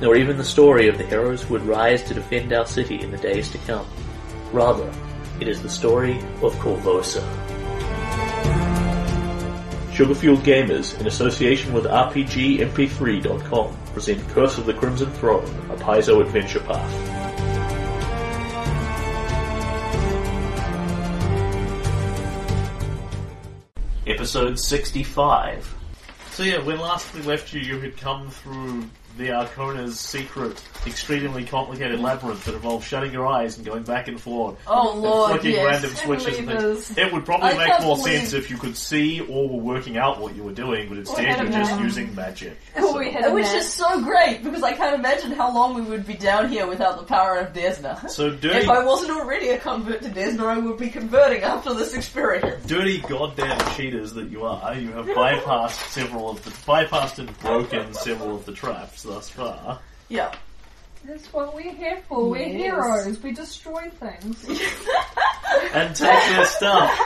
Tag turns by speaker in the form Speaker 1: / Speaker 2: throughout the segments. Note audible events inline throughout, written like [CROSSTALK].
Speaker 1: nor even the story of the heroes who would rise to defend our city in the days to come. Rather, it is the story of Corvosa. Sugarfuel Gamers, in association with RPGMP3.com, present Curse of the Crimson Throne, a Paizo adventure path. Episode 65. So yeah, when last we left you, you had come through the Arcona's secret, extremely complicated labyrinth that involves shutting your eyes and going back and forward.
Speaker 2: Oh
Speaker 1: and
Speaker 2: lord,
Speaker 1: flicking
Speaker 2: yes.
Speaker 1: random switches and,
Speaker 2: levers.
Speaker 1: things. It would probably
Speaker 2: I
Speaker 1: make
Speaker 2: can't
Speaker 1: more
Speaker 2: believe-
Speaker 1: sense if you could see or were working out what you were doing, but instead
Speaker 2: had
Speaker 1: you're
Speaker 2: a
Speaker 1: just
Speaker 2: map.
Speaker 1: using
Speaker 2: [LAUGHS]
Speaker 1: magic.
Speaker 3: Oh, we had a
Speaker 2: Which
Speaker 3: man.
Speaker 2: is so great because I can't imagine how long we would be down here without the power of Desna.
Speaker 1: So dirty,
Speaker 2: If I wasn't already a convert to Desna, I would be converting after this experience.
Speaker 1: dirty goddamn cheaters that you are, you have bypassed several of the bypassed and broken several of the traps thus far.
Speaker 2: Yeah.
Speaker 3: That's what we're here for. We're
Speaker 2: Yes.
Speaker 3: heroes. We destroy things.
Speaker 1: And take their stuff.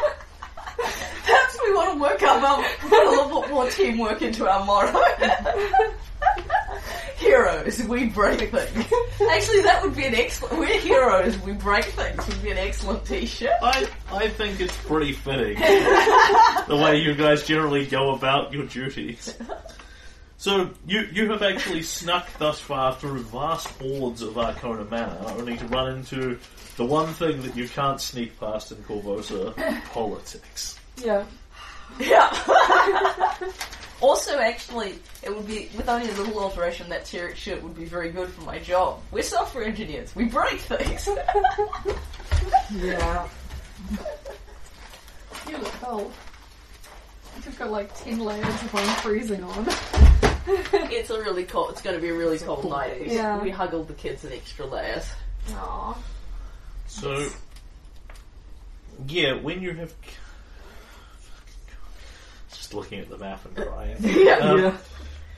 Speaker 2: Perhaps we want to work up our, put a little bit more teamwork into our motto. [LAUGHS] heroes, we break things. Actually, that would be an excellent. We're heroes, we break things. Would be an excellent T-shirt.
Speaker 1: I I think it's pretty
Speaker 2: [LAUGHS]
Speaker 1: fitting the way you guys generally go about your duties. So you you have actually snuck thus far through vast hordes of Arcona Manor, only to run into the one thing that you can't sneak past in
Speaker 2: [LAUGHS]
Speaker 1: Corvosa: politics.
Speaker 3: Yeah.
Speaker 2: [LAUGHS] Yeah. also, actually, it would be with only a little alteration that t shirt would be very good for my job. We're software engineers. We break [LAUGHS] things.
Speaker 3: Yeah. you look cold. You've got like ten layers of I'm freezing on.
Speaker 2: it's a really cold. It's going to be a really cold night. We-
Speaker 3: Yeah.
Speaker 2: We huggled the kids in extra layers.
Speaker 3: Aww.
Speaker 1: So yeah, when you have just looking at the map and crying.
Speaker 2: [LAUGHS] [LAUGHS] Yeah.
Speaker 1: Um,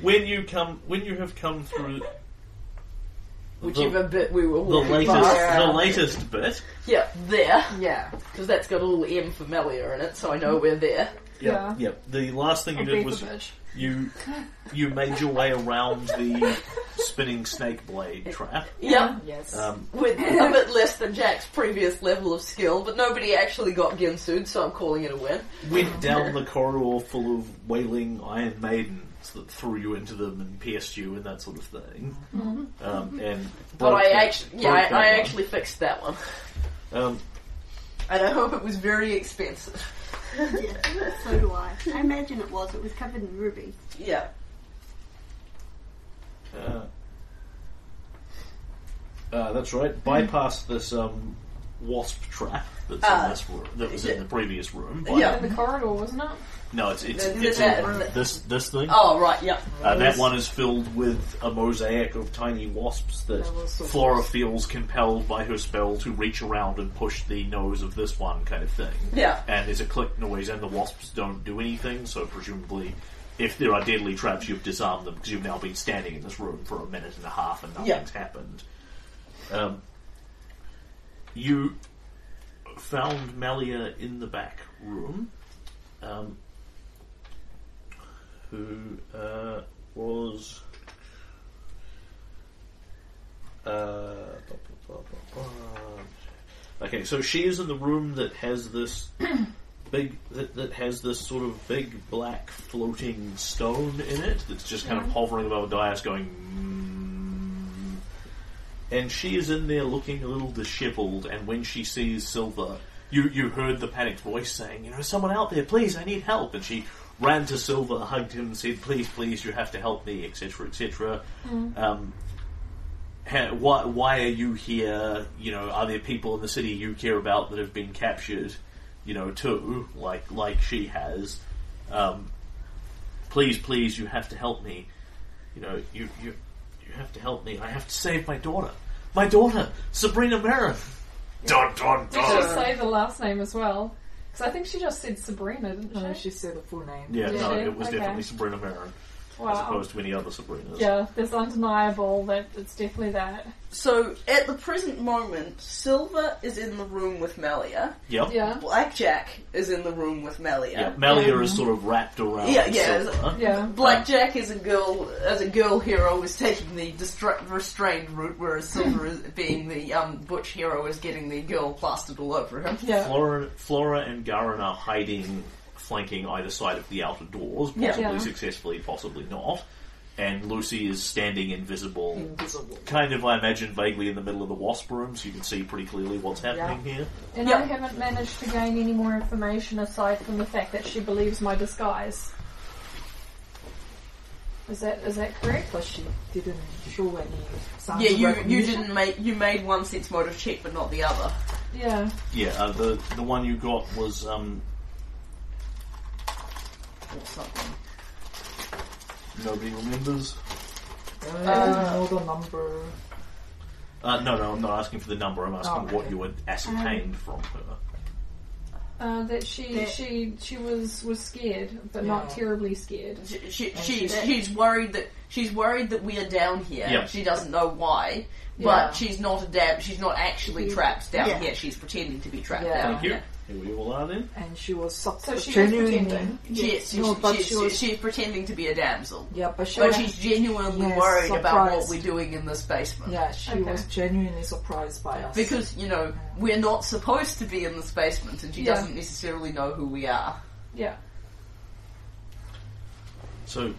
Speaker 1: When you come when you have come through
Speaker 2: Whichever bit we were
Speaker 1: the
Speaker 2: walking
Speaker 1: latest
Speaker 2: past.
Speaker 1: the latest bit.
Speaker 2: Yeah, there.
Speaker 3: Yeah.
Speaker 2: Because that's got a little M familiar in it, so I know we're there.
Speaker 3: Yeah.
Speaker 1: Yep. The last thing you
Speaker 3: And
Speaker 1: did
Speaker 3: beef a
Speaker 1: was
Speaker 3: bitch.
Speaker 1: you you made your way around the spinning snake blade trap.
Speaker 2: Yeah.
Speaker 3: Yes.
Speaker 1: Um,
Speaker 2: [LAUGHS] With a bit less than Jack's previous level of skill, but nobody actually got Ginsued, so I'm calling it a win.
Speaker 1: went down the corridor full of wailing iron maidens that threw you into them and pierced you and that sort of thing. Um, and
Speaker 2: Mm-hmm. But
Speaker 1: broke
Speaker 2: I
Speaker 1: that-
Speaker 2: actually, yeah,
Speaker 1: broke that
Speaker 2: I, I
Speaker 1: one.
Speaker 2: actually fixed that one,
Speaker 1: Um,
Speaker 2: [LAUGHS] and I hope it was very expensive.
Speaker 4: Yeah, so do I. I imagine it was. It was covered in ruby.
Speaker 2: [LAUGHS] Yeah,
Speaker 1: uh, uh, that's right.
Speaker 2: Mm-hmm.
Speaker 1: Bypass this um, wasp trap that's
Speaker 2: Ah.
Speaker 1: in this room, that was in the previous room. By
Speaker 2: yeah.
Speaker 3: in the corridor, wasn't it?
Speaker 1: No, it's it's,
Speaker 2: Th-
Speaker 1: it's
Speaker 2: th-
Speaker 1: in
Speaker 2: th-
Speaker 1: this this thing.
Speaker 2: Oh right, yeah.
Speaker 1: Uh, that one is filled with a mosaic of tiny wasps that
Speaker 2: That was so
Speaker 1: Flora feels compelled by her spell to reach around and push the nose of this one kind of thing.
Speaker 2: Yeah.
Speaker 1: And there's a click noise, and the wasps don't do anything. So presumably, if there are deadly traps, you've disarmed them because you've now been standing in this room for a minute and a half and nothing's happened. Um, you found Malia in the back room, um, who uh, was. Uh, blah, blah, blah, blah, blah. Okay, so she is in the room that has this big that, that has this sort of big black floating stone in it that's just kind of hovering above a dais going. "Mm." And she is in there looking a little disheveled, and when she sees Silver, you, you heard the panicked voice saying, You know, someone out there, please, I need help. And she ran to Silver, hugged him, said, Please, please, you have to help me, etc., etc. Um, ha- why, why are you here? You know, are there people in the city you care about that have been captured? You know, too, like like she has. Um, please, please, you have to help me. You know, you you you have to help me. I have to save my daughter. My daughter, Sabrina Merritt. Dun, dun,
Speaker 3: Did she
Speaker 1: dun.
Speaker 3: say the last name as well? Because I think she just said Sabrina, didn't she?
Speaker 4: Oh,
Speaker 5: No, she said the full name.
Speaker 1: Yeah,
Speaker 3: Did
Speaker 1: no,
Speaker 3: she?
Speaker 1: it was
Speaker 3: Okay.
Speaker 1: definitely Sabrina Merritt as
Speaker 3: wow.
Speaker 1: opposed to any other Sabrinas.
Speaker 3: Yeah, there's undeniable that it's definitely that.
Speaker 2: So, at the present moment, Silver is in the room with Melia.
Speaker 1: Yep. Yeah.
Speaker 3: Yeah,
Speaker 2: Blackjack is in the room with Melia.
Speaker 1: Melia is sort of wrapped around.
Speaker 2: Yeah, yeah,
Speaker 1: Silver.
Speaker 3: yeah.
Speaker 2: Blackjack is a girl, as a girl hero, is taking the distra- restrained route,
Speaker 5: [LAUGHS]
Speaker 2: whereas Silver, is, being the um, butch hero, is getting the girl plastered all over him.
Speaker 3: Yeah.
Speaker 1: Flora, Flora and Garin are hiding, flanking either side of the outer doors,
Speaker 2: Yeah.
Speaker 1: possibly
Speaker 3: Yeah.
Speaker 1: successfully, possibly not. And Lucy is standing invisible,
Speaker 5: Invisible.
Speaker 1: kind of, I imagine, vaguely in the middle of the wasp room, so you can see pretty clearly what's happening here.
Speaker 3: And
Speaker 2: Yeah.
Speaker 3: I haven't managed to gain any more information aside from the fact that she believes my disguise. Is that is that correct?
Speaker 5: But she didn't show any signs
Speaker 2: Yeah, you
Speaker 5: of
Speaker 2: you
Speaker 5: recognition.
Speaker 2: didn't make you made one sense motive check, but not the other.
Speaker 3: Yeah.
Speaker 1: Yeah, uh, the the one you got was um,
Speaker 2: Or something.
Speaker 1: nobody remembers.
Speaker 5: No, I Uh,
Speaker 2: Uh,
Speaker 5: didn't know the number.
Speaker 1: Uh, no, no, I'm not asking for the number. I'm asking
Speaker 5: Oh, okay.
Speaker 1: what you had ascertained from her.
Speaker 3: Uh, that she
Speaker 6: That-
Speaker 3: she she was was scared, but not
Speaker 5: Yeah.
Speaker 3: terribly scared.
Speaker 2: She, she,
Speaker 5: And
Speaker 2: she's
Speaker 5: she's-
Speaker 2: she's worried that she's worried that we are down here.
Speaker 1: Yeah.
Speaker 2: She doesn't know why, but
Speaker 5: Yeah. Mm-hmm.
Speaker 2: she's not a dab. She's not actually trapped down
Speaker 6: Yeah.
Speaker 2: here. She's pretending to be trapped.
Speaker 5: Yeah.
Speaker 2: Down
Speaker 1: Thank you.
Speaker 2: Here.
Speaker 1: Here we all are then.
Speaker 5: And she was
Speaker 3: So she was
Speaker 5: genuinely.
Speaker 3: pretending.
Speaker 2: She is. She's,
Speaker 5: No, but
Speaker 2: she's,
Speaker 5: she was-
Speaker 2: she's pretending to be a damsel,
Speaker 5: Yeah, but she
Speaker 2: but
Speaker 5: was.
Speaker 2: she's genuinely
Speaker 5: Yes,
Speaker 2: worried about what
Speaker 5: surprised.
Speaker 2: we're doing in this basement.
Speaker 5: Yeah, she
Speaker 3: Okay.
Speaker 5: was genuinely surprised by us. [LAUGHS]
Speaker 2: Because you know we're not supposed to be in this basement, and she
Speaker 3: Yeah.
Speaker 2: doesn't necessarily know who we are.
Speaker 3: Yeah.
Speaker 1: So,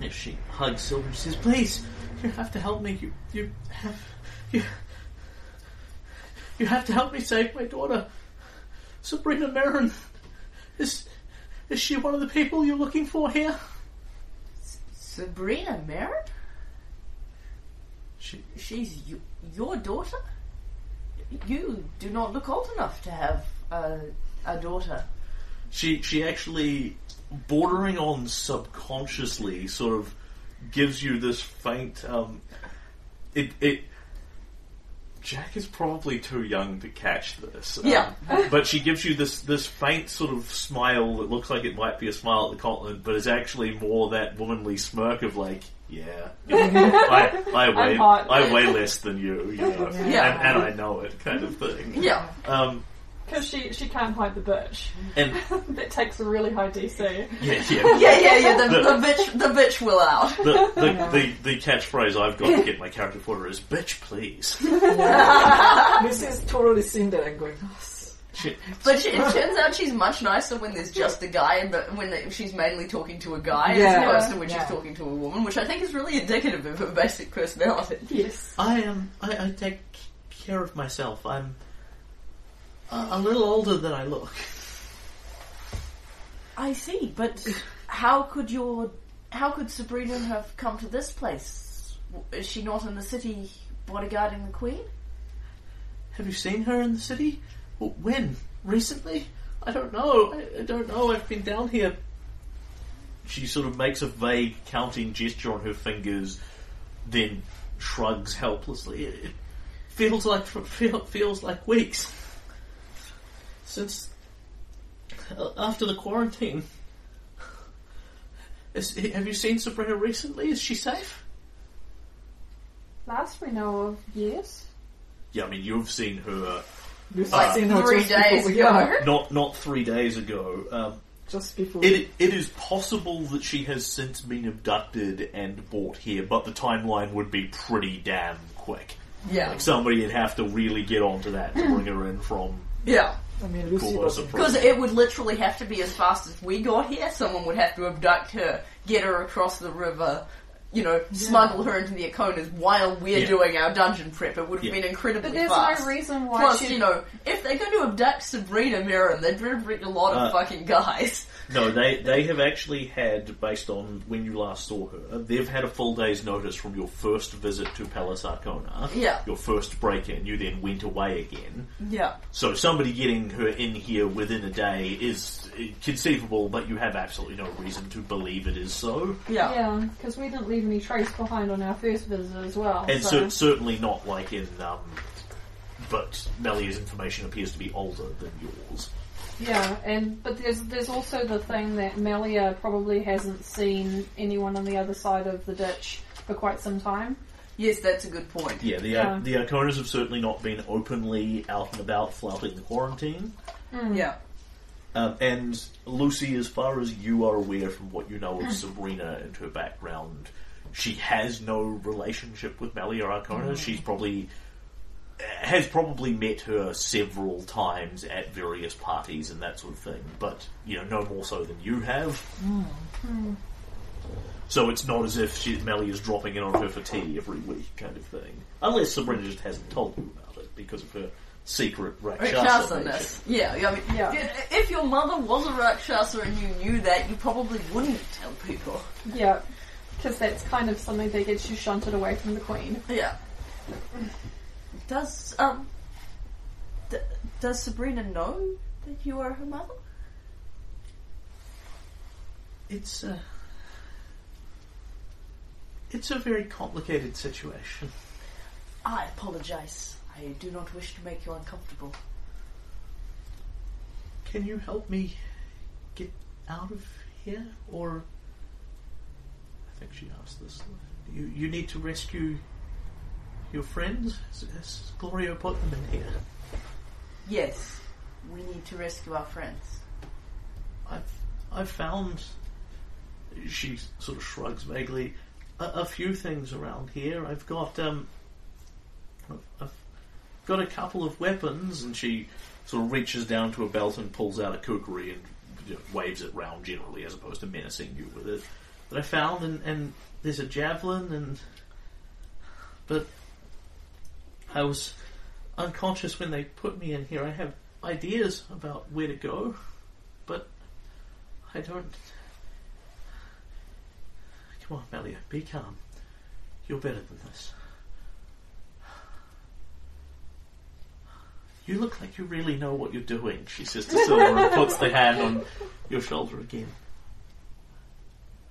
Speaker 1: yeah, she hugs Silver and says, "Please, you have to help me. You, you have, you, you have to help me save my daughter, Sabrina Merrin. Is, is she one of the people you're looking for here?"
Speaker 2: Sabrina Merritt?
Speaker 1: She,
Speaker 2: She's y- your daughter? You do not look old enough to have a, a daughter.
Speaker 1: she she actually bordering on subconsciously sort of gives you this faint um it it Jack is probably too young to catch this. um,
Speaker 2: Yeah. [LAUGHS]
Speaker 1: but she gives you this this faint sort of smile that looks like it might be a smile at the continent, but is actually more that womanly smirk of like,
Speaker 2: [LAUGHS]
Speaker 1: yeah, I, I weigh
Speaker 3: hot.
Speaker 1: I weigh less than you, you know,
Speaker 2: Yeah.
Speaker 1: and, and I know it kind of thing.
Speaker 2: Yeah.
Speaker 1: Um,
Speaker 3: Because she, she can't hide the bitch.
Speaker 1: and
Speaker 3: [LAUGHS] that takes a really high DC.
Speaker 1: yeah, yeah,
Speaker 2: [LAUGHS] [LAUGHS] Yeah, yeah, yeah. The,
Speaker 1: The-
Speaker 2: [LAUGHS] the bitch, the bitch will
Speaker 1: [LAUGHS]
Speaker 2: out.
Speaker 1: the, the, the, the catchphrase I've got to get my character for is "bitch, [LAUGHS] please."
Speaker 5: Lucy's totally seen that and going,
Speaker 1: She,
Speaker 2: But she, it turns out she's much nicer when there's just a guy, and but when the, she's mainly talking to a guy
Speaker 5: Yeah.
Speaker 2: as opposed to when
Speaker 5: Yeah.
Speaker 2: she's talking to a woman, which I think is really indicative of her basic personality.
Speaker 3: Yes.
Speaker 1: I am. I, I take care of myself. I'm a, a little older than I look.
Speaker 2: I see, but how could your how could Sabrina have come to this place? W- Is she not in the city bodyguarding the queen?
Speaker 1: Have you seen her in the city? W- When? Recently? I don't know. I, I don't know. I've been down here. She sort of makes a vague counting gesture on her fingers, then shrugs helplessly. It, it feels like [LAUGHS] feel, feels like weeks since uh, after the quarantine. Is, have you seen Sabrina recently? Is she safe?
Speaker 3: Last we know of, yes.
Speaker 1: Yeah, I mean you've seen her
Speaker 5: Lucy's
Speaker 1: Like
Speaker 5: seen her
Speaker 2: three
Speaker 5: just before
Speaker 2: days
Speaker 5: we-
Speaker 2: ago.
Speaker 5: yeah,
Speaker 1: not not three days ago. Um,
Speaker 5: just before.
Speaker 1: It, it is possible that she has since been abducted and brought here, but the timeline would be pretty damn quick.
Speaker 2: Yeah,
Speaker 1: Like somebody would have to really get onto that to bring her in from
Speaker 2: yeah.
Speaker 5: I mean, Lucy
Speaker 1: Cool,
Speaker 5: doesn't.
Speaker 1: that's a
Speaker 2: Because it would literally have to be as fast as we got here. Someone would have to abduct her, get her across the river, you know, smuggle her into the Aconas while we're
Speaker 1: Yeah.
Speaker 2: doing our dungeon prep. It would have
Speaker 1: Yeah.
Speaker 2: been incredibly
Speaker 3: But there's
Speaker 2: fast.
Speaker 3: no reason why
Speaker 2: Plus,
Speaker 3: she...
Speaker 2: you know, if they're going to abduct Sabrina Mirren, they'd better bring a lot of
Speaker 1: Uh,
Speaker 2: fucking guys.
Speaker 1: No, they they have actually had, based on when you last saw her, they've had a full day's notice from your first visit to Palace Arcona.
Speaker 2: Yeah.
Speaker 1: Your first break in, you then went away again.
Speaker 2: Yeah.
Speaker 1: So somebody getting her in here within a day is conceivable, but you have absolutely no reason to believe it is so.
Speaker 2: Yeah.
Speaker 3: Yeah, because we didn't leave any trace behind on our first visit as well.
Speaker 1: And
Speaker 3: so,
Speaker 1: cer- certainly not like in. Um, but Melia's information appears to be older than yours.
Speaker 3: yeah, and but there's there's also the thing that Melia probably hasn't seen anyone on the other side of the ditch for quite some time.
Speaker 2: Yes, that's a good point.
Speaker 1: Yeah, the
Speaker 3: Yeah.
Speaker 1: the Arconas have certainly not been openly out and about flouting the quarantine.
Speaker 2: Yeah.
Speaker 1: Um, and Lucy, as far as you are aware from what you know of Sabrina and her background, she has no relationship with Malia Arcona. She's probably has probably met her several times at various parties and that sort of thing, but you know, no more so than you have. So it's not as if she, Melia's dropping in on her for tea every week, kind of thing. Unless Sabrina just hasn't told you about it because of her secret Rakshasa. nature.
Speaker 2: Rakshasaness. Yeah, I mean,
Speaker 3: Yeah.
Speaker 2: if- if your mother was a Rakshasa and you knew that, you probably wouldn't tell people.
Speaker 3: Yeah, because that's kind of something that gets you shunted away from the queen.
Speaker 2: Yeah. Does, um, d- does Sabrina know that you are her mother?
Speaker 1: It's a it's a very complicated situation.
Speaker 2: I apologize. I do not wish to make you uncomfortable.
Speaker 1: Can you help me get out of here, or I think she asked this. You you need to rescue your friends. Is- Is Gloria put them in here?
Speaker 2: Yes, we need to rescue our friends.
Speaker 1: I've I've found. She sort of shrugs vaguely. A, a few things around here. I've got um. I've, I've got a couple of weapons, and she sort of reaches down to a belt and pulls out a kukri and you know, waves it round generally, as opposed to menacing you with it. That I found, and, and there's a javelin, and but I was unconscious when they put me in here. I have ideas about where to go. But I don't. Come on, Melia, be calm. You're better than this. You look like you really know what you're doing, she says to Silver and puts the hand on your shoulder again.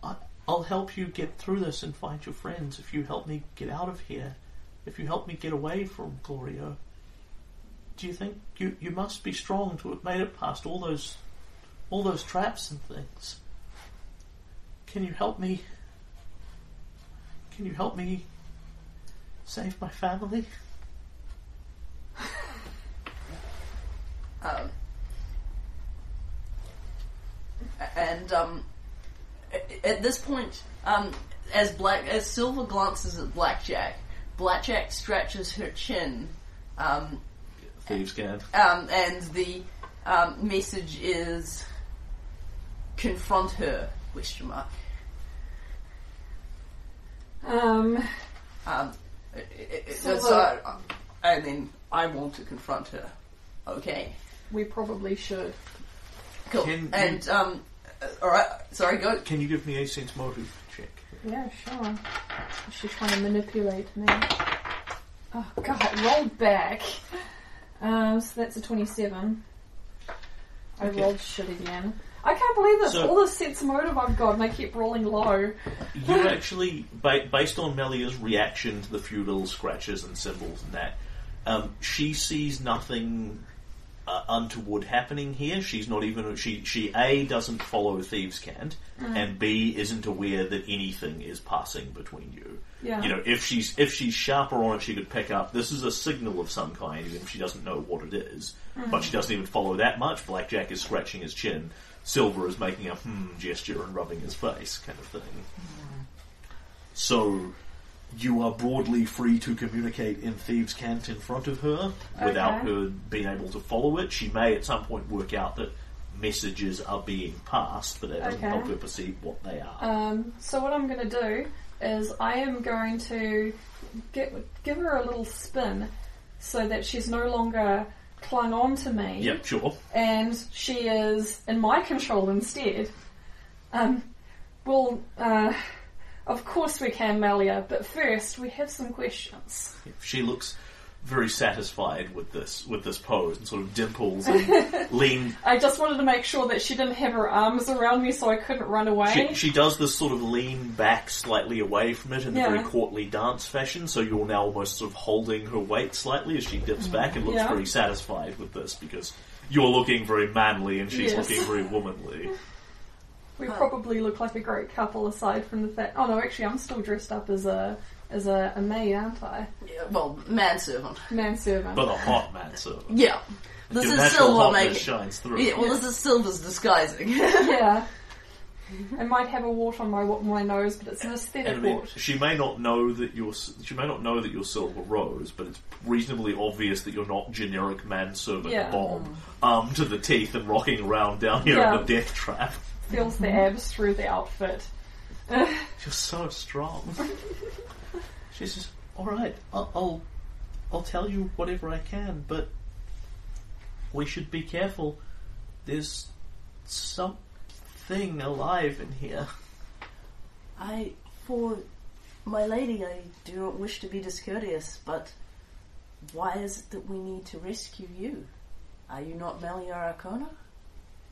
Speaker 1: I, I'll help you get through this and find your friends if you help me get out of here. If you help me get away from Glorio. Do you think you, you must be strong to have made it past all those all those traps and things. Can you help me? Can you help me save my family?
Speaker 2: Um, a- and um, a- at this point, um, as black as Silver glances at Blackjack, Blackjack stretches her chin, um,
Speaker 1: Thieves can.
Speaker 2: um, and the um, message is confront her question mark.
Speaker 3: Um,
Speaker 2: Um, i- i- i-
Speaker 7: Silver-
Speaker 2: so I- and then I want to confront her. Okay.
Speaker 3: we probably should.
Speaker 2: Cool.
Speaker 1: Can you-
Speaker 2: and um, uh, all right. Sorry, go.
Speaker 1: Can you give me a sense motive check?
Speaker 3: Yeah, sure. Is she trying to manipulate me? Oh god, roll back. Um, so that's a twenty-seven. I
Speaker 1: Okay.
Speaker 3: rolled shit again. I can't believe this.
Speaker 1: So-
Speaker 3: All the sense motive I've got, and I keep rolling low.
Speaker 1: You actually, ba- based on Melia's reaction to the feudal scratches and symbols and that, um, she sees nothing uh, untoward happening here. She's not even she. She a doesn't follow thieves' cant, and b isn't aware that anything is passing between you.
Speaker 3: Yeah.
Speaker 1: You know, if she's if she's sharper on it, she could pick up. This is a signal of some kind, even if she doesn't know what it is.
Speaker 3: Mm-hmm.
Speaker 1: But she doesn't even follow that much. Blackjack is scratching his chin. Silver is making a hmm gesture and rubbing his face, kind of thing.
Speaker 3: Mm-hmm.
Speaker 1: So you are broadly free to communicate in Thieves' Cant in front of her without
Speaker 3: Okay.
Speaker 1: her being able to follow it. She may at some point work out that messages are being passed, but that doesn't
Speaker 3: Okay.
Speaker 1: help her perceive what they are.
Speaker 3: Um, so what I'm going to do is I am going to get, give her a little spin so that she's no longer clung on to me
Speaker 1: yep, sure.
Speaker 3: and she is in my control instead. Um, well, uh, of course we can, Malia, but first we have some questions.
Speaker 1: If she looks very satisfied with this with this pose and sort of dimples and lean.
Speaker 3: I just wanted to make sure that she didn't have her arms around me so I couldn't run away.
Speaker 1: She, she does this sort of lean back slightly away from it in a
Speaker 3: Yeah.
Speaker 1: very courtly dance fashion, so you're now almost sort of holding her weight slightly as she dips back and looks
Speaker 3: Yeah.
Speaker 1: very satisfied with this because you're looking very manly and she's
Speaker 3: Yes.
Speaker 1: looking very womanly.
Speaker 3: we probably look like a great couple aside from the fact. Oh no, actually, I'm still dressed up as a as a, a maid, aren't I?
Speaker 2: Yeah, well, manservant.
Speaker 3: Manservant.
Speaker 1: But a hot man, so
Speaker 2: Yeah. This
Speaker 1: your
Speaker 2: is
Speaker 1: natural
Speaker 2: Silver
Speaker 1: hotness
Speaker 2: making.
Speaker 1: shines through.
Speaker 2: Yeah, well, this is Silver's disguising. [LAUGHS]
Speaker 3: yeah. I might have a wart on my my nose, but it's an aesthetic
Speaker 1: And I mean,
Speaker 3: wart.
Speaker 1: she may not know that you're s- she may not know that you're Silver Rose, but it's reasonably obvious that you're not generic manservant
Speaker 3: Yeah.
Speaker 1: bomb, armed to the teeth and rocking around down here
Speaker 3: Yeah.
Speaker 1: in the death trap.
Speaker 3: Feels the abs through the outfit.
Speaker 1: You're so strong. [LAUGHS] she says, "All right, I'll, I'll I'll tell you whatever I can, but we should be careful. There's something alive in here."
Speaker 2: I, for my lady, I do not wish to be discourteous, but why is it that we need to rescue you? Are you not Melior Arcona?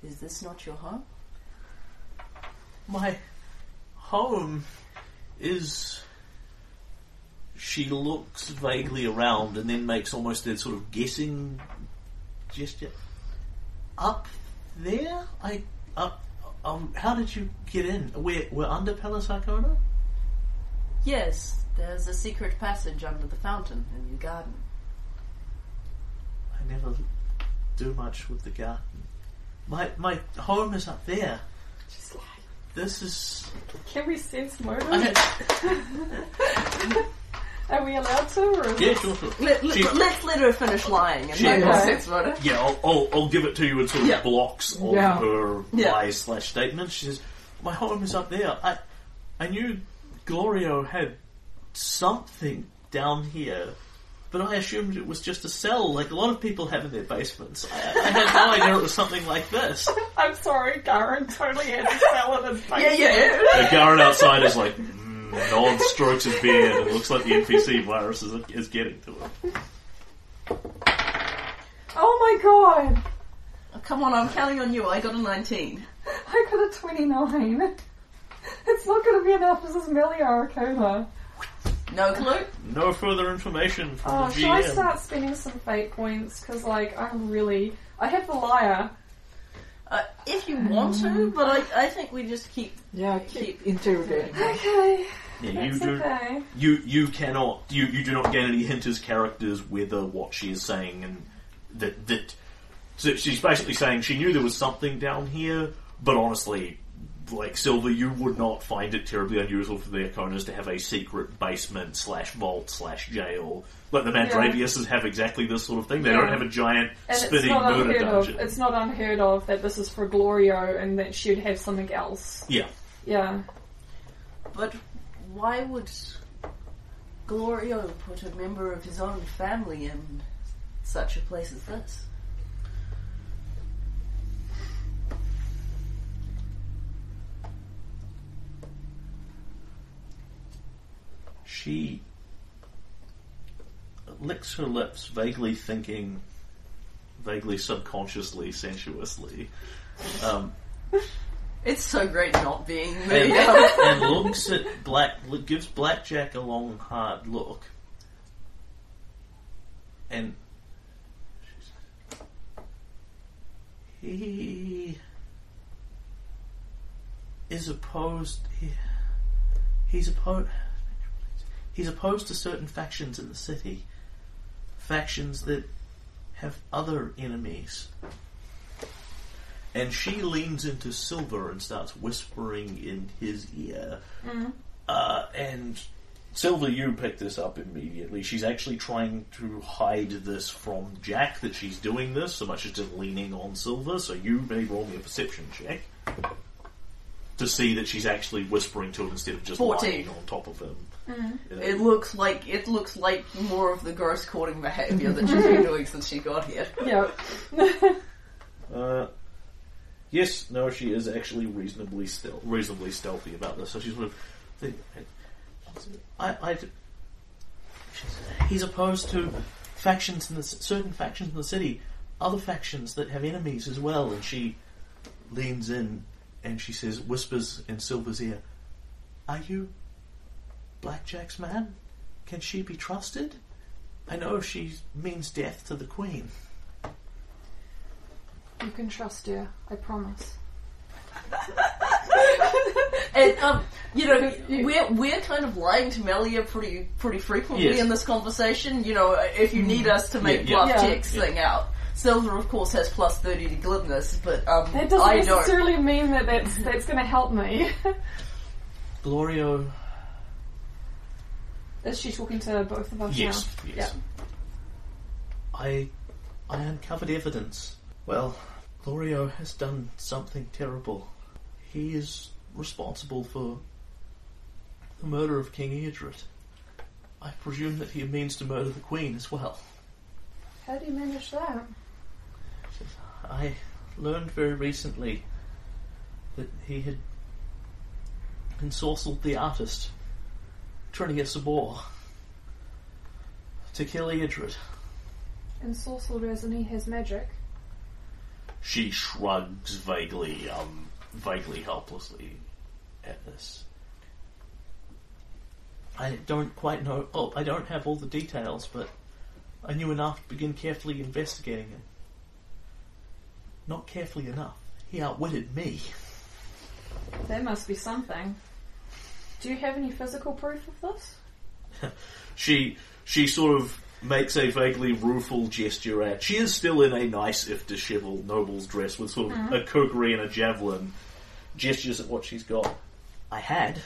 Speaker 2: Is this not your home?
Speaker 1: My home is. She looks vaguely around and then makes almost a sort of guessing gesture. Up there? I. Up. Um, how did you get in? We're, we're under Palace Arcona?
Speaker 2: Yes, there's a secret passage under the fountain in your garden.
Speaker 1: I never do much with the garden. My, my home is up there.
Speaker 3: Just like,
Speaker 1: This is.
Speaker 3: can we sense
Speaker 1: I
Speaker 3: motive?
Speaker 1: don't,
Speaker 3: [LAUGHS] Are we allowed to? Or is
Speaker 1: yeah, sure, sure.
Speaker 2: Let, let,
Speaker 1: She-
Speaker 2: us let her finish lying and
Speaker 1: She-
Speaker 2: make
Speaker 3: Okay.
Speaker 2: us sense about it.
Speaker 1: Yeah, I'll, I'll, I'll give it to you in sort of
Speaker 2: Yeah.
Speaker 1: blocks of
Speaker 5: Yeah.
Speaker 1: her
Speaker 2: Yeah.
Speaker 1: lies slash statements. She says, "My home is up there. I, I knew Glorio had something down here, but I assumed it was just a cell, like a lot of people have in their basements. I, I had no idea it was something like this."
Speaker 3: I'm sorry, Darren totally had to sell it as
Speaker 2: Yeah, yeah.
Speaker 1: The Garrett outside is like. mm, Nod strokes his beard. It looks like the NPC virus is, is getting to him.
Speaker 3: Oh my god!
Speaker 2: Oh, come on, I'm counting on you. I got a 19.
Speaker 3: I got a 29. It's not going to be enough. This is Meliaracola.
Speaker 2: No clue?
Speaker 1: No further information from
Speaker 3: Oh,
Speaker 1: the GM.
Speaker 3: should I start spending some fate points? Because, like, I'm really. I have the liar.
Speaker 2: Uh, if you want to, but I, I think we just keep.
Speaker 5: Yeah, keep
Speaker 2: [LAUGHS]
Speaker 5: interrogating.
Speaker 3: Okay.
Speaker 1: Yeah, you
Speaker 3: That's
Speaker 1: do.
Speaker 3: okay.
Speaker 1: you you cannot you, you do not gain any hint as characters whether what she is saying and that that so she's basically saying she knew there was something down here, but honestly, like Silver, you would not find it terribly unusual for the Arconas to have a secret basement slash vault slash jail. Like the Mandraviuses have exactly this sort of thing. They
Speaker 3: Yeah.
Speaker 1: don't have a giant
Speaker 3: And it's
Speaker 1: spinning
Speaker 3: not
Speaker 1: murder
Speaker 3: unheard of.
Speaker 1: dungeon.
Speaker 3: It's not unheard of that this is for Glorio and that she'd have something else.
Speaker 1: yeah.
Speaker 3: Yeah.
Speaker 2: But why would Glorio put a member of his own family in such a place as this?
Speaker 1: She licks her lips, vaguely thinking, vaguely subconsciously, sensuously, um,
Speaker 2: It's so great not being
Speaker 1: and,
Speaker 2: me.
Speaker 1: and looks at Black, gives Blackjack a long, hard look, and he is opposed. He, he's opposed. He's opposed to certain factions in the city, factions that have other enemies. And she leans into Silver and starts whispering in his ear. Uh, and Silver, you pick this up immediately. She's actually trying to hide this from Jack that she's doing this, so much as just leaning on Silver. So you may roll me a perception check to see that she's actually whispering to him instead of just
Speaker 2: 14.
Speaker 1: lying on top of him. You know,
Speaker 2: It looks like it looks like more of the gross courting behaviour that she's been doing since she got here.
Speaker 3: Yeah.
Speaker 1: Uh, yes, no, she is actually reasonably still, reasonably stealthy about this. So she's sort of, think, I, I, she's- he's opposed to factions in the c- certain factions in the city, other factions that have enemies as well. And she leans in and she says, whispers in Silver's ear, "Are you Blackjack's man? Can she be trusted? I know she means death to the queen."
Speaker 3: You can trust her, I promise.
Speaker 2: And um, you know, we're we're kind of lying to Melia pretty pretty frequently
Speaker 1: Yes.
Speaker 2: in this conversation. You know, if you need us to make
Speaker 1: yeah.
Speaker 2: bluff
Speaker 3: Yeah.
Speaker 2: checks thing out. Silver, of course, has plus thirty to glibness, but um,
Speaker 3: That doesn't
Speaker 2: I don't.
Speaker 3: necessarily mean that that's, that's going to help me. [LAUGHS]
Speaker 1: Glorio,
Speaker 3: Is she talking to both of us
Speaker 1: yes,
Speaker 3: now?
Speaker 1: yes. I, I uncovered evidence. Well, Glorio has done something terrible. He is responsible for the murder of King Eadred. I presume that he means to murder the Queen as well.
Speaker 3: Yeah. How do you manage that?
Speaker 1: I learned very recently that he had ensorcelled the artist, Trinia Sabor, to kill Eadred.
Speaker 3: And sorcerer and he has magic.
Speaker 1: She shrugs vaguely, um, vaguely helplessly at this. I don't quite know. Oh, I don't have all the details, but I knew enough to begin carefully investigating him. Not carefully enough. He outwitted me.
Speaker 3: That must be something. Do you have any physical proof of this?
Speaker 1: She she sort of makes a vaguely rueful gesture at. She is still in a nice, if dishevelled, noble's dress with sort of a kukri and a javelin. Gestures at what she's got. I had.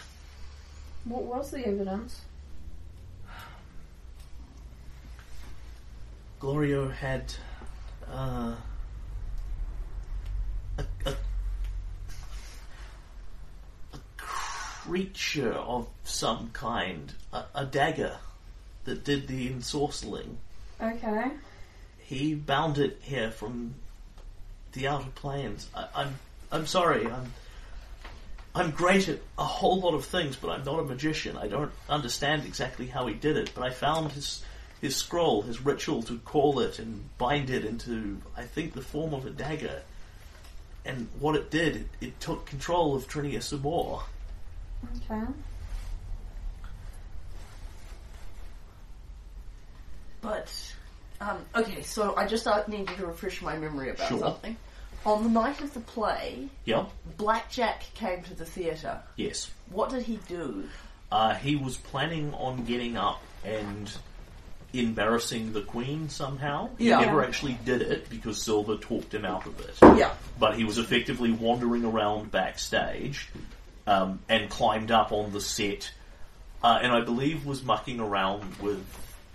Speaker 3: What was the evidence?
Speaker 1: Glorio had uh, a, a, a creature of some kind, a, a dagger that did the ensorceling.
Speaker 3: Okay.
Speaker 1: He bound it here from the outer planes. I, I'm I'm sorry. I'm I'm great at a whole lot of things, but I'm not a magician. I don't understand exactly how he did it. But I found his his scroll, his ritual to call it and bind it into I think the form of a dagger. And what it did, it, it took control of Trinia Sabor.
Speaker 3: Okay.
Speaker 2: But um, okay, so I just uh, need you to refresh my memory about
Speaker 1: Sure.
Speaker 2: something. On the night of the play,
Speaker 1: Yep.
Speaker 2: Blackjack came to the theatre.
Speaker 1: Yes.
Speaker 2: What did he do?
Speaker 1: Uh, he was planning on getting up and embarrassing the Queen somehow. He
Speaker 2: Yeah.
Speaker 1: never actually did it because Silver talked him out of it.
Speaker 2: Yeah.
Speaker 1: But he was effectively wandering around backstage um, and climbed up on the set, uh, and I believe was mucking around with.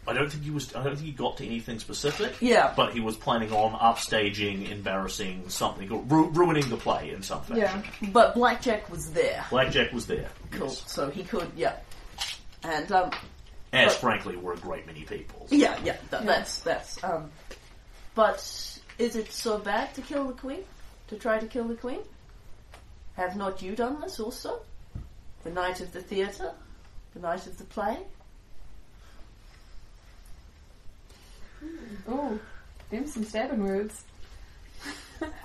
Speaker 1: I don't think he was. I don't think he got to anything specific.
Speaker 2: Yeah.
Speaker 1: But he was planning on upstaging, embarrassing something, or ru- ruining the play in some fashion.
Speaker 3: Yeah.
Speaker 2: But Blackjack was there.
Speaker 1: Blackjack was there.
Speaker 2: Cool.
Speaker 1: yes.
Speaker 2: So he could, yeah. And um,
Speaker 1: As
Speaker 2: But-
Speaker 1: frankly were a great many people.
Speaker 2: Yeah, yeah, that,
Speaker 3: Yeah.
Speaker 2: that's that's. Um, but is it so bad to kill the queen? To try to kill the queen? Have not you done this also? The night of the theatre, the night of the play.
Speaker 3: Ooh, them some stabbing words.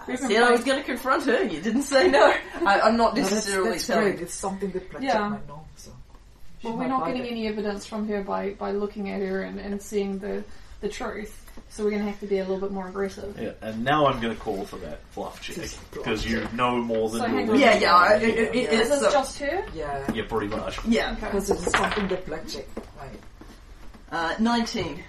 Speaker 3: We've been
Speaker 2: See, I was
Speaker 3: playing-
Speaker 2: going to confront her. You didn't say no. I, I'm not
Speaker 5: No, that's,
Speaker 2: necessarily
Speaker 5: that's
Speaker 2: telling.
Speaker 5: great. It's something that Blackjack
Speaker 3: Yeah.
Speaker 5: might know. So. She
Speaker 3: well, we're
Speaker 5: might
Speaker 3: not
Speaker 5: like
Speaker 3: getting
Speaker 5: it.
Speaker 3: any evidence from her by, by looking at her and, and seeing the, the truth. So we're going to have to be a little bit more aggressive.
Speaker 1: Yeah, and now I'm going to call for that fluff check
Speaker 5: Just fluff
Speaker 1: because you know more than
Speaker 3: So
Speaker 1: you
Speaker 3: hang
Speaker 1: will.
Speaker 3: on.
Speaker 2: Yeah, yeah. I- It, it, it,
Speaker 3: Is
Speaker 2: it's
Speaker 3: this
Speaker 2: uh,
Speaker 3: just her?
Speaker 5: Yeah,
Speaker 1: yeah, pretty much.
Speaker 2: yeah.
Speaker 3: Okay.
Speaker 5: because it is something that Blackjack might.
Speaker 2: Uh, 19.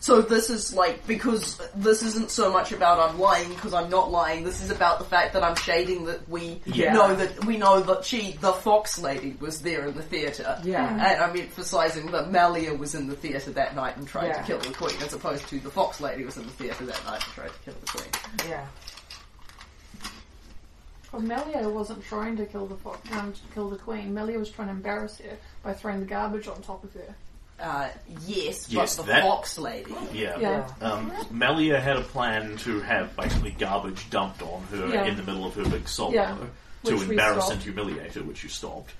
Speaker 2: So this is like, because this isn't so much about I'm lying because I'm not lying, this is about the fact that I'm shading that we
Speaker 1: Yeah.
Speaker 2: know that, we know that she, the fox lady, was there in the theatre.
Speaker 5: Yeah.
Speaker 2: And I'm emphasising that Malia was in the theatre that night and tried to
Speaker 5: Yeah.
Speaker 2: kill the queen as opposed to the fox lady was in the theatre that night and tried to kill the queen.
Speaker 5: Yeah.
Speaker 3: Well, Melia wasn't trying to kill the fo- um, to kill the queen. Melia was trying to embarrass her by throwing the garbage on top of her.
Speaker 2: Uh, yes,
Speaker 1: Yes,
Speaker 2: but the
Speaker 1: that-
Speaker 2: fox lady.
Speaker 1: Yeah.
Speaker 3: Yeah.
Speaker 1: Um, Melia had a plan to have basically garbage dumped on her
Speaker 3: Yeah.
Speaker 1: in the middle of her big solo
Speaker 3: Yeah.
Speaker 1: to
Speaker 3: Which we
Speaker 1: embarrass and
Speaker 3: stopped.
Speaker 1: humiliate her, which you stopped.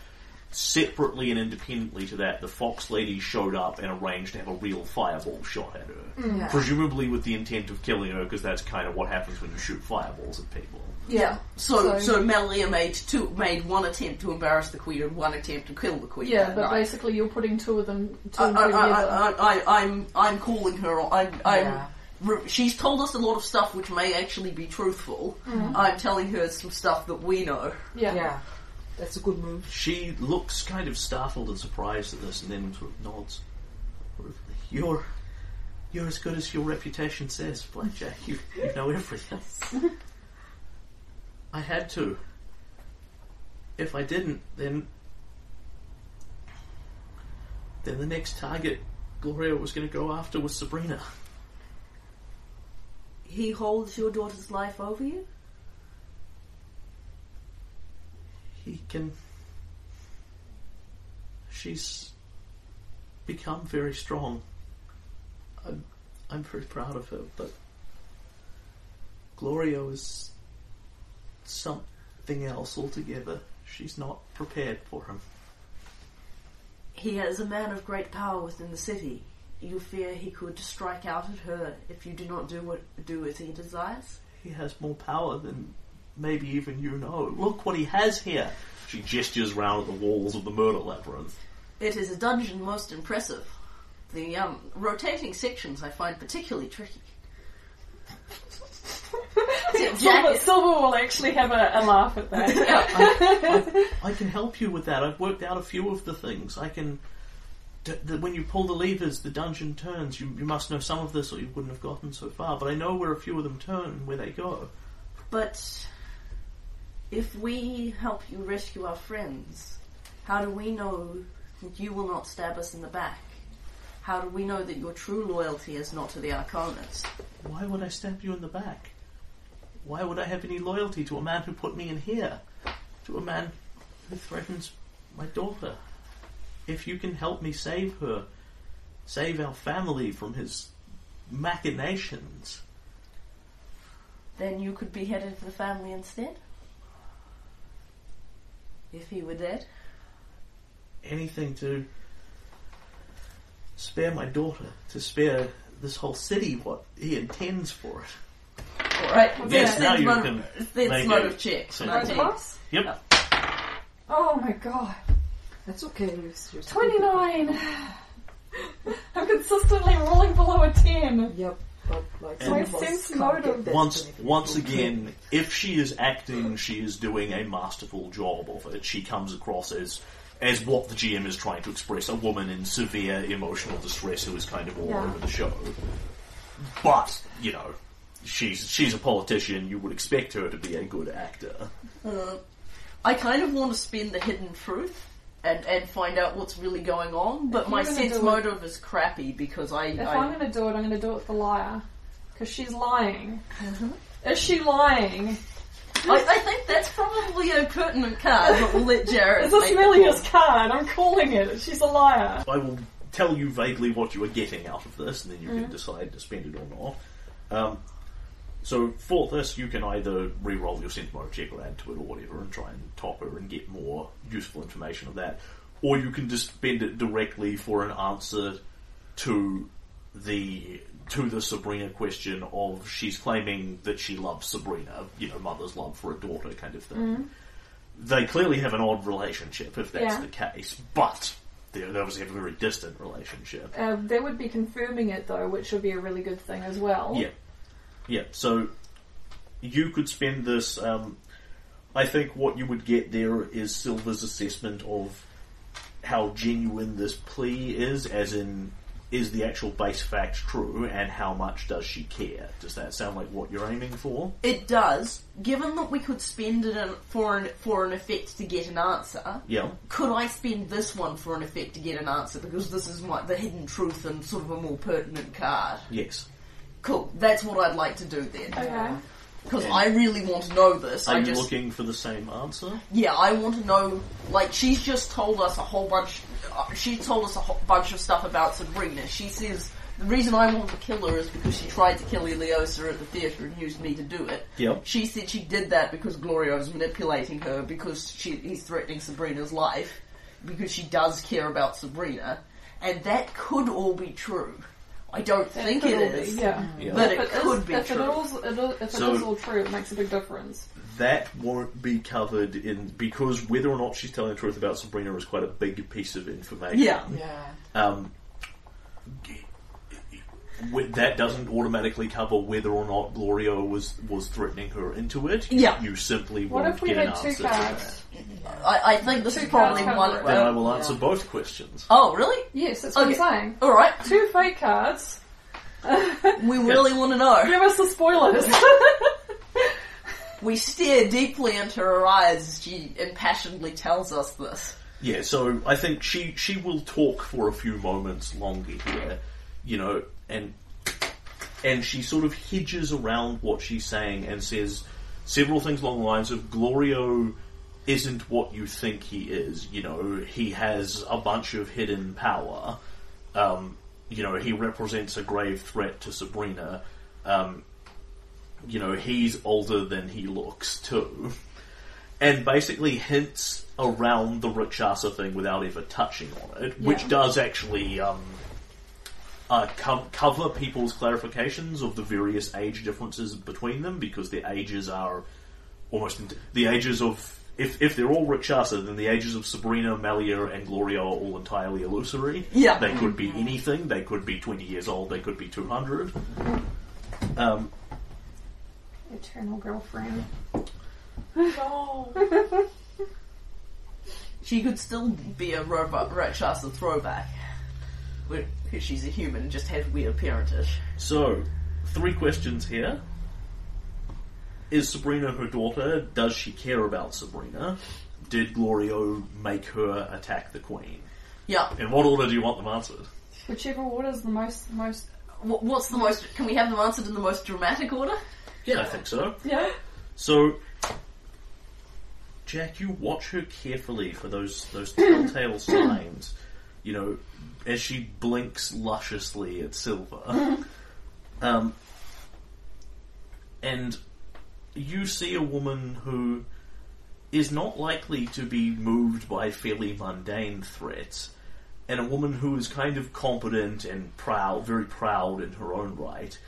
Speaker 1: separately and independently to that, the fox lady showed up and arranged to have a real fireball shot at her.
Speaker 3: Mm.
Speaker 5: Yeah.
Speaker 1: Presumably with the intent of killing her, because that's kind of what happens when you shoot fireballs at people.
Speaker 3: Yeah.
Speaker 2: So,
Speaker 3: So-
Speaker 2: so, Melia made two, made one attempt to embarrass the queen and one attempt to kill the queen.
Speaker 3: Yeah,
Speaker 2: that
Speaker 3: but
Speaker 2: night.
Speaker 3: basically you're putting two of them two
Speaker 5: Uh,
Speaker 2: I,
Speaker 3: and
Speaker 2: I,
Speaker 3: three together.
Speaker 2: I, I, I, I'm, I'm calling her. on- I'm, I'm
Speaker 5: Yeah.
Speaker 2: re- she's told us a lot of stuff which may actually be truthful.
Speaker 3: Mm-hmm.
Speaker 2: I'm telling her some stuff that we know.
Speaker 3: Yeah.
Speaker 5: Yeah. That's a good move.
Speaker 1: She looks kind of startled and surprised at this, and then sort of nods. You're, you're as good as your reputation says, Blackjack. You, you know everything. I had to. If I didn't, then, then the next target Gloria was going to go after was Sabrina.
Speaker 2: He holds your daughter's life over you.
Speaker 1: He can. She's become very strong. I'm, I'm very proud of her, but Gloria is something else altogether. She's not prepared for him.
Speaker 2: He is a man of great power within the city. You fear he could strike out at her if you do not do what do as he desires.
Speaker 1: He has more power than maybe even you know. Look what he has here. She gestures round at the walls of the murder labyrinth.
Speaker 2: It is a dungeon most impressive. The um, rotating sections I find particularly tricky.
Speaker 3: Silver,
Speaker 2: Jacket.
Speaker 3: Silver will actually have a, a laugh at that.
Speaker 1: I can help you with that. I've worked out a few of the things. I can. D- the, when you pull the levers, the dungeon turns. You, you must know some of this, or you wouldn't have gotten so far. But I know where a few of them turn and where they go.
Speaker 2: But if we help you rescue our friends, how do we know that you will not stab us in the back? How do we know that your true loyalty is not to the Arcanists?
Speaker 1: Why would I stab you in the back? Why would I have any loyalty to a man who put me in here? To a man who threatens my daughter? If you can help me save her, save our family from his machinations,
Speaker 2: Then you could be headed for the family instead? If he were dead?
Speaker 1: anything to spare my daughter, to spare this whole city what he intends for it.
Speaker 2: Alright,
Speaker 1: Yes, now you
Speaker 2: mode,
Speaker 1: can
Speaker 2: That's
Speaker 1: make
Speaker 2: mode
Speaker 1: a
Speaker 2: of checks.
Speaker 1: sense.
Speaker 2: mode of checks.
Speaker 1: Yep.
Speaker 3: Oh my god.
Speaker 5: That's okay, Luis. You're stupid.
Speaker 3: 29! I'm consistently rolling below a 10.
Speaker 5: Yep, but like
Speaker 1: And-
Speaker 5: some
Speaker 1: My
Speaker 5: of us
Speaker 3: sense
Speaker 5: can't
Speaker 3: motive.
Speaker 5: get that
Speaker 1: Once
Speaker 5: benefit.
Speaker 1: once again, if she is acting, she is doing a masterful job of it. She comes across as as what the GM is trying to express, a woman in severe emotional distress who is kind of all
Speaker 3: Yeah.
Speaker 1: over the show. But, you know, she's she's a politician, you would expect her to be a good actor.
Speaker 2: Uh, I kind of want to spin the hidden truth and, and find out what's really going on, but
Speaker 3: If
Speaker 2: my
Speaker 3: you're gonna
Speaker 2: sense
Speaker 3: do it-
Speaker 2: motive is crappy because I.
Speaker 3: If I'm
Speaker 2: I
Speaker 3: gonna do it, I'm gonna do it for liar. Because she's lying. Is she lying?
Speaker 2: I, I think that's probably a pertinent card, but we'll let Jared.
Speaker 3: [LAUGHS] Is this
Speaker 2: make the
Speaker 3: Melia's
Speaker 2: call.
Speaker 3: card? I'm calling it. She's a liar.
Speaker 1: I will tell you vaguely what you are getting out of this, and then you can decide to spend it or not. Um, so for this, you can either re-roll your sense motive check or add to it or whatever, and try and top her and get more useful information of that, or you can just spend it directly for an answer to the to the Sabrina question of she's claiming that she loves Sabrina, you know, mother's love for a daughter kind of thing. They clearly have an odd relationship if that's
Speaker 3: Yeah.
Speaker 1: the case, but they they obviously have a very distant relationship.
Speaker 3: Uh, that would be confirming it though, which would be a really good thing as
Speaker 2: Oh.
Speaker 3: well.
Speaker 1: Yeah. Yeah, so you could spend this. Um, I think what you would get there is Silver's assessment of how genuine this plea is, as in, is the actual base fact true, and how much does she care? Does that sound like what you're aiming for?
Speaker 2: It does. Given that we could spend it in, for an for an effect to get an answer,
Speaker 1: Yeah.
Speaker 2: could I spend this one for an effect to get an answer? Because this is my, the hidden truth and sort of a more pertinent card.
Speaker 1: Yes.
Speaker 2: Cool. That's what I'd like to do then,
Speaker 3: Okay.
Speaker 2: because I really want to know this.
Speaker 1: Are
Speaker 2: I
Speaker 1: you
Speaker 2: just
Speaker 1: looking for the same answer?
Speaker 2: yeah, I want to know. Like, she's just told us a whole bunch. Uh, she told us a whole bunch of stuff about Sabrina. She says the reason I want to kill her is because she tried to kill Eliosa at the theater and used me to do it.
Speaker 1: Yep.
Speaker 2: She said she did that because Gloria was manipulating her because she, he's threatening Sabrina's life.
Speaker 8: because she does care about Sabrina, and that could all be true. I don't
Speaker 3: That
Speaker 8: think
Speaker 3: could
Speaker 8: it
Speaker 3: all be,
Speaker 8: is,
Speaker 3: Yeah.
Speaker 1: Yeah.
Speaker 8: but
Speaker 3: If
Speaker 8: it
Speaker 3: it is-
Speaker 8: could be
Speaker 3: if It
Speaker 8: true.
Speaker 3: is, it is, if
Speaker 1: So-
Speaker 3: it is all true, it makes a big difference.
Speaker 1: that won't be covered in because whether or not she's telling the truth about Sabrina is quite a big piece of information.
Speaker 8: Yeah.
Speaker 5: Yeah.
Speaker 1: Um, wi- that doesn't automatically cover whether or not Gloria was was threatening her into it.
Speaker 8: Yeah.
Speaker 1: You simply
Speaker 3: What
Speaker 1: won't
Speaker 3: if we
Speaker 1: get
Speaker 3: had
Speaker 1: an
Speaker 3: two
Speaker 1: answer.
Speaker 3: cards?
Speaker 8: I, I think this
Speaker 3: Two
Speaker 8: is probably
Speaker 3: cards
Speaker 8: one.
Speaker 3: cover it.
Speaker 1: Then I will
Speaker 5: Yeah.
Speaker 1: answer both questions.
Speaker 8: Oh, really?
Speaker 3: Yes, that's what
Speaker 8: Okay.
Speaker 3: I'm saying.
Speaker 8: All right.
Speaker 3: Two fake cards.
Speaker 8: We really want to know.
Speaker 3: Give us the spoilers. [LAUGHS]
Speaker 8: We stare deeply into her eyes as she impassionedly tells us this.
Speaker 1: Yeah, so I think she she will talk for a few moments longer here, you know, and and she sort of hedges around what she's saying and says several things along the lines of Glorio isn't what you think he is, you know, he has a bunch of hidden power. Um, you know, he represents a grave threat to Sabrina. Um, you know, he's older than he looks too and basically hints around the Rakshasa thing without ever touching on it, which
Speaker 3: Yeah.
Speaker 1: does actually um, uh, co- cover people's clarifications of the various age differences between them because their ages are almost in- the ages of. If, if they're all Rakshasa, then the ages of Sabrina, Malia, and Gloria are all entirely illusory.
Speaker 8: Yeah.
Speaker 1: They could be anything. They could be 20 years old. They could be 200. Um,
Speaker 3: Eternal girlfriend.
Speaker 5: No.
Speaker 8: She could still be a robot Rakshasa throwback. Because she's a human and just has weird parentage.
Speaker 1: So, three questions here. Is Sabrina her daughter? Does she care about Sabrina? Did Glorio make her attack the Queen?
Speaker 8: Yeah.
Speaker 1: In what order do you want them answered?
Speaker 3: Whichever order's the most, most.
Speaker 8: Wh- What's the most. Can we have them answered in the most dramatic order?
Speaker 1: Yeah, I think so.
Speaker 3: Yeah.
Speaker 1: So, Jack, you watch her carefully for those those telltale signs. You know, as she blinks lusciously at Silver, um, and you see a woman who is not likely to be moved by fairly mundane threats, and a woman who is kind of competent and proud, very proud in her own right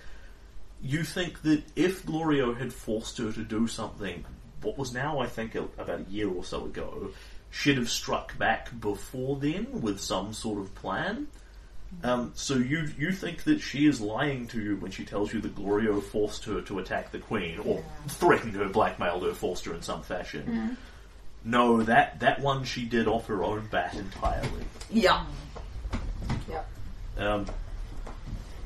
Speaker 1: you think that if Glorio had forced her to do something, what was now, I think, a, about a year or so ago, should have struck back before then with some sort of plan. Um, so you you think that she is lying to you when she tells you that Glorio forced her to attack the queen or threatened her, blackmailed her, forced her in some fashion. No, that that one she did off her own bat entirely.
Speaker 8: Yeah.
Speaker 5: Yep.
Speaker 1: Um,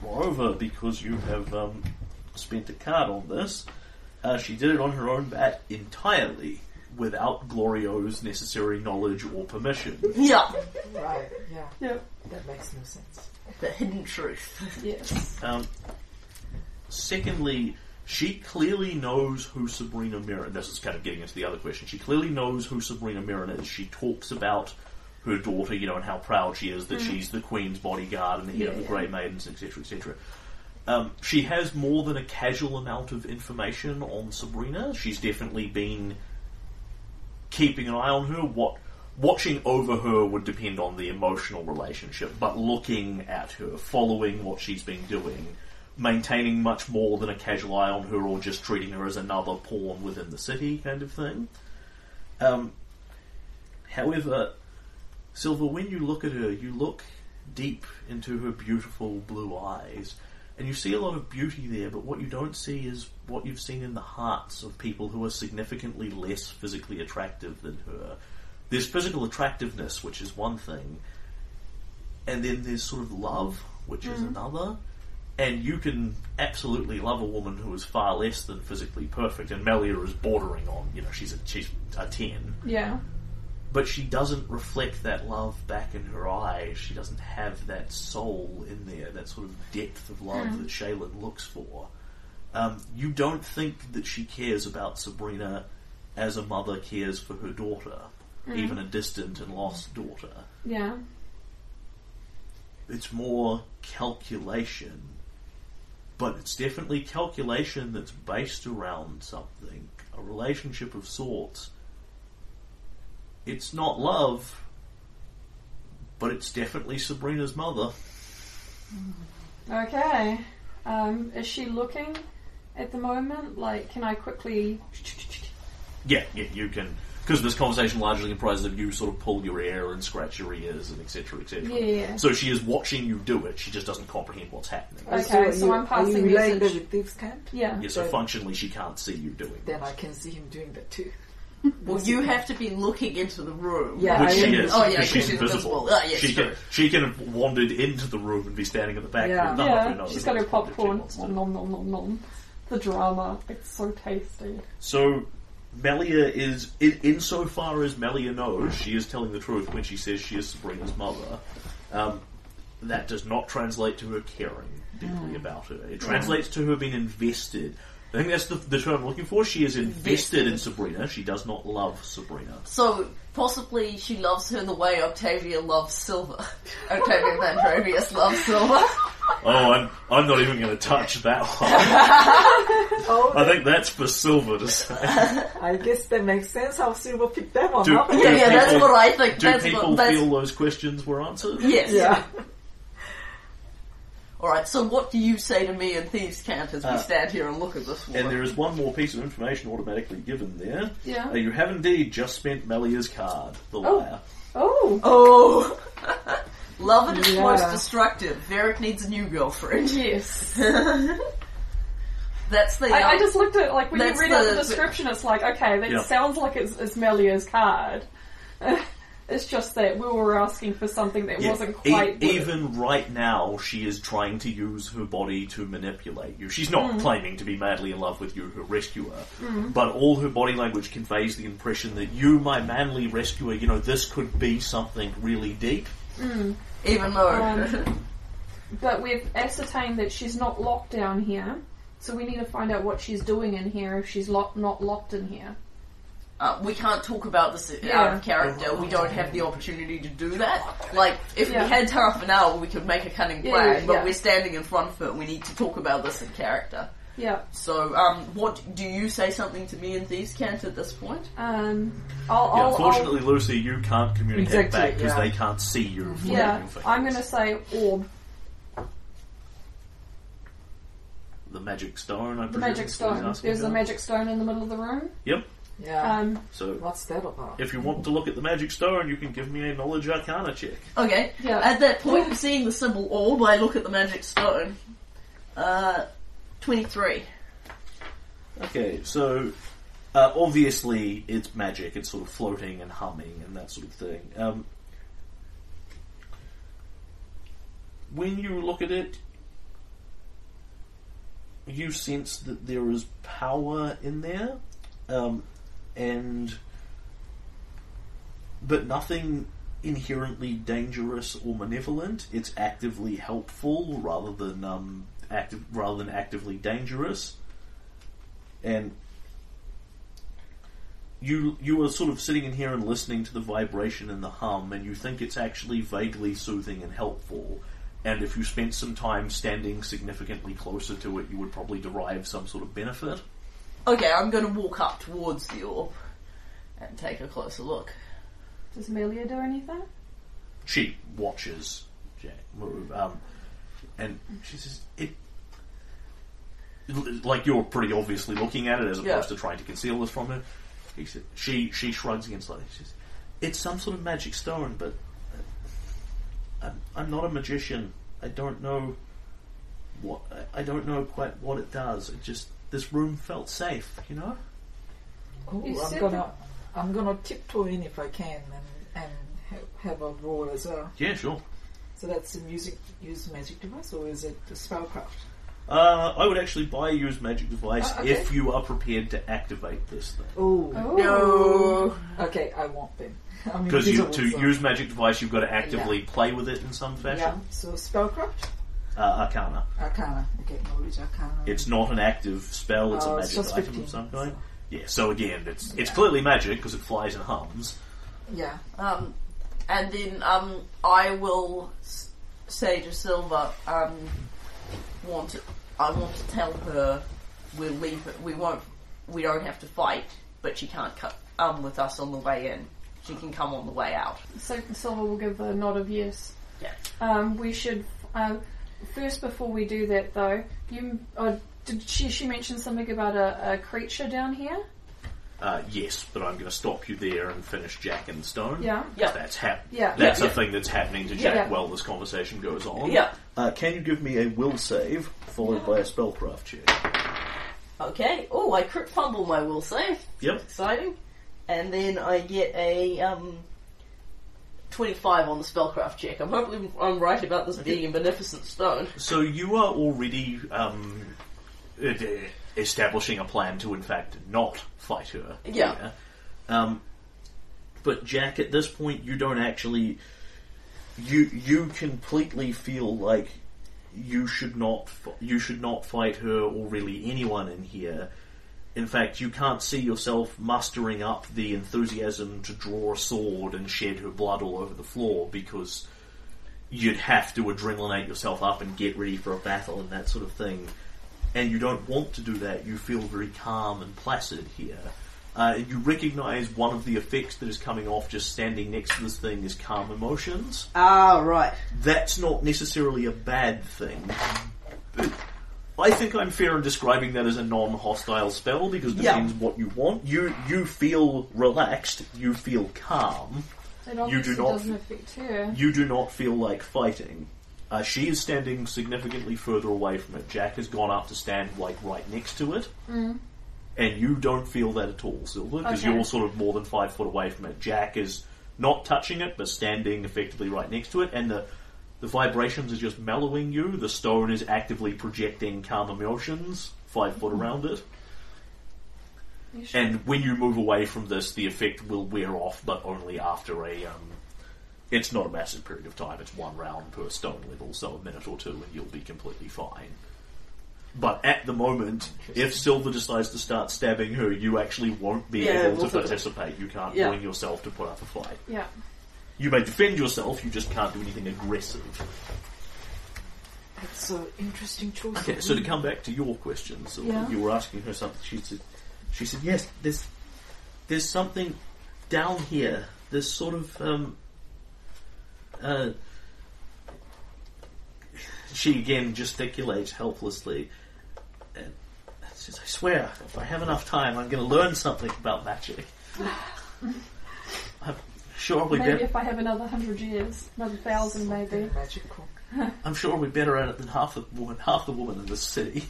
Speaker 1: moreover, because you have um, spent a card on this, uh, she did it on her own bat entirely, without Glorio's necessary knowledge or permission.
Speaker 8: Yeah.
Speaker 5: Right. Yeah.
Speaker 3: Yep.
Speaker 5: That makes no sense.
Speaker 8: The hidden truth.
Speaker 3: Yes.
Speaker 1: Um, secondly, she clearly knows who Sabrina Merrin. This is kind of getting into the other question. She clearly knows who Sabrina Merrin is. She talks about her daughter, you know, and how proud she is that she's the Queen's bodyguard and the head of
Speaker 3: Yeah,
Speaker 1: the
Speaker 3: yeah.
Speaker 1: Grey Maidens, etc., etc. Um, she has more than a casual amount of information on Sabrina. She's definitely been keeping an eye on her. What watching over her would depend on the emotional relationship, but looking at her, following what she's been doing, maintaining much more than a casual eye on her, or just treating her as another pawn within the city, kind of thing. Um, however, Silver, when you look at her, you look deep into her beautiful blue eyes. And you see a lot of beauty there, but what you don't see is what you've seen in the hearts of people who are significantly less physically attractive than her. There's physical attractiveness, which is one thing, and then there's sort of love, which is another. And you can absolutely love a woman who is far less than physically perfect, and Melia is bordering on, you know, she's a, she's a 10
Speaker 3: Yeah.
Speaker 1: but she doesn't reflect that love back in her eyes. She doesn't have that soul in there, that sort of depth of love that Shaylin looks for. Um, you don't think that she cares about Sabrina as a mother cares for her daughter, even a distant and lost daughter.
Speaker 3: Yeah.
Speaker 1: It's more calculation, but it's definitely calculation that's based around something, a relationship of sorts. It's not love, but it's definitely Sabrina's mother.
Speaker 3: Okay. Um, is she looking at the moment? Like, can I quickly?
Speaker 1: Yeah, yeah, you can. Because this conversation largely comprises of you sort of pull your hair and scratch your ears and etc. etc.
Speaker 3: Yeah.
Speaker 1: So she is watching you do it. She just doesn't comprehend what's happening.
Speaker 3: Okay,
Speaker 5: are
Speaker 3: so
Speaker 5: you,
Speaker 3: I'm
Speaker 5: Are
Speaker 3: passing
Speaker 5: you relaying
Speaker 3: message.
Speaker 5: the thieves camp?
Speaker 3: Yeah.
Speaker 1: Yeah, so functionally she can't see you doing it.
Speaker 5: Then I can see him doing
Speaker 3: [LAUGHS]
Speaker 5: that too.
Speaker 2: Well, you have to be looking into the room.
Speaker 5: Yeah,
Speaker 1: Which
Speaker 5: I
Speaker 1: she
Speaker 5: am-
Speaker 1: is.
Speaker 2: oh, yeah,
Speaker 1: because
Speaker 2: because
Speaker 1: she's
Speaker 2: she's
Speaker 1: invisible.
Speaker 2: invisible. Ah,
Speaker 8: Oh,
Speaker 2: yes,
Speaker 1: she, can,
Speaker 2: true.
Speaker 1: she can have wandered into the room and be standing at the back.
Speaker 5: Yeah.
Speaker 1: with none of you
Speaker 3: Yeah.
Speaker 1: knows
Speaker 3: She's
Speaker 1: that
Speaker 3: got her
Speaker 1: it's what she
Speaker 3: popcorn.
Speaker 1: wants to
Speaker 3: Nom
Speaker 1: do.
Speaker 3: nom nom nom. The drama. It's so tasty.
Speaker 1: So Melia is, in, insofar as Melia knows, she is telling the truth when she says she is Sabrina's mother. Um, that does not translate to her caring
Speaker 3: Hmm.
Speaker 1: deeply about her. It translates to her being invested. I think that's the, the term I'm looking for. She is invested in Sabrina. She does not love
Speaker 3: [LAUGHS]
Speaker 1: Sabrina.
Speaker 2: So possibly she loves her the way Octavia loves
Speaker 8: [LAUGHS]
Speaker 2: Silver. Octavia Mandravius loves Silver.
Speaker 1: Oh, I'm, I'm not even going to touch that one. [LAUGHS]
Speaker 5: Oh,
Speaker 1: I think that's for Silver to say.
Speaker 5: I guess that makes sense how Silver picked them one
Speaker 1: Do- [LAUGHS]
Speaker 5: up.
Speaker 3: [LAUGHS]
Speaker 2: yeah, yeah, that's
Speaker 1: people-
Speaker 2: what I think.
Speaker 1: Do
Speaker 2: that's
Speaker 1: people
Speaker 2: what, that's,
Speaker 1: feel those questions were answered?
Speaker 2: Yes.
Speaker 5: Yeah.
Speaker 2: All right. So what do you say to me in Thieves' Cant as
Speaker 1: Uh,
Speaker 2: we stand here and look at this
Speaker 1: And
Speaker 2: woman?
Speaker 1: there is one more piece of information automatically given there.
Speaker 3: Yeah.
Speaker 1: Uh, you have indeed just spent Melia's card, the liar.
Speaker 3: Oh.
Speaker 2: Oh. [LAUGHS] Love at its
Speaker 5: Yeah.
Speaker 2: most destructive. Varric needs a new
Speaker 3: [LAUGHS]
Speaker 2: girlfriend.
Speaker 3: Yes.
Speaker 2: That's the.
Speaker 3: I, I just looked at like when
Speaker 2: That's
Speaker 3: you read out the
Speaker 2: the-
Speaker 3: description, it's like okay, that
Speaker 1: Yeah.
Speaker 3: sounds like it's, it's Melia's card. [LAUGHS] it's just that we were asking for something that
Speaker 1: Yeah,
Speaker 3: wasn't
Speaker 1: e-
Speaker 3: quite what it-
Speaker 1: even right now, she is trying to use her body to manipulate you. She's
Speaker 3: Mm.
Speaker 1: not claiming to be madly in love with you, her rescuer, but all her body language conveys the impression that you, my manly rescuer, you know, this could be something really deep.
Speaker 2: even though.
Speaker 3: Um, But we've ascertained that she's not locked down here, so we need to find out what she's doing in here if she's lock, not locked in here.
Speaker 2: [LAUGHS] Uh, we can't talk about this out
Speaker 3: Yeah.
Speaker 2: of character. We don't have the opportunity to do that. Like, if
Speaker 3: Yeah.
Speaker 2: we had half an hour, we could make a cunning
Speaker 3: Yeah,
Speaker 2: plan,
Speaker 3: yeah,
Speaker 2: but
Speaker 3: yeah.
Speaker 2: we're standing in front of it. We need to talk about this in character.
Speaker 3: Yeah.
Speaker 2: So, um, what do you say something to me in Thieves' Cant at this point?
Speaker 3: Um.
Speaker 1: Yeah,
Speaker 3: I'll. I'll, I'll
Speaker 1: unfortunately, Lucy, you can't communicate
Speaker 5: Exactly,
Speaker 1: back because
Speaker 5: yeah.
Speaker 1: they can't see you. from
Speaker 3: yeah.
Speaker 1: moving
Speaker 3: I'm
Speaker 1: things.
Speaker 3: gonna say orb,
Speaker 1: The magic stone. I
Speaker 3: the magic stone. There's a
Speaker 1: the
Speaker 3: magic stone in the middle of the room.
Speaker 1: Yep.
Speaker 5: Yeah.
Speaker 3: Um.
Speaker 1: So
Speaker 5: What's that about?
Speaker 1: if you want to look at the magic stone, you can give me a knowledge arcana check.
Speaker 2: Okay.
Speaker 3: Yeah.
Speaker 2: At that point, seeing the symbol orb, I look at the magic stone. Uh, 23.
Speaker 1: Okay, so uh, obviously it's magic. It's sort of floating and humming and that sort of thing. Um, when you look at it, you sense that there is power in there, um, and but nothing inherently dangerous or malevolent. It's actively helpful rather than um, active rather than actively dangerous and you you are sort of sitting in here and listening to the vibration and the hum, and you think it's actually vaguely soothing and helpful. And if you spent some time standing significantly closer to it, you would probably derive some sort of benefit.
Speaker 2: Okay, I'm gonna walk up towards the orb and take a closer look.
Speaker 3: Does Melia do anything?
Speaker 1: She watches Jack move, um, and she says, "It." Like you're pretty obviously looking at it as opposed to
Speaker 2: Yeah.
Speaker 1: trying to conceal this from her. He said, she she shrugs again slightly. She says, "It's some sort of magic stone, but uh, I'm, I'm not a magician. I don't know what I- I don't know quite what it does. It just this room felt safe, you know."
Speaker 5: Oh,
Speaker 3: You
Speaker 5: I'm
Speaker 3: said
Speaker 5: gonna,
Speaker 3: that-
Speaker 5: I'm gonna tiptoe in if I can, and and ha- have a roll as well.
Speaker 1: Yeah, sure.
Speaker 5: So that's a music use magic device, or is it a spellcraft?
Speaker 1: Uh, I would actually buy you as magic device
Speaker 5: Uh, okay.
Speaker 1: if you are prepared to activate this thing.
Speaker 5: Oh,
Speaker 2: No.
Speaker 5: okay, I want them. [LAUGHS] I'm
Speaker 1: Because you,
Speaker 5: invisible,
Speaker 1: to
Speaker 5: so-
Speaker 1: use magic device, you've got to actively play with it in some fashion.
Speaker 5: Yeah, so spellcraft,
Speaker 1: Uh, arcana.
Speaker 5: arcana. Okay, knowledge arcana.
Speaker 1: It's not an active spell. It's
Speaker 5: Oh,
Speaker 1: a
Speaker 5: it's
Speaker 1: magic
Speaker 5: just
Speaker 1: item
Speaker 5: 15,
Speaker 1: of some kind.
Speaker 5: so-
Speaker 1: Yeah. So again, it's it's clearly magic because it flies and hums.
Speaker 5: yeah.
Speaker 2: Um, and then um, I will s- say to Silver, um, want I want to tell her we'll leave. It. We won't. We don't have to fight, but she can't cut um with us on the way in.
Speaker 8: She can come on the way out.
Speaker 3: So Silver will give a nod of yes.
Speaker 8: Yeah.
Speaker 3: Um, we should uh, first, before we do that, though. You uh, did she? She mentioned something about a, a creature down here.
Speaker 1: Uh, yes, but I'm going to stop you there and finish Jack and Stone.
Speaker 3: Yeah.
Speaker 8: Yeah.
Speaker 1: That's hap-
Speaker 3: Yeah.
Speaker 1: That's
Speaker 8: Yeah,
Speaker 1: a
Speaker 8: yeah.
Speaker 1: thing that's happening to Jack
Speaker 3: Yeah.
Speaker 1: while this conversation goes on.
Speaker 8: Yeah.
Speaker 1: Uh, can you give me a will save followed by a spellcraft check?
Speaker 8: Okay. Oh, I crit fumble my will save.
Speaker 1: Yep.
Speaker 8: Exciting. And then I get a um, 25 on the spellcraft check. I'm hoping I'm right about this being a beneficent stone.
Speaker 1: So you are already um, uh, establishing a plan to, in fact, not fight her.
Speaker 8: Yeah.
Speaker 1: here. Um, but Jack, at this point, you don't actually. You you completely feel like you should not f- you should not fight her or really anyone in here. In fact, you can't see yourself mustering up the enthusiasm to draw a sword and shed her blood all over the floor because you'd have to adrenalinate yourself up and get ready for a battle and that sort of thing. And you don't want to do that. You feel very calm and placid here. Uh, you recognize one of the effects that is coming off just standing next to this thing is calm emotions.
Speaker 8: Ah, right.
Speaker 1: That's not necessarily a bad thing. But I think I'm fair in describing that as a non-hostile spell because it
Speaker 8: Yeah.
Speaker 1: depends what you want. You you feel relaxed. You feel calm.
Speaker 3: It obviously
Speaker 1: not-
Speaker 3: doesn't affect her.
Speaker 1: You do not feel like fighting. Uh, she is standing significantly further away from it. Jack has gone up to stand like right next to it, and you don't feel that at all, Silver, because
Speaker 3: Okay.
Speaker 1: you're sort of more than five foot away from it. Jack is not touching it, but standing effectively right next to it, and the the vibrations are just mellowing you. The stone is actively projecting calm emotions five foot around it,
Speaker 3: You should-
Speaker 1: and when you move away from this, the effect will wear off, but only after a. Um, it's not a massive period of time. It's one round per stone level, so a minute or two, and you'll be completely fine. But at the moment, if Silver decides to start stabbing her, you actually won't be
Speaker 8: Yeah,
Speaker 1: able
Speaker 8: we'll
Speaker 1: to
Speaker 8: sort of-
Speaker 1: participate. You can't
Speaker 8: Yeah.
Speaker 1: bring yourself to put up a fight.
Speaker 3: yeah.
Speaker 1: You may defend yourself, you just can't do anything aggressive.
Speaker 5: That's an interesting choice.
Speaker 1: Okay, so to come back to your question, so
Speaker 3: Yeah.
Speaker 1: you were asking her something. She said, "She said yes. There's there's something down here. There's sort of um, uh." She again gesticulates helplessly, and says, "I swear, if I have enough time, I'm going to learn something about magic. [LAUGHS] I'm sure we
Speaker 3: Maybe
Speaker 1: better.
Speaker 3: if I have another hundred years, another thousand, maybe.
Speaker 5: Something Magical. [LAUGHS]
Speaker 1: I'm sure we're better at it than half the woman, half the woman in this city.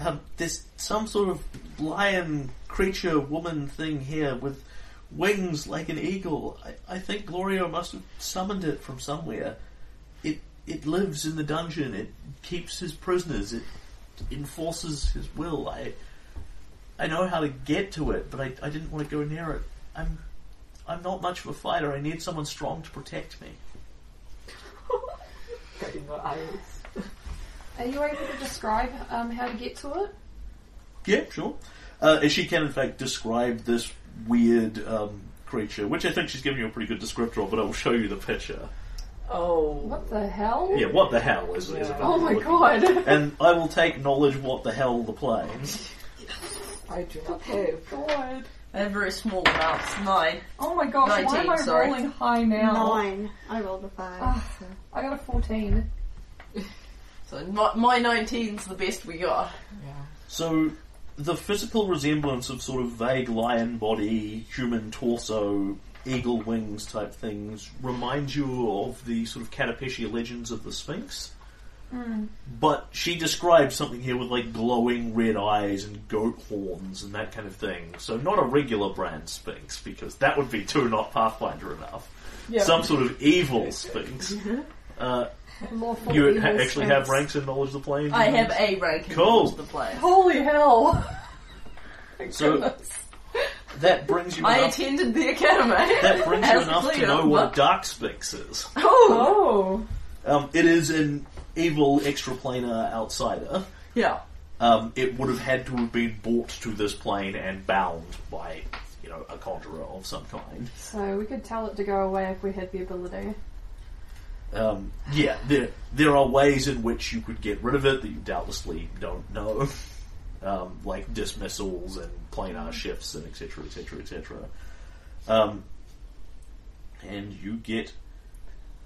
Speaker 1: Um, there's some sort of lion creature woman thing here with wings like an eagle. I, I think Gloria must have summoned it from somewhere. It it lives in the dungeon. It keeps his prisoners. It enforces his will. I I know how to get to it, but I, I didn't want to go near it. I'm I'm not much of a fighter. I need someone strong to protect me.
Speaker 5: Got in your eyes.
Speaker 3: Are you able to describe um, how to get to it?
Speaker 1: Yeah, sure. Uh, and she can, in fact, describe this weird um, creature, which I think she's given you a pretty good descriptor of, but I will show you the picture.
Speaker 8: Oh.
Speaker 3: What the hell?
Speaker 1: Yeah, what the hell is, is about
Speaker 3: Oh my
Speaker 1: looking-
Speaker 3: god.
Speaker 1: And I will take knowledge what the hell the planes.
Speaker 5: I do not have.
Speaker 3: god.
Speaker 8: I have very small amounts. Nine.
Speaker 3: Oh my gosh, why am I
Speaker 8: 19, sorry.
Speaker 3: rolling high now?
Speaker 9: Nine. I rolled a five.
Speaker 3: Ah.
Speaker 9: so.
Speaker 3: I got a 14.
Speaker 8: So my, my 19's the best we got.
Speaker 5: Yeah.
Speaker 1: So the physical resemblance of sort of vague lion body, human torso, eagle wings type things reminds you of the sort of Catapetia legends of the Sphinx.
Speaker 8: Hmm.
Speaker 1: But she describes something here with like glowing red eyes and goat horns and that kind of thing. So not a regular brand Sphinx because that would be too not Pathfinder enough.
Speaker 3: Yeah.
Speaker 1: Some sort of evil
Speaker 8: [LAUGHS]
Speaker 1: Sphinx. Uh,
Speaker 3: Lawful
Speaker 1: you
Speaker 3: evil
Speaker 1: ha- actually have
Speaker 3: spirits.
Speaker 1: ranks in knowledge of the plane.
Speaker 8: I have a rank in
Speaker 1: Cool.
Speaker 8: the player.
Speaker 3: Holy hell.
Speaker 8: [LAUGHS]
Speaker 1: So that brings you.
Speaker 8: I
Speaker 1: enough-
Speaker 8: attended the academy. [LAUGHS]
Speaker 1: That brings you
Speaker 8: As a
Speaker 1: enough to
Speaker 8: cleaner,
Speaker 1: know what
Speaker 8: but-
Speaker 1: Dark Sphinx is.
Speaker 8: Oh.
Speaker 3: Oh.
Speaker 1: Um, it is an evil extraplanar outsider.
Speaker 8: Yeah.
Speaker 1: Um, it would have had to have been brought to this plane and bound by, you know, a conjurer of some kind.
Speaker 3: So we could tell it to go away if we had the ability.
Speaker 1: Um, yeah, there there are ways in which you could get rid of it that you doubtlessly don't know, [LAUGHS] um, like dismissals and planar shifts and etc. etc. etc. Um, and you get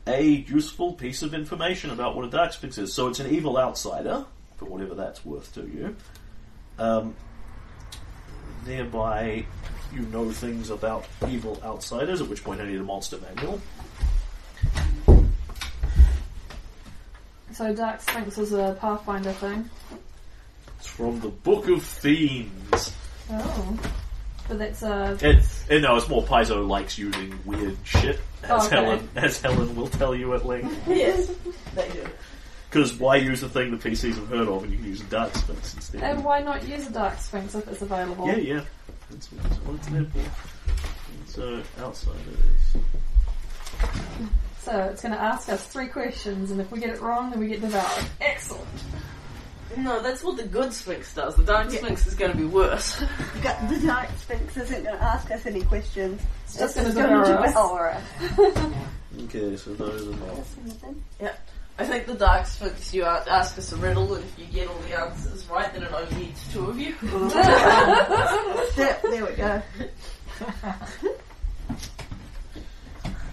Speaker 1: a useful piece of information about what a Darksphinx is. So it's an evil outsider, for whatever that's worth to you. Um, thereby, you know things about evil outsiders, at which point I need a monster manual.
Speaker 3: So Dark Sphinx is a Pathfinder thing.
Speaker 1: It's from the Book of Fiends.
Speaker 3: Oh. But that's a.
Speaker 1: And, and no, it's more Paizo likes using weird shit, as,
Speaker 3: Oh, okay.
Speaker 1: Helen, as Helen will tell you at length.
Speaker 8: yes, they do.
Speaker 1: Because why use the thing the PCs have heard of and you can use dark sphinx instead?
Speaker 3: And why not use a Dark Sphinx if it's available?
Speaker 1: yeah, yeah. That's what it's, what it's there for. And so, outsiders.
Speaker 3: So it's going to ask us three questions, and if we get it wrong, then we get devoured. Excellent.
Speaker 2: No, that's what the good Sphinx does. The Dark Sphinx is going to be worse.
Speaker 9: Got- The Dark Sphinx isn't going to ask us any questions.
Speaker 3: It's just going
Speaker 9: It's
Speaker 3: to
Speaker 9: gonna
Speaker 3: devour
Speaker 9: do it.
Speaker 3: us.
Speaker 9: All right.
Speaker 1: Okay, so those are not.
Speaker 2: I think the Dark Sphinx, you a- ask us a riddle, and if you get all the answers right, then it only needs two of
Speaker 3: [LAUGHS]
Speaker 2: you.
Speaker 9: There, there we go.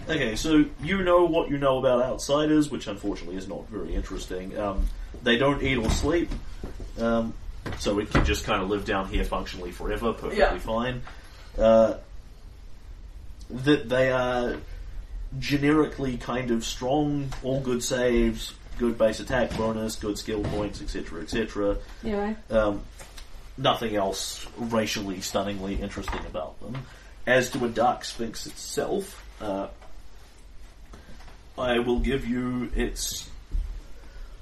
Speaker 1: Okay, so you know what you know about outsiders, which unfortunately is not very interesting. Um, they don't eat or sleep, um, so it can just kind of live down here functionally forever, perfectly
Speaker 2: Yeah.
Speaker 1: fine. Uh, that they are generically kind of strong, all good saves, good base attack bonus, good skill points, etc., etc.
Speaker 3: Anyway,
Speaker 1: Um, nothing else racially stunningly interesting about them. As to a dark sphinx itself, uh, I will give you its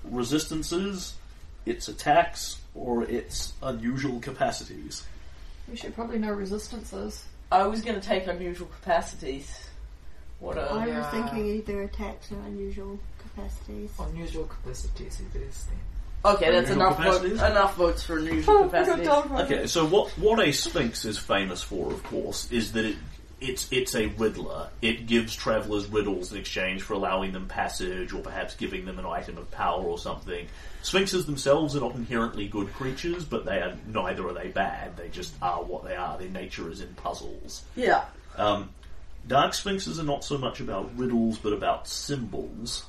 Speaker 1: resistances, its attacks, or its unusual capacities.
Speaker 3: we should probably know [LAUGHS] resistances.
Speaker 2: I was going to take unusual capacities. What uh,
Speaker 9: I
Speaker 2: a.
Speaker 9: was
Speaker 5: Yeah.
Speaker 9: thinking either attacks or unusual capacities.
Speaker 5: Unusual capacities it is then.
Speaker 2: Okay, that's
Speaker 1: Unusual
Speaker 2: enough, vote,
Speaker 1: capacities?
Speaker 2: enough votes for
Speaker 3: Oh,
Speaker 2: unusual
Speaker 3: we got
Speaker 2: capacities.
Speaker 3: done wrong.
Speaker 1: Okay, so what what a sphinx is famous for, of course, is that it it's it's a riddler. It gives travelers riddles in exchange for allowing them passage, or perhaps giving them an item of power or something. Sphinxes themselves are not inherently good creatures, but they are neither are they bad. They just are what they are. Their nature is in puzzles.
Speaker 2: Yeah.
Speaker 1: Um, dark sphinxes are not so much about riddles, but about symbols.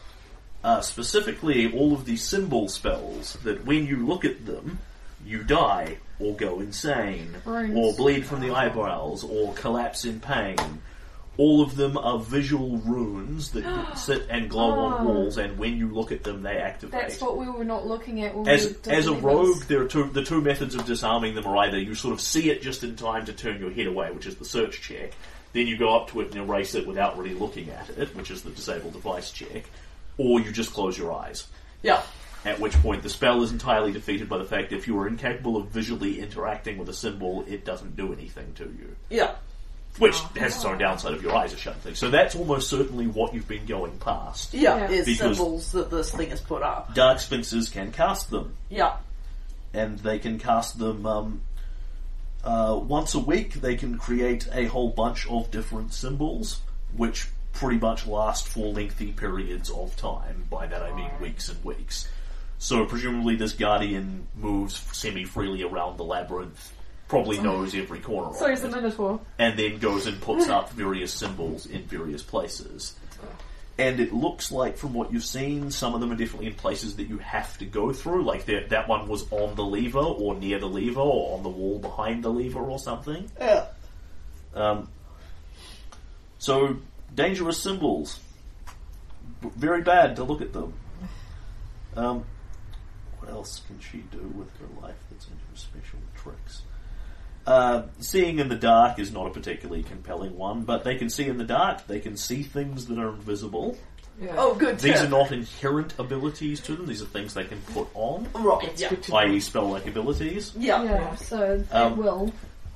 Speaker 1: Uh, specifically, all of these symbol spells that when you look at them, you die, or go insane,
Speaker 3: Runes.
Speaker 1: or bleed from the eyebrows, or collapse in pain. All of them are visual runes
Speaker 3: [GASPS]
Speaker 1: that sit and glow
Speaker 3: Ah.
Speaker 1: on walls, and when you look at them, they activate.
Speaker 3: That's what we were not looking at when we
Speaker 1: As
Speaker 3: did
Speaker 1: as a
Speaker 3: levels.
Speaker 1: rogue, there are two the two methods of disarming them are either you sort of see it just in time to turn your head away, which is the search check. Then you go up to it and erase it without really looking at it, which is the disable device check, or you just close your eyes.
Speaker 2: Yeah.
Speaker 1: At which point the spell is entirely defeated by the fact if you are incapable of visually interacting with a symbol, it doesn't do anything to you.
Speaker 2: Yeah.
Speaker 1: Which has its own downside if your eyes are shut and things. So that's almost certainly what you've been going past.
Speaker 2: Yeah.
Speaker 3: Yeah.
Speaker 2: There's
Speaker 1: Because-
Speaker 2: symbols that this thing has put up.
Speaker 1: Dark sphinxes can cast them.
Speaker 2: Yeah.
Speaker 1: and they can cast them um, uh, once a week. They can create a whole bunch of different symbols, which pretty much last for lengthy periods of time. By that I mean weeks and weeks. So presumably, this guardian moves semi freely around the labyrinth. Probably knows every corner
Speaker 3: So he's
Speaker 1: of
Speaker 3: a
Speaker 1: it,
Speaker 3: Minotaur.
Speaker 1: and then goes and puts up various symbols in various places. And it looks like, from what you've seen, some of them are definitely in places that you have to go through. Like there- that one was on the lever, or near the lever, or on the wall behind the lever, or something.
Speaker 2: Yeah.
Speaker 1: Um, so, dangerous symbols. B- very bad to look at them. Um, what else can she do with her life that's into her special tricks? Uh, seeing in the dark is not a particularly compelling one, but they can see in the dark. They can see things that are invisible.
Speaker 5: Yeah.
Speaker 2: Oh, good.
Speaker 1: These
Speaker 2: tip.
Speaker 1: are not inherent abilities to them. These are things they can put on,
Speaker 2: Right. Yeah.
Speaker 5: Good to
Speaker 1: i.e., spell-like abilities.
Speaker 2: Yeah.
Speaker 3: Yeah, so
Speaker 1: Um,
Speaker 3: it will.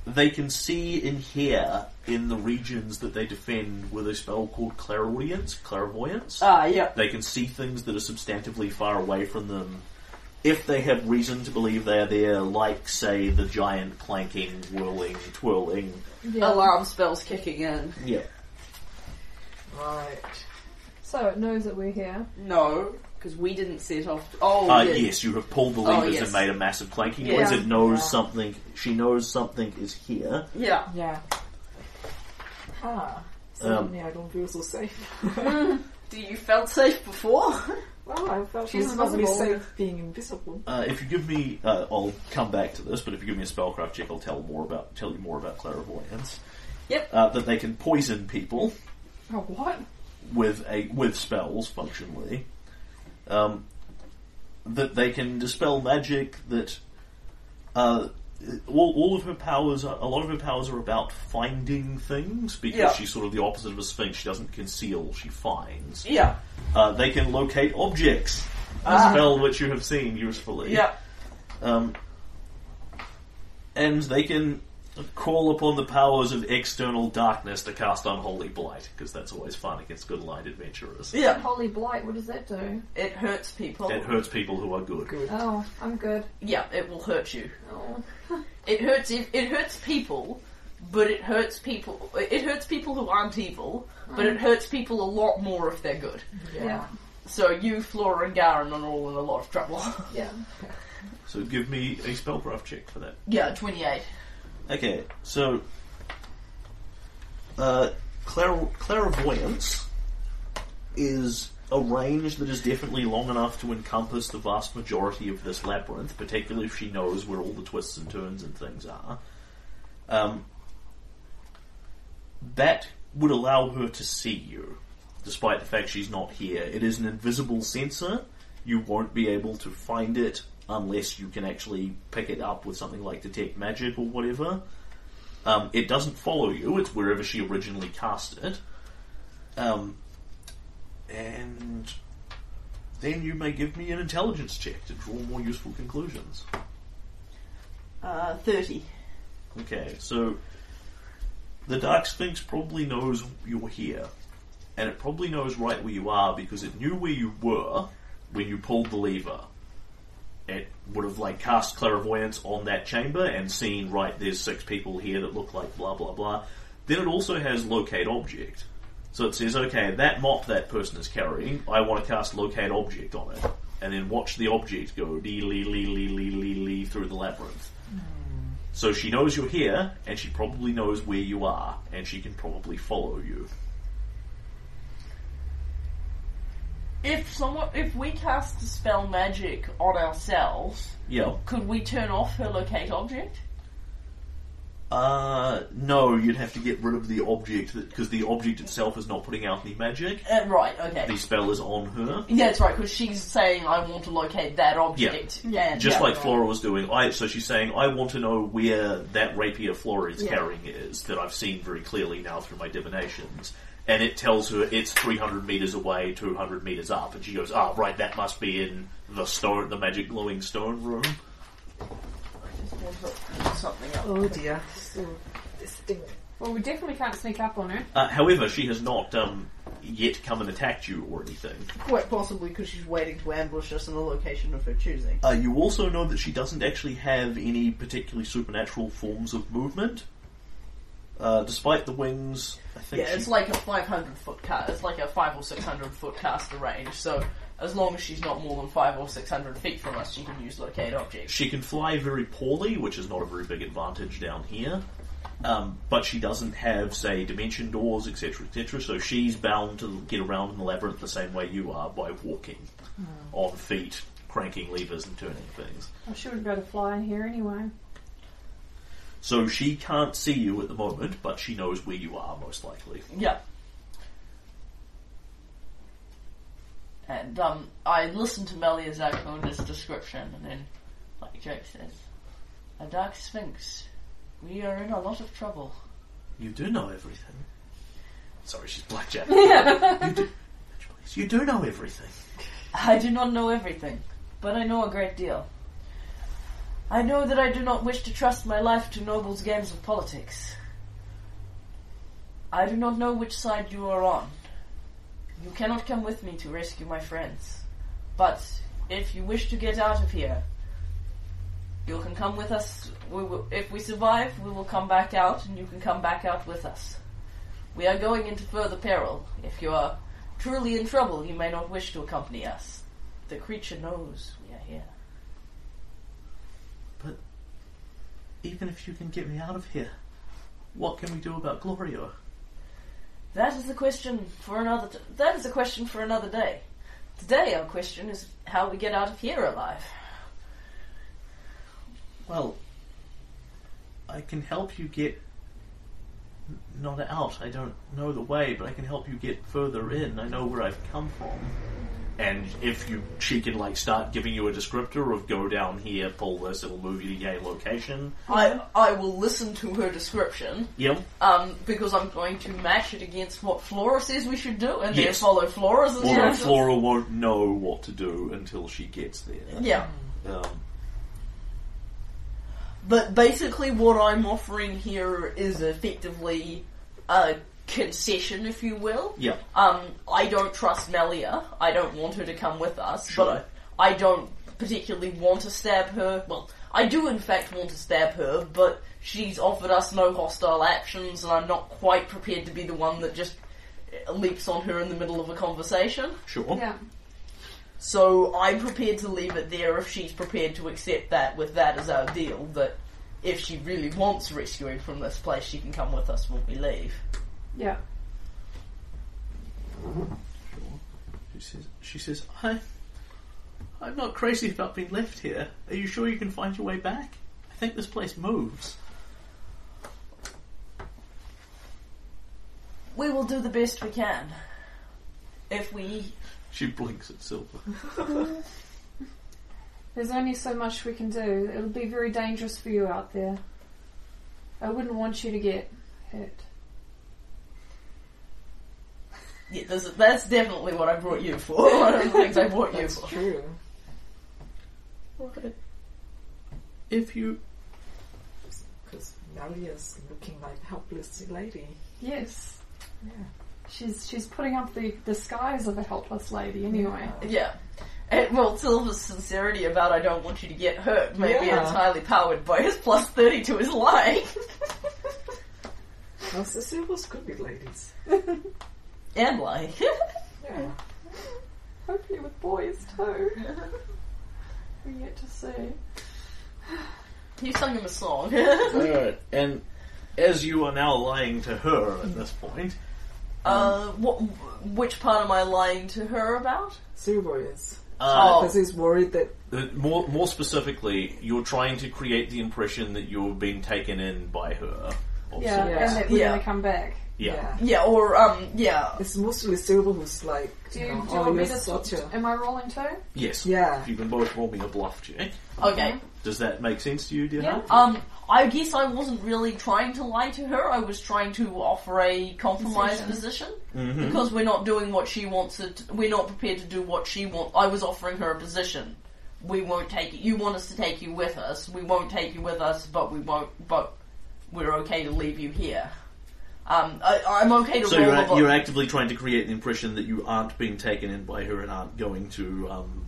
Speaker 1: They can see and hear in the regions that they defend with a spell called clairaudience, clairvoyance.
Speaker 2: Ah, yeah.
Speaker 1: They can see things that are substantively far away from them. If they have reason to believe they are there, like, say, the giant clanking, whirling, twirling.
Speaker 3: Yeah.
Speaker 2: Alarm spells kicking in.
Speaker 1: Yeah.
Speaker 5: Right.
Speaker 3: So it knows that we're here.
Speaker 2: No, because we didn't set off. Oh,
Speaker 1: Uh,
Speaker 2: yeah.
Speaker 1: Yes, you have pulled the
Speaker 2: Oh,
Speaker 1: levers
Speaker 2: yes.
Speaker 1: and made a massive clanking
Speaker 2: Yeah.
Speaker 1: noise. It knows
Speaker 5: Yeah.
Speaker 1: something. She knows something is here.
Speaker 2: Yeah.
Speaker 5: Yeah. Ah, so
Speaker 1: Um,
Speaker 5: now I don't feel so safe.
Speaker 2: Do you felt safe before? [LAUGHS]
Speaker 5: Well, I felt
Speaker 3: She's
Speaker 5: it's not be
Speaker 3: invisible.
Speaker 5: safe being invisible.
Speaker 1: Uh, if you give me, uh, I'll come back to this, but if you give me a spellcraft check, I'll tell more about tell you more about clairvoyance.
Speaker 2: Yep.
Speaker 1: Uh, that they can poison people
Speaker 3: Oh, what?
Speaker 1: with a with spells, functionally. Um, that they can dispel magic. That uh, all, all of her powers, are, a lot of her powers are about finding things because
Speaker 2: Yeah.
Speaker 1: she's sort of the opposite of a sphinx. She doesn't conceal; she finds.
Speaker 2: Yeah.
Speaker 1: Uh, they can locate objects. A spell which you have seen usefully.
Speaker 2: Yeah.
Speaker 1: Um, and they can call upon the powers of external darkness to cast unholy blight, because that's always fun against good light adventurers.
Speaker 2: Yeah.
Speaker 3: Holy blight, what does that do?
Speaker 2: It hurts people.
Speaker 1: It hurts people who are good.
Speaker 5: Good.
Speaker 3: Oh, I'm good.
Speaker 2: Yeah, it will hurt you.
Speaker 3: Oh.
Speaker 2: It hurts. It, it hurts people, but it hurts people. It hurts people who aren't evil, but it hurts people a lot more if they're good.
Speaker 3: Yeah.
Speaker 2: So you, Flora, and Garen are all in a lot of trouble. [LAUGHS]
Speaker 3: Yeah.
Speaker 1: So give me a spellcraft check for that.
Speaker 2: yeah, twenty-eight.
Speaker 1: Okay, so uh, clair- clairvoyance is a range that is definitely long enough to encompass the vast majority of this labyrinth, particularly if she knows where all the twists and turns and things are. Um, that would allow her to see you, despite the fact she's not here. It is an invisible sensor. You won't be able to find it unless you can actually pick it up with something like detect magic or whatever. Um, it doesn't follow you. It's wherever she originally cast it. Um, and then you may give me an intelligence check to draw more useful conclusions.
Speaker 8: Uh, 30.
Speaker 1: Okay, so the Dark Sphinx probably knows you're here, and it probably knows right where you are because it knew where you were when you pulled the lever. It would have like cast clairvoyance on that chamber and seen right there's six people here that look like blah blah blah. Then it also has locate object. So it says, okay, that mop that person is carrying, I want to cast locate object on it. And then watch the object go lee lee lee lee lee lee lee through the labyrinth. So she knows you're here, and she probably knows where you are, and she can probably follow you.
Speaker 2: If someone, if we cast a spell magic on ourselves,
Speaker 1: Yeah.
Speaker 2: could we turn off her locate object?
Speaker 1: Uh, no, you'd have to get rid of the object because the object itself is not putting out any magic.
Speaker 2: Uh, right. Okay.
Speaker 1: The spell is on her,
Speaker 2: Yeah, that's right, because she's saying, I want to locate that object. And,
Speaker 1: just
Speaker 2: yeah.
Speaker 1: like Flora was doing. I so she's saying, I want to know where that rapier Flora is
Speaker 3: Yeah.
Speaker 1: carrying is that I've seen very clearly now through my divinations. And it tells her it's 300 meters away, 200 meters up, and she goes, "Ah, right, that must be in the stone, the magic glowing stone room."
Speaker 2: Just want to look something up.
Speaker 5: Oh dear. So distinct.
Speaker 3: Well, we definitely can't sneak up on her.
Speaker 1: Uh, however, she has not um, yet come and attacked you or anything.
Speaker 2: Quite possibly because she's waiting to ambush us in the location of her choosing.
Speaker 1: Uh, you also know that she doesn't actually have any particularly supernatural forms of movement. Uh, despite the wings, I think
Speaker 2: Yeah,
Speaker 1: she-
Speaker 2: it's like a 500 foot cast, it's like a 5 or 600 foot caster range, so as long as she's not more than 5 or 600 feet from us, she can use locate object.
Speaker 1: she can fly very poorly, which is not a very big advantage down here. Um, but she doesn't have, say, dimension doors, etc., etc. So she's bound to get around in the labyrinth the same way you are by walking
Speaker 2: Hmm.
Speaker 1: on feet, cranking levers, and turning things.
Speaker 3: Oh, she wouldn't be able to fly in here anyway.
Speaker 1: So she can't see you at the moment, but she knows where you are, most likely.
Speaker 2: Yeah. And um, I listened to Melia's Akona's description, and then, like Jake says, a dark sphinx. We are in a lot of trouble.
Speaker 1: You do know everything. Sorry, she's blackjack. you, do, you do know everything.
Speaker 2: [LAUGHS] I do not know everything, but I know a great deal. I know that I do not wish to trust my life to nobles' games of politics. I do not know which side you are on. You cannot come with me to rescue my friends. But if you wish to get out of here, you can come with us. We will, if we survive, we will come back out, and you can come back out with us. We are going into further peril. If you are truly in trouble, you may not wish to accompany us. The creature knows we are here.
Speaker 1: Even if you can get me out of here, what can we do about Glorio?
Speaker 2: That is the question for another. T- that is a question for another day. Today, our question is how we get out of here alive.
Speaker 1: Well, I can help you get n- not out. I don't know the way, but I can help you get further in. I know where I've come from. And if you, she can like start giving you a descriptor of go down here, pull this, it'll move you to yay location.
Speaker 2: I I will listen to her description
Speaker 1: Yep.
Speaker 2: um, because I'm going to match it against what Flora says we should do, and then
Speaker 1: Yes.
Speaker 2: follow Flora's
Speaker 1: Although
Speaker 2: instructions.
Speaker 1: Flora won't know what to do until she gets there.
Speaker 2: Yeah,
Speaker 1: Um,
Speaker 2: but basically, what I'm offering here is effectively a concession, if you will.
Speaker 1: yeah.
Speaker 2: Um, I don't trust Melia. I don't want her to come with us,
Speaker 1: Sure.
Speaker 2: but I, I don't particularly want to stab her. Well, I do in fact want to stab her, but she's offered us no hostile actions, and I'm not quite prepared to be the one that just uh, leaps on her in the middle of a conversation.
Speaker 1: Sure.
Speaker 3: Yeah.
Speaker 2: So I'm prepared to leave it there if she's prepared to accept that with that as our deal, that if she really wants rescuing from this place, she can come with us when we leave.
Speaker 3: Yeah.
Speaker 1: She says, she says, I, I'm not crazy about being left here. Are you sure you can find your way back? I think this place moves.
Speaker 2: We will do the best we can. If we
Speaker 1: She blinks at Silver.
Speaker 3: There's only so much we can do. It'll be very dangerous for you out there. I wouldn't want you to get hurt.
Speaker 2: Yeah, that's, that's definitely what I brought you for. [LAUGHS] One of the things
Speaker 5: [LAUGHS]
Speaker 2: I brought you
Speaker 5: That's
Speaker 2: for.
Speaker 5: true.
Speaker 1: If you,
Speaker 5: Because Melia's looking like a helpless lady.
Speaker 3: Yes.
Speaker 5: Yeah.
Speaker 3: She's she's putting up the disguise of a helpless lady anyway.
Speaker 2: Yeah. And, well, Silver's sincerity about I don't want you to get hurt may be
Speaker 5: Yeah.
Speaker 2: entirely powered by his plus 30 to his
Speaker 5: [LAUGHS]
Speaker 2: lying.
Speaker 5: Well, the Silvers could be ladies.
Speaker 2: and lying. [LAUGHS]
Speaker 5: Yeah.
Speaker 3: [LAUGHS] Hopefully with boys [LAUGHS] too. we get to see.
Speaker 2: you sung him a song.
Speaker 5: [LAUGHS] Um.
Speaker 1: alright, and as you are now lying to her at this point,
Speaker 2: [LAUGHS] uh, what, which part am I lying to her about?
Speaker 5: Silver is.
Speaker 1: uh,
Speaker 5: Because he's worried that
Speaker 1: the- more more specifically, you're trying to create the impression that you're being taken in by her.
Speaker 5: Oh,
Speaker 1: or
Speaker 3: Yeah,
Speaker 1: Silver.
Speaker 3: and that we're
Speaker 2: Yeah.
Speaker 3: gonna come back.
Speaker 1: yeah.
Speaker 2: Yeah, or, um, yeah.
Speaker 5: It's mostly Silver who's like,
Speaker 3: Do
Speaker 5: you
Speaker 3: you,
Speaker 5: know,
Speaker 3: do you
Speaker 5: oh,
Speaker 3: want me
Speaker 5: you're
Speaker 3: to
Speaker 5: such
Speaker 3: switch?
Speaker 5: a.
Speaker 3: Am I rolling too?
Speaker 1: Yes.
Speaker 5: Yeah.
Speaker 1: If you can both roll me a bluff check.
Speaker 2: Okay.
Speaker 1: Does that make sense to you, dear?
Speaker 3: Yeah.
Speaker 1: heart?
Speaker 2: Um, I guess I wasn't really trying to lie to her. I was trying to offer a compromise
Speaker 3: Concession.
Speaker 2: position.
Speaker 1: Mhm.
Speaker 2: because we're not doing what she wants it we're not prepared to do what she wants i was offering her a position we won't take you you want us to take you with us we won't take you with us but we won't but we're okay to leave you here um, I, I'm okay to
Speaker 1: So
Speaker 2: roll
Speaker 1: you're,
Speaker 2: a
Speaker 1: act-
Speaker 2: vo-
Speaker 1: you're actively trying to create the impression that you aren't being taken in by her and aren't going to um,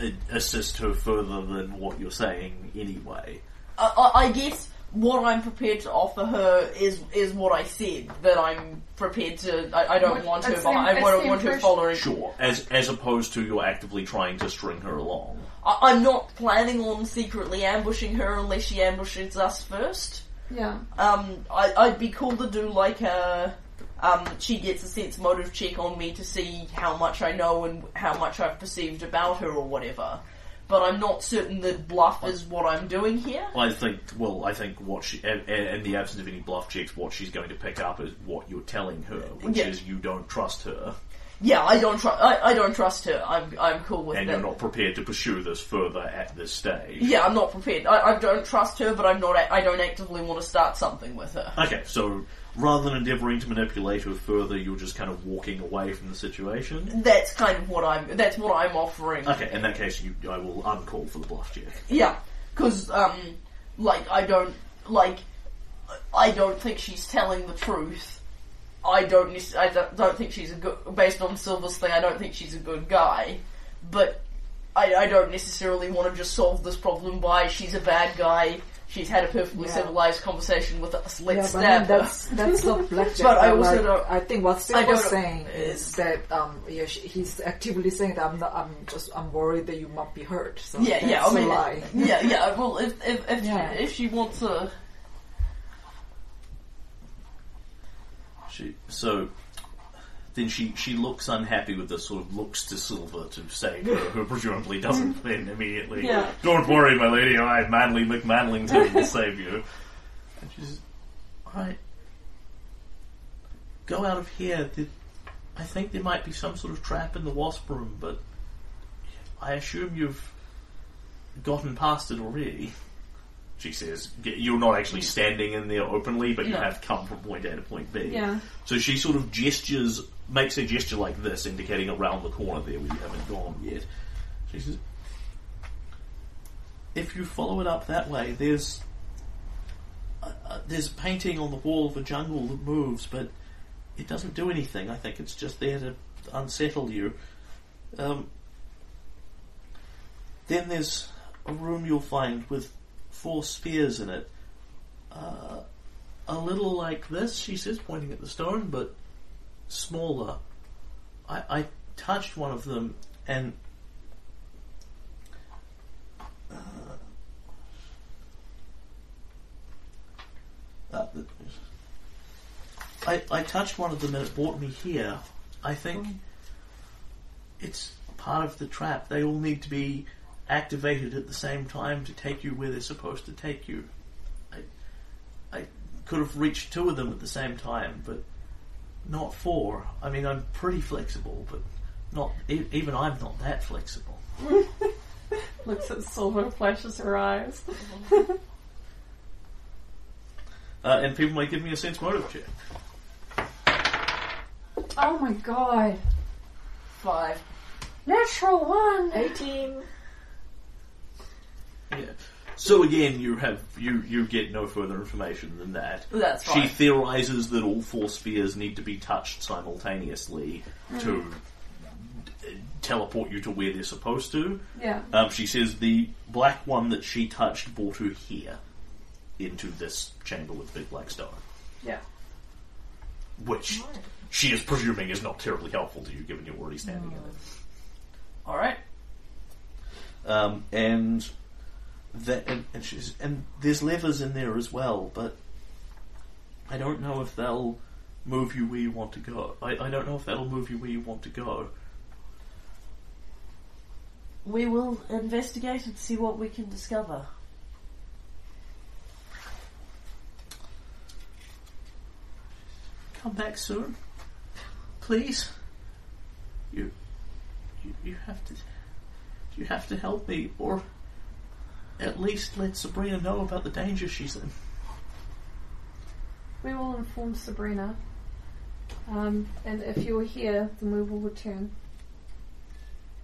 Speaker 1: a- assist her further than what you're saying anyway.
Speaker 2: I, I, I guess what I'm prepared to offer her is is what I said that I'm prepared to. I, I don't
Speaker 3: What-
Speaker 2: want her.
Speaker 3: it's
Speaker 2: but
Speaker 3: the-
Speaker 2: I
Speaker 3: it's
Speaker 2: don't
Speaker 3: the
Speaker 2: want her
Speaker 3: impression-
Speaker 2: following.
Speaker 1: Sure, as as opposed to you're actively trying to string her along.
Speaker 2: I, I'm not planning on secretly ambushing her unless she ambushes us first.
Speaker 3: Yeah.
Speaker 2: Um, I, I'd be cool to do like a. Um, she gets a sense motive check on me to see how much I know and how much I've perceived about her or whatever. But I'm not certain that bluff is what I'm doing here.
Speaker 1: I think, well, I think what she, and, and in the absence of any bluff checks, what she's going to pick up is what you're telling her, which
Speaker 2: Yeah.
Speaker 1: is you don't trust her,
Speaker 2: Yeah, I don't trust. I, I don't trust her. I'm I'm cool with
Speaker 1: and
Speaker 2: that.
Speaker 1: you're not prepared to pursue this further at this stage.
Speaker 2: Yeah, I'm not prepared. I, I don't trust her, but I'm not. a- I don't actively want to start something with her.
Speaker 1: Okay, so rather than endeavouring to manipulate her further, you're just kind of walking away from the situation.
Speaker 2: That's kind of what I'm. That's what I'm offering.
Speaker 1: Okay, in that case, you, I will uncall for the bluff check.
Speaker 2: Yeah, because um, like I don't like I don't think she's telling the truth. I don't nec- I don't, don't think she's a good based on Silver's thing. I don't think she's a good guy, but I, I don't necessarily want to just solve this problem by she's a bad guy. She's had a perfectly
Speaker 5: Yeah.
Speaker 2: civilized conversation with us.
Speaker 5: Yeah,
Speaker 2: Let's
Speaker 5: but
Speaker 2: stab her.
Speaker 5: that's that's not blackjack.
Speaker 2: But I
Speaker 5: But
Speaker 2: also
Speaker 5: like,
Speaker 2: don't-
Speaker 5: I think what Silver's
Speaker 2: don't-
Speaker 5: saying is that um, yeah, she, he's actively saying that I'm not, I'm just I'm worried that you might be hurt. So
Speaker 2: Yeah, yeah,
Speaker 5: that's
Speaker 2: I mean,
Speaker 5: a lie.
Speaker 2: yeah, yeah. Well, if if if,
Speaker 5: Yeah.
Speaker 2: if she wants a,
Speaker 1: She so then she she looks unhappy with this sort of looks to Silver to say her, who presumably doesn't then immediately.
Speaker 2: Yeah.
Speaker 1: Don't worry, my lady. I, Manly McManlington, will save you. And she says, "All right, go out of here. There- I think there might be some sort of trap in the wasp room, but I assume you've gotten past it already." She says, "G- "You're not actually standing in there openly, but you
Speaker 2: No.
Speaker 1: have come from point A to point B."
Speaker 3: Yeah.
Speaker 1: So she sort of gestures, makes a gesture like this, indicating around the corner there where you haven't gone yet. She says, "If you follow it up that way, there's uh, uh, there's a painting on the wall of a jungle that moves, but it doesn't do anything. I think it's just there to unsettle you. Um, then there's a room you'll find with four spears in it." Uh, a little like this, she says, pointing at the stone, but smaller. I, I touched one of them and. Uh, uh, I, I touched one of them and it brought me here. I think it's part of the trap. They all need to be activated at the same time to take you where they're supposed to take you. I could have reached two of them at the same time, but not four. I mean, I'm pretty flexible, but not e- even I'm not that flexible.
Speaker 3: Looks at Silver, flashes her eyes.
Speaker 1: Uh, and people may give me a sense motive check.
Speaker 3: Oh my god.
Speaker 2: Five.
Speaker 3: Natural one!
Speaker 5: 18.
Speaker 1: Yeah. So again, you have you you get no further information than that.
Speaker 2: That's
Speaker 1: She
Speaker 2: fine.
Speaker 1: theorizes that all four spheres need to be touched simultaneously to uh, teleport you to where they're supposed to.
Speaker 3: Yeah.
Speaker 1: Um, she says the black one that she touched brought her here into this chamber with the big black stone.
Speaker 3: Yeah.
Speaker 1: which she is presuming is not terribly helpful to you, given you're already standing in it.
Speaker 2: All right.
Speaker 1: Um, and that, and, and she's, and there's levers in there as well, but I don't know if they'll move you where you want to go. I, I don't know if that'll move you where you want to go.
Speaker 8: We will investigate and see what we can discover.
Speaker 1: Come back soon, please. You, you, you have to, you have to help me, or at least let Sabrina know about the danger she's in.
Speaker 3: We will inform Sabrina. Um, and if you're here, then we will return.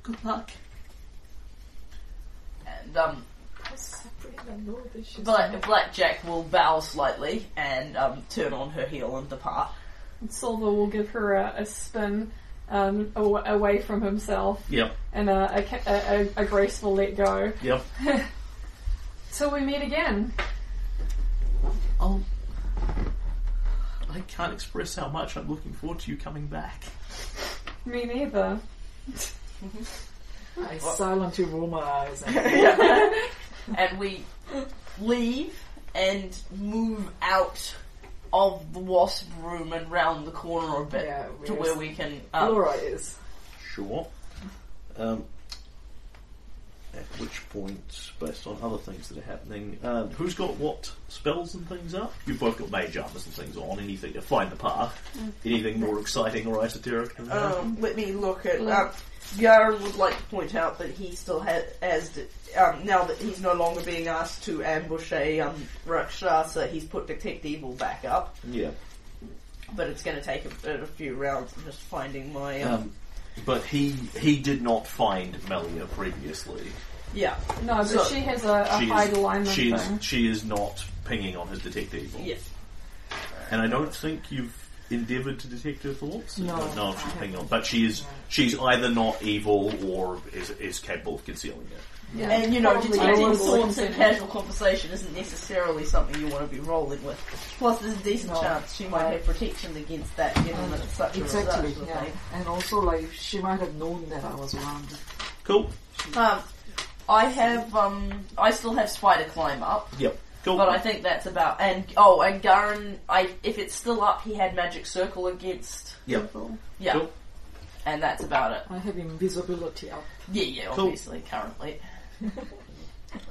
Speaker 1: Good luck.
Speaker 2: And um,
Speaker 3: Sabrina, no, this is-
Speaker 2: Black, Blackjack will bow slightly and um, turn on her heel and depart.
Speaker 3: And Silver will give her a, a spin um, aw- away from himself
Speaker 1: Yep.
Speaker 3: and a, a, ca- a, a- a graceful let go.
Speaker 1: Yep.
Speaker 3: Till we meet again.
Speaker 1: I'll. I can't express how much I'm looking forward to you coming back.
Speaker 3: Me neither.
Speaker 5: I silently roll my eyes.
Speaker 2: [LAUGHS]
Speaker 5: And
Speaker 2: and we leave and move out of the wasp room and round the corner a bit
Speaker 5: Yeah,
Speaker 2: to
Speaker 5: where's
Speaker 2: where we can. Um,
Speaker 5: Laura is.
Speaker 1: Sure. Um, at which point, based on other things that are happening, uh, who's got what spells and things up? You've both got mage armors and things on. Anything to find the path? Anything more exciting or esoteric than that?
Speaker 2: um,
Speaker 3: Mm-hmm.
Speaker 2: let me look at. Um, Yara would like to point out that he still has, as d- um, now that he's no longer being asked to ambush a um, Rakshasa, he's put Detect Evil back up.
Speaker 1: yeah.
Speaker 2: But it's going to take a, a few rounds of just finding my. Um,
Speaker 1: Um, but he he did not find Melia previously.
Speaker 2: yeah,
Speaker 3: No, but
Speaker 2: So,
Speaker 3: she has a, a
Speaker 1: She
Speaker 3: high
Speaker 1: is-
Speaker 3: alignment
Speaker 1: she is,
Speaker 3: thing.
Speaker 1: she is not pinging on his detect evil.
Speaker 2: yes.
Speaker 1: And I don't think you've endeavoured to detect her thoughts.
Speaker 5: No.
Speaker 1: I don't know if she's paying on, but she is. She's either not evil or is is capable of concealing it.
Speaker 3: Yeah.
Speaker 2: And you know,
Speaker 3: Probably
Speaker 2: detecting
Speaker 3: Laura's
Speaker 2: swords in
Speaker 3: consent.
Speaker 2: casual conversation isn't necessarily something you want to be rolling with. Plus, there's a decent
Speaker 5: No.
Speaker 2: chance she might have protection against that, given that it's such a
Speaker 5: Exactly,
Speaker 2: result, I
Speaker 5: yeah.
Speaker 2: think.
Speaker 5: And also, like, she might have known that I was around.
Speaker 1: Cool.
Speaker 2: Um, I have, um, I still have spider climb up.
Speaker 1: Yep. Cool.
Speaker 2: But I think that's about and oh and Garen, I if it's still up, he had magic circle against
Speaker 1: Yeah.
Speaker 9: Cool.
Speaker 2: yeah,
Speaker 1: Cool.
Speaker 2: and that's about it.
Speaker 5: I have invisibility up.
Speaker 2: Yeah, yeah,
Speaker 1: Cool.
Speaker 2: obviously currently.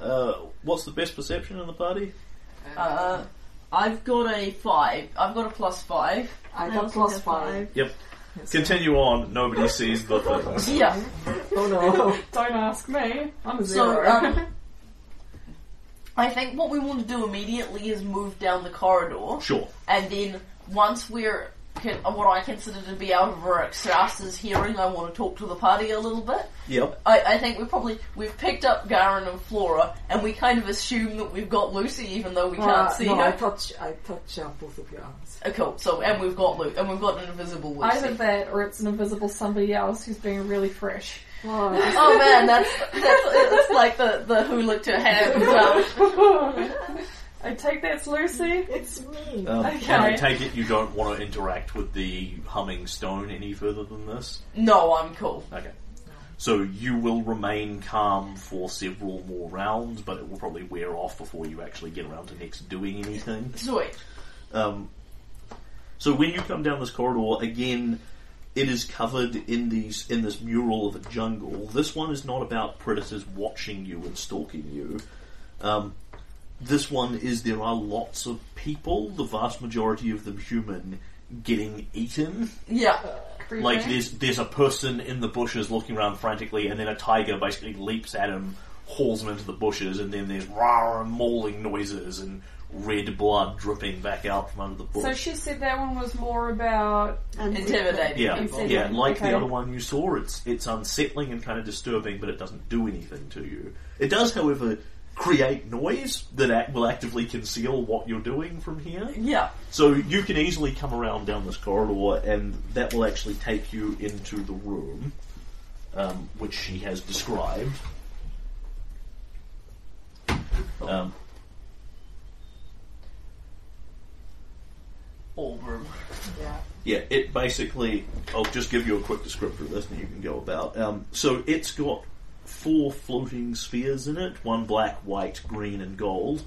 Speaker 1: Uh, what's the best perception in the party?
Speaker 2: Uh, I've got a five. I've got a plus five.
Speaker 5: I
Speaker 9: I
Speaker 5: got
Speaker 9: also
Speaker 5: plus
Speaker 9: have
Speaker 5: five.
Speaker 1: Yep. Continue on. Nobody sees the
Speaker 2: [LAUGHS]
Speaker 1: things.
Speaker 2: Yeah.
Speaker 5: Oh no.
Speaker 3: Don't ask me.
Speaker 5: [LAUGHS]
Speaker 3: I'm
Speaker 2: [LAUGHS]
Speaker 3: a
Speaker 2: So
Speaker 3: zero.
Speaker 2: um, I think what we want to do immediately is move down the corridor,
Speaker 1: Sure.
Speaker 2: and then once we're can, what I consider to be out of Rixrasa's hearing, I want to talk to the party a little bit.
Speaker 1: Yep.
Speaker 2: I, I think we probably we've picked up Garen and Flora, and we kind of assume that we've got Lucy, even though we
Speaker 5: Uh,
Speaker 2: can't see
Speaker 5: no, I
Speaker 2: her.
Speaker 5: touch. I touch uh, both of your arms.
Speaker 2: Oh, cool. So, and we've got Luke, and we've got an invisible Lucy.
Speaker 3: Either that or it's an invisible somebody else who's being really fresh.
Speaker 2: [LAUGHS] oh man, that's that's it's like the the who licked her
Speaker 3: [LAUGHS]
Speaker 2: hand. Um,
Speaker 3: I take that's Lucy.
Speaker 5: [LAUGHS] it's me.
Speaker 2: Uh.
Speaker 1: Um,
Speaker 3: Okay.
Speaker 1: And I take it you don't want to interact with the humming stone any further than this.
Speaker 2: no, I'm cool.
Speaker 1: Okay. So you will remain calm for several more rounds, but it will probably wear off before you actually get around to next doing anything.
Speaker 2: Sweet.
Speaker 1: Um, so when you come down this corridor again, it is covered in these in this mural of a jungle. This one is not about predators watching you and stalking you. Um, this one is there are lots of people, the vast majority of them human, getting eaten.
Speaker 2: Yeah.
Speaker 3: Mm-hmm.
Speaker 1: Like there's there's a person in the bushes looking around frantically, and then a tiger basically leaps at him, hauls him into the bushes, and then there's rah and mauling noises and red blood dripping back out from under the bush.
Speaker 3: So she said that one was more about.
Speaker 9: And
Speaker 2: Intimidating
Speaker 1: Yeah,
Speaker 2: people.
Speaker 3: Unsettling,
Speaker 1: yeah. Like
Speaker 3: okay.
Speaker 1: the other one you saw, it's it's unsettling and kind of disturbing, but it doesn't do anything to you. It does, however, create noise that act, will actively conceal what you're doing from here.
Speaker 2: Yeah.
Speaker 1: So you can easily come around down this corridor, and that will actually take you into the room, um, which she has described. Um,
Speaker 2: All room.
Speaker 5: Yeah.
Speaker 1: Yeah, it basically. I'll just give you a quick descriptor of this, and you can go about. Um, so it's got four floating spheres in it: one black, white, green, and gold,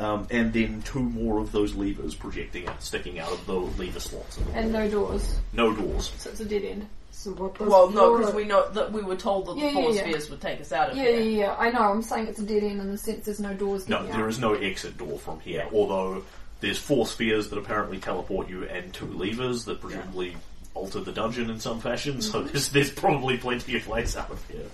Speaker 1: um, and then two more of those levers projecting out, sticking out of the lever slots. In the
Speaker 3: And
Speaker 1: wall.
Speaker 3: no doors.
Speaker 1: no doors.
Speaker 3: So it's a dead end.
Speaker 5: So what does
Speaker 2: Well, no,
Speaker 5: Flora-
Speaker 2: because we know that we were told that
Speaker 3: Yeah,
Speaker 2: the
Speaker 3: yeah,
Speaker 2: four
Speaker 3: yeah.
Speaker 2: spheres would take us out of
Speaker 3: Yeah,
Speaker 2: here.
Speaker 3: yeah, yeah. I know. I'm saying it's a dead end in the sense there's no doors.
Speaker 1: No,
Speaker 3: leading
Speaker 1: there
Speaker 3: out.
Speaker 1: is no exit door from here. Although there's four spheres that apparently teleport you, and two levers that presumably alter the dungeon in some fashion.
Speaker 2: Mm-hmm.
Speaker 1: So there's, there's probably plenty of ways out of here.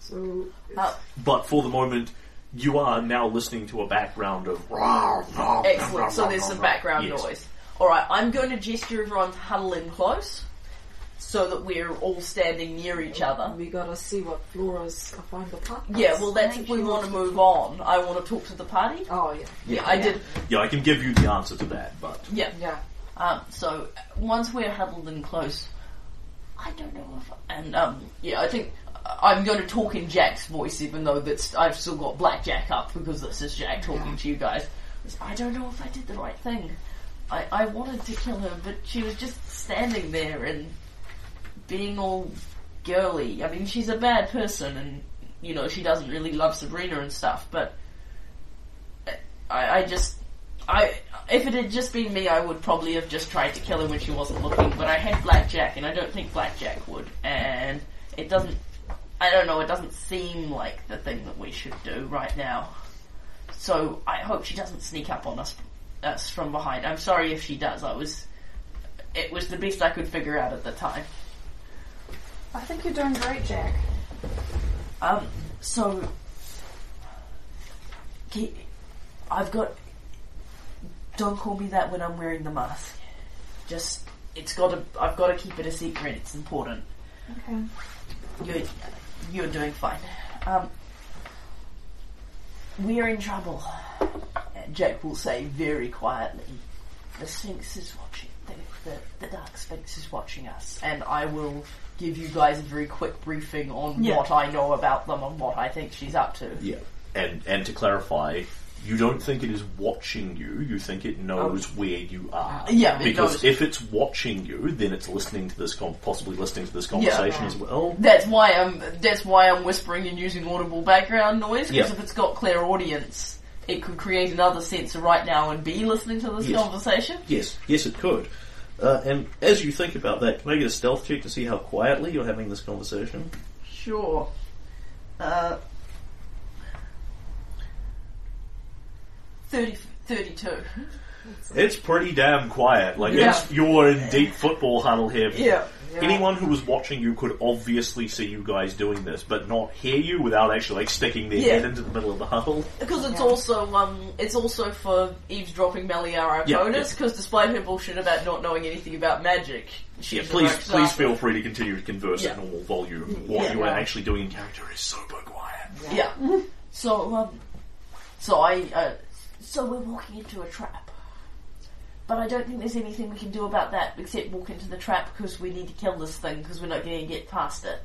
Speaker 5: So
Speaker 2: Uh,
Speaker 1: But for the moment, you are now listening to a background of rah, rah, rah,
Speaker 2: Excellent. So
Speaker 1: rah,
Speaker 2: there's
Speaker 1: rah,
Speaker 2: some
Speaker 1: rah.
Speaker 2: background
Speaker 1: Yes.
Speaker 2: noise. All right, I'm going to gesture everyone to huddle in close, so that we're all standing near each other.
Speaker 5: we gotta see what Flora's uh, find the partners.
Speaker 2: Yeah, well, that's
Speaker 9: I think
Speaker 2: if we
Speaker 9: she
Speaker 2: want
Speaker 9: wants
Speaker 2: to move on. I want to talk to the party.
Speaker 5: Oh yeah.
Speaker 2: Yeah, I did.
Speaker 1: Yeah, I can give you the answer to that, but
Speaker 2: Yeah.
Speaker 5: Yeah.
Speaker 2: Um, so uh, once we're huddled in close, I don't know if. And um, yeah, I think uh, I'm going to talk in Jack's voice, even though that's I've still got Black Jack up because this is Jack talking to you guys. I don't know if I did the right thing. I, I wanted to kill her, but she was just standing there and being all girly. I mean, she's a bad person, and you know she doesn't really love Sabrina and stuff. But I, I just I if it had just been me, I would probably have just tried to kill her when she wasn't looking. But I had blackjack, and I don't think blackjack would. And it doesn't. I don't know. It doesn't seem like the thing that we should do right now. So I hope she doesn't sneak up on us us from behind. I'm sorry if she does. I was. It was the best I could figure out at the time.
Speaker 3: I think you're doing great, Jack.
Speaker 2: Um. So. Ki- I've got. Don't call me that when I'm wearing the mask. Just, it's got to. I've got to keep it a secret. It's important.
Speaker 3: Okay.
Speaker 2: You're, you're doing fine. Um, we're in trouble. And Jack will say very quietly, "The Sphinx is watching. The, the, the Dark Sphinx is watching us." And I will give you guys a very quick briefing on
Speaker 8: Yeah.
Speaker 2: what I know about them and what I think she's up to.
Speaker 1: yeah. And and to clarify, you don't think it is watching you. You think it knows where you are.
Speaker 2: Oh. Yeah, it
Speaker 1: because
Speaker 2: knows.
Speaker 1: if it's watching you, then it's listening to this con- possibly listening to this conversation as well.
Speaker 2: That's why I'm. That's why I'm whispering and using audible background noise.
Speaker 1: Yeah.
Speaker 2: Because if it's got clear audience, it could create another sensor right now and be listening to this
Speaker 1: Yes.
Speaker 2: conversation.
Speaker 1: Yes, yes, it could. Uh, and as you think about that, can I get a stealth check to see how quietly you're having this conversation?
Speaker 2: Sure. Uh, 30, 32.
Speaker 1: It's pretty damn quiet. Like it's you're in deep football huddle here. Anyone who was watching you could obviously see you guys doing this, but not hear you without actually like sticking their
Speaker 2: Yeah.
Speaker 1: head into the middle of the huddle.
Speaker 2: Because it's
Speaker 5: Yeah.
Speaker 2: also um, it's also for eavesdropping Meliara
Speaker 1: Yeah,
Speaker 2: opponents. Because despite her bullshit about not knowing anything about magic, she's
Speaker 1: Yeah,
Speaker 2: a
Speaker 1: please,
Speaker 2: rogue
Speaker 1: please
Speaker 2: starter.
Speaker 1: feel free to continue to converse
Speaker 2: Yeah.
Speaker 1: at normal volume. What
Speaker 2: Yeah.
Speaker 1: you are actually doing in character is super quiet.
Speaker 2: Yeah. [LAUGHS] So um, so I uh, so we're walking into a trap, but I don't think there's anything we can do about that except walk into the trap because we need to kill this thing because we're not going to get past it.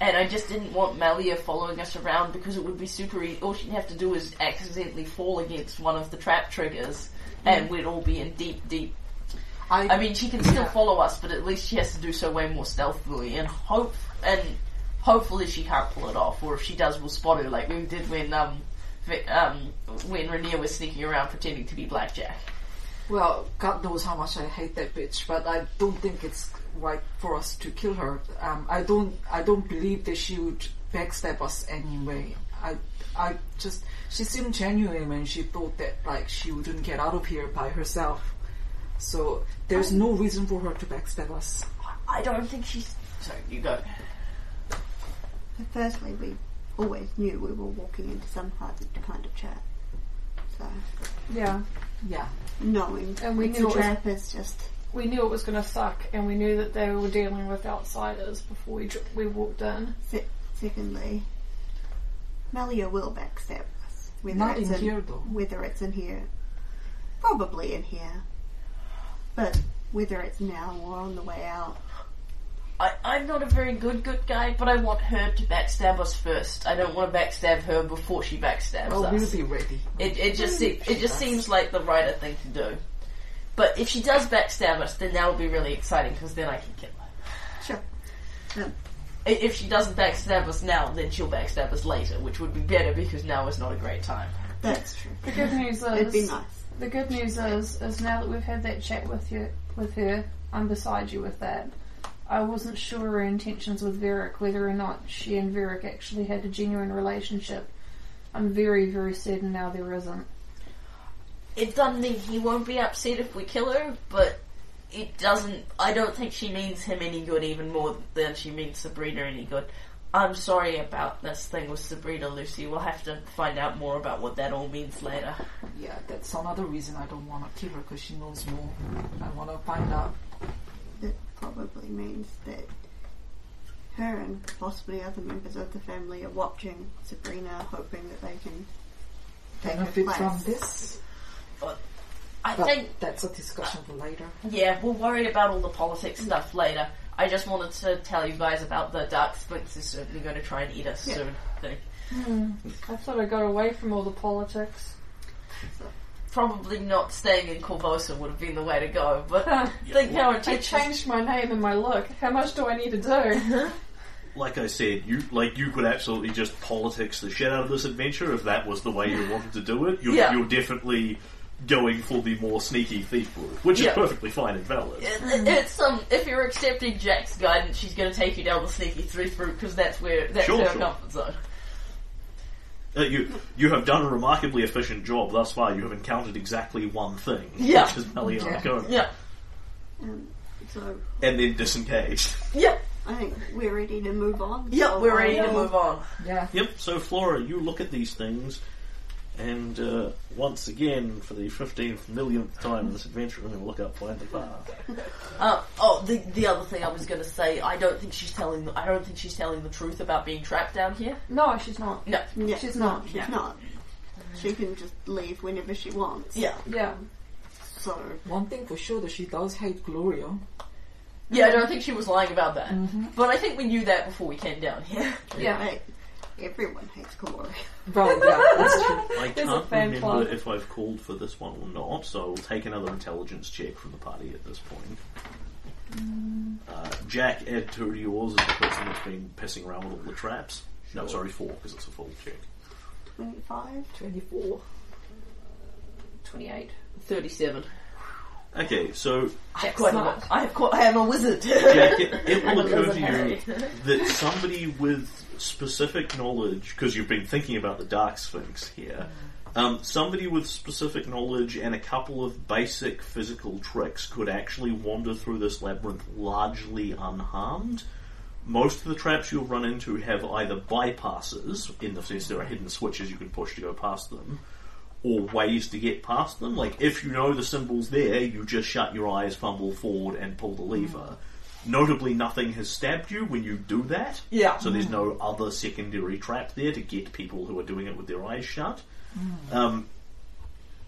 Speaker 2: And I just didn't want Malia following us around because it would be super easy. All she'd have to do is accidentally fall against one of the trap triggers, and we'd all be in deep, deep
Speaker 5: I,
Speaker 2: I mean, she can still follow us, but at least she has to do so way more stealthily, and hope and hopefully she can't pull it off. Or if she does, we'll spot her like we did when um Vi- um when Rainier was sneaking around pretending to be Blackjack.
Speaker 5: well, God knows how much I hate that bitch, but I don't think it's right for us to kill her. Um, I don't, I don't believe that she would backstab us anyway. I, I just, she seemed genuine when she thought that like she wouldn't get out of here by herself. So there's no reason for her to backstab us.
Speaker 2: I don't think she's. So you go.
Speaker 9: But firstly, we always knew we were walking into some hardened kind of trap. So
Speaker 3: Yeah.
Speaker 5: Yeah.
Speaker 9: knowing
Speaker 3: And we
Speaker 9: it's
Speaker 3: knew
Speaker 9: a
Speaker 3: it was-
Speaker 9: trap is just
Speaker 3: We knew it was going to suck, and we knew that they were dealing with outsiders before we dr- we walked in.
Speaker 9: se- secondly. Malia will backstab us. Whether
Speaker 5: Not
Speaker 9: it's
Speaker 5: in here, though.
Speaker 9: Whether it's in here, probably in here, but whether it's now or on the way out,
Speaker 2: I, I'm not a very good good guy, but I want her to backstab us first. I don't want to backstab her before she backstabs
Speaker 5: Well,
Speaker 2: us.
Speaker 5: Oh, we'll be ready.
Speaker 2: It, it just
Speaker 5: Maybe
Speaker 2: se-
Speaker 5: she
Speaker 2: it just
Speaker 5: does.
Speaker 2: seems like the righter thing to do. But if she does backstab us, then that'll be really exciting because then I can kill her.
Speaker 9: sure.
Speaker 2: I- If she doesn't backstab us now, then she'll backstab us later, which would be better because now is not a great time.
Speaker 9: That's true.
Speaker 3: The good news
Speaker 9: [LAUGHS] It'd be
Speaker 3: is,
Speaker 9: nice.
Speaker 3: the good news is, is now that we've had that chat with you, with her, I'm beside you with that. I wasn't sure her intentions with Varric, whether or not she and Varric actually had a genuine relationship. I'm very, very certain now there isn't.
Speaker 2: It doesn't mean he won't be upset if we kill her, but it doesn't. I don't think she means him any good even more than she means Sabrina any good. I'm sorry about this thing with Sabrina, Lucy. We'll have to find out more about what that all means later.
Speaker 5: Yeah, that's another reason I don't want to kill her because she knows more. I want to find out.
Speaker 9: That probably means that her and possibly other members of the family are watching Sabrina, hoping that they can take her
Speaker 5: benefit
Speaker 9: place.
Speaker 5: from this.
Speaker 2: I
Speaker 5: But
Speaker 2: think
Speaker 5: that's a discussion for later.
Speaker 2: Yeah, we'll worry about all the politics stuff later. I just wanted to tell you guys about the dark sphinx is certainly going to try and eat us
Speaker 9: Yeah.
Speaker 2: soon. Thing.
Speaker 3: I thought I got away from all the politics.
Speaker 2: Probably not staying in Corvosa would have been the way to go, but uh, think how it
Speaker 3: I
Speaker 2: takes us-
Speaker 3: changed my name and my look. How much do I need to do?
Speaker 1: Like I said, you like you could absolutely just politics the shit out of this adventure if that was the way you wanted to do it. You're,
Speaker 2: Yeah.
Speaker 1: you're definitely going for the more sneaky thief route, which
Speaker 2: Yeah.
Speaker 1: is perfectly fine and valid.
Speaker 2: It- It's um. If you're accepting Jack's guidance, she's going to take you down the sneaky thief route because that's where that's
Speaker 1: Sure,
Speaker 2: her
Speaker 1: sure.
Speaker 2: comfort
Speaker 1: [LAUGHS]
Speaker 2: zone.
Speaker 1: Uh, you you have done a remarkably efficient job thus far. You have encountered exactly one thing,
Speaker 2: Yeah.
Speaker 1: which is Meliana
Speaker 5: Yeah.
Speaker 1: Kona,
Speaker 2: Yeah,
Speaker 9: Um, so
Speaker 1: and then disengaged.
Speaker 2: yeah,
Speaker 9: I think we're ready to move on.
Speaker 2: yeah.
Speaker 9: So
Speaker 2: We're ready
Speaker 9: I
Speaker 2: to
Speaker 9: will-
Speaker 2: move on.
Speaker 5: Yeah.
Speaker 1: Yep. So Flora, you look at these things, and uh, once again, for the fifteenth millionth time in this adventure, I'm going to look up find the path.
Speaker 2: Uh, oh, the the other thing I was going to say, I don't think she's telling. The, I don't think she's telling the truth about being trapped down here.
Speaker 3: [LAUGHS] no, she's not.
Speaker 2: No.
Speaker 9: Yeah,
Speaker 3: She's not.
Speaker 9: she's
Speaker 2: Yeah.
Speaker 9: not. She can just leave whenever she wants.
Speaker 2: Yeah.
Speaker 3: Yeah.
Speaker 9: So
Speaker 5: One thing for sure that she does hate Gloria.
Speaker 2: Yeah, I don't think she was lying about that. But I think we knew that before we came down here.
Speaker 3: Yeah.
Speaker 9: like, everyone hates Gloria.
Speaker 5: Well, [LAUGHS] yeah, that's true.
Speaker 1: I
Speaker 3: There's a
Speaker 1: can't
Speaker 3: fan
Speaker 1: remember
Speaker 3: club.
Speaker 1: if I've called for this one or not, so I'll take another intelligence check from the party at this point.
Speaker 3: Mm.
Speaker 1: Uh, Jack, add two to yours as the person that's been pissing around with all the traps. No, sorry, four because it's a full check.
Speaker 9: 25.
Speaker 5: 24.
Speaker 3: 28.
Speaker 2: 37.
Speaker 1: Okay, so
Speaker 2: Jack smart. I have, quite, I am a wizard. [LAUGHS]
Speaker 1: Jack, it, it will
Speaker 2: I'm a
Speaker 1: occur
Speaker 2: wizard,
Speaker 1: to you
Speaker 2: Harry.
Speaker 1: that somebody with specific knowledge, because you've been thinking about the Dark Sphinx here, um, somebody with specific knowledge and a couple of basic physical tricks could actually wander through this labyrinth largely unharmed. Most of the traps you'll run into have either bypasses, in the sense there are hidden switches you can push to go past them, or ways to get past them. Like if you know the symbol's there, you just shut your eyes, fumble forward, and pull the lever. Notably, nothing has stabbed you when you do that.
Speaker 2: Yeah.
Speaker 1: So there's no other secondary trap there to get people who are doing it with their eyes shut. Um,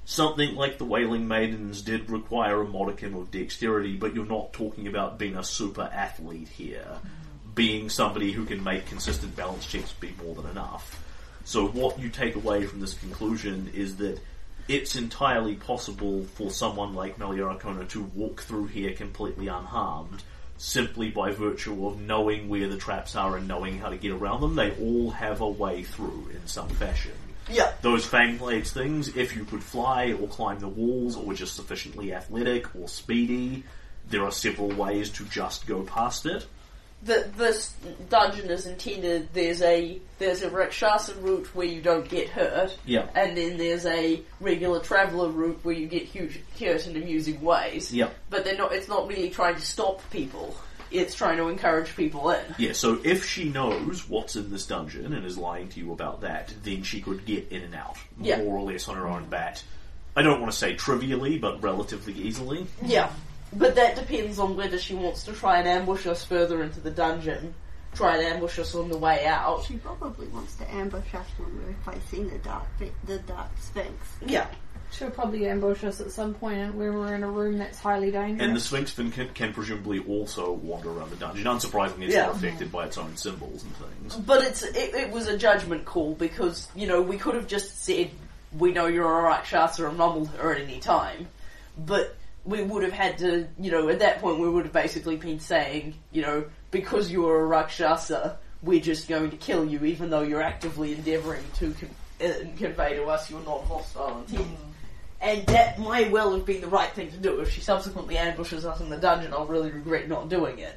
Speaker 1: something like the Wailing Maidens did require a modicum of dexterity, but you're not talking about being a super athlete here. Being somebody who can make consistent balance checks would be more than enough. So what you take away from this conclusion is that it's entirely possible for someone like Melior Arcona to walk through here completely unharmed, simply by virtue of knowing where the traps are and knowing how to get around them. They all have a way through in some fashion.
Speaker 2: Yeah.
Speaker 1: Those fang blades things, if you could fly or climb the walls or were just sufficiently athletic or speedy, there are several ways to just go past it.
Speaker 2: Th this dungeon is intended. There's a there's a rakshasa route where you don't get hurt,
Speaker 1: Yeah.
Speaker 2: and then there's a regular traveler route where you get huge hurt in amusing ways.
Speaker 1: Yeah.
Speaker 2: But they're not. It's not really trying to stop people. It's trying to encourage people in.
Speaker 1: Yeah, so if she knows what's in this dungeon and is lying to you about that, then she could get in and out,
Speaker 2: Yeah.
Speaker 1: more or less on her own bat. I don't want to say trivially, but relatively easily.
Speaker 2: Yeah. But that depends on whether she wants to try and ambush us further into the dungeon, try and ambush us on the way out.
Speaker 9: She probably wants to ambush us when we're facing the dark, Phi- the dark sphinx.
Speaker 2: Yeah.
Speaker 3: She'll probably ambush us at some point and when we're in a room that's highly dangerous.
Speaker 1: And the Sphinx can, can presumably also wander around the dungeon. Unsurprisingly, it's
Speaker 2: Yeah.
Speaker 1: not affected by its own symbols and things.
Speaker 2: But it's it, it was a judgment call because you know we could have just said we know you're a rakshasa and rumbled her at any time, but we would have had to you know at that point we would have basically been saying you know because you're a rakshasa we're just going to kill you even though you're actively endeavouring to con- uh, convey to us you're not hostile intent. And that might well have been the right thing to do. If she subsequently ambushes us in the dungeon, I'll really regret not doing it.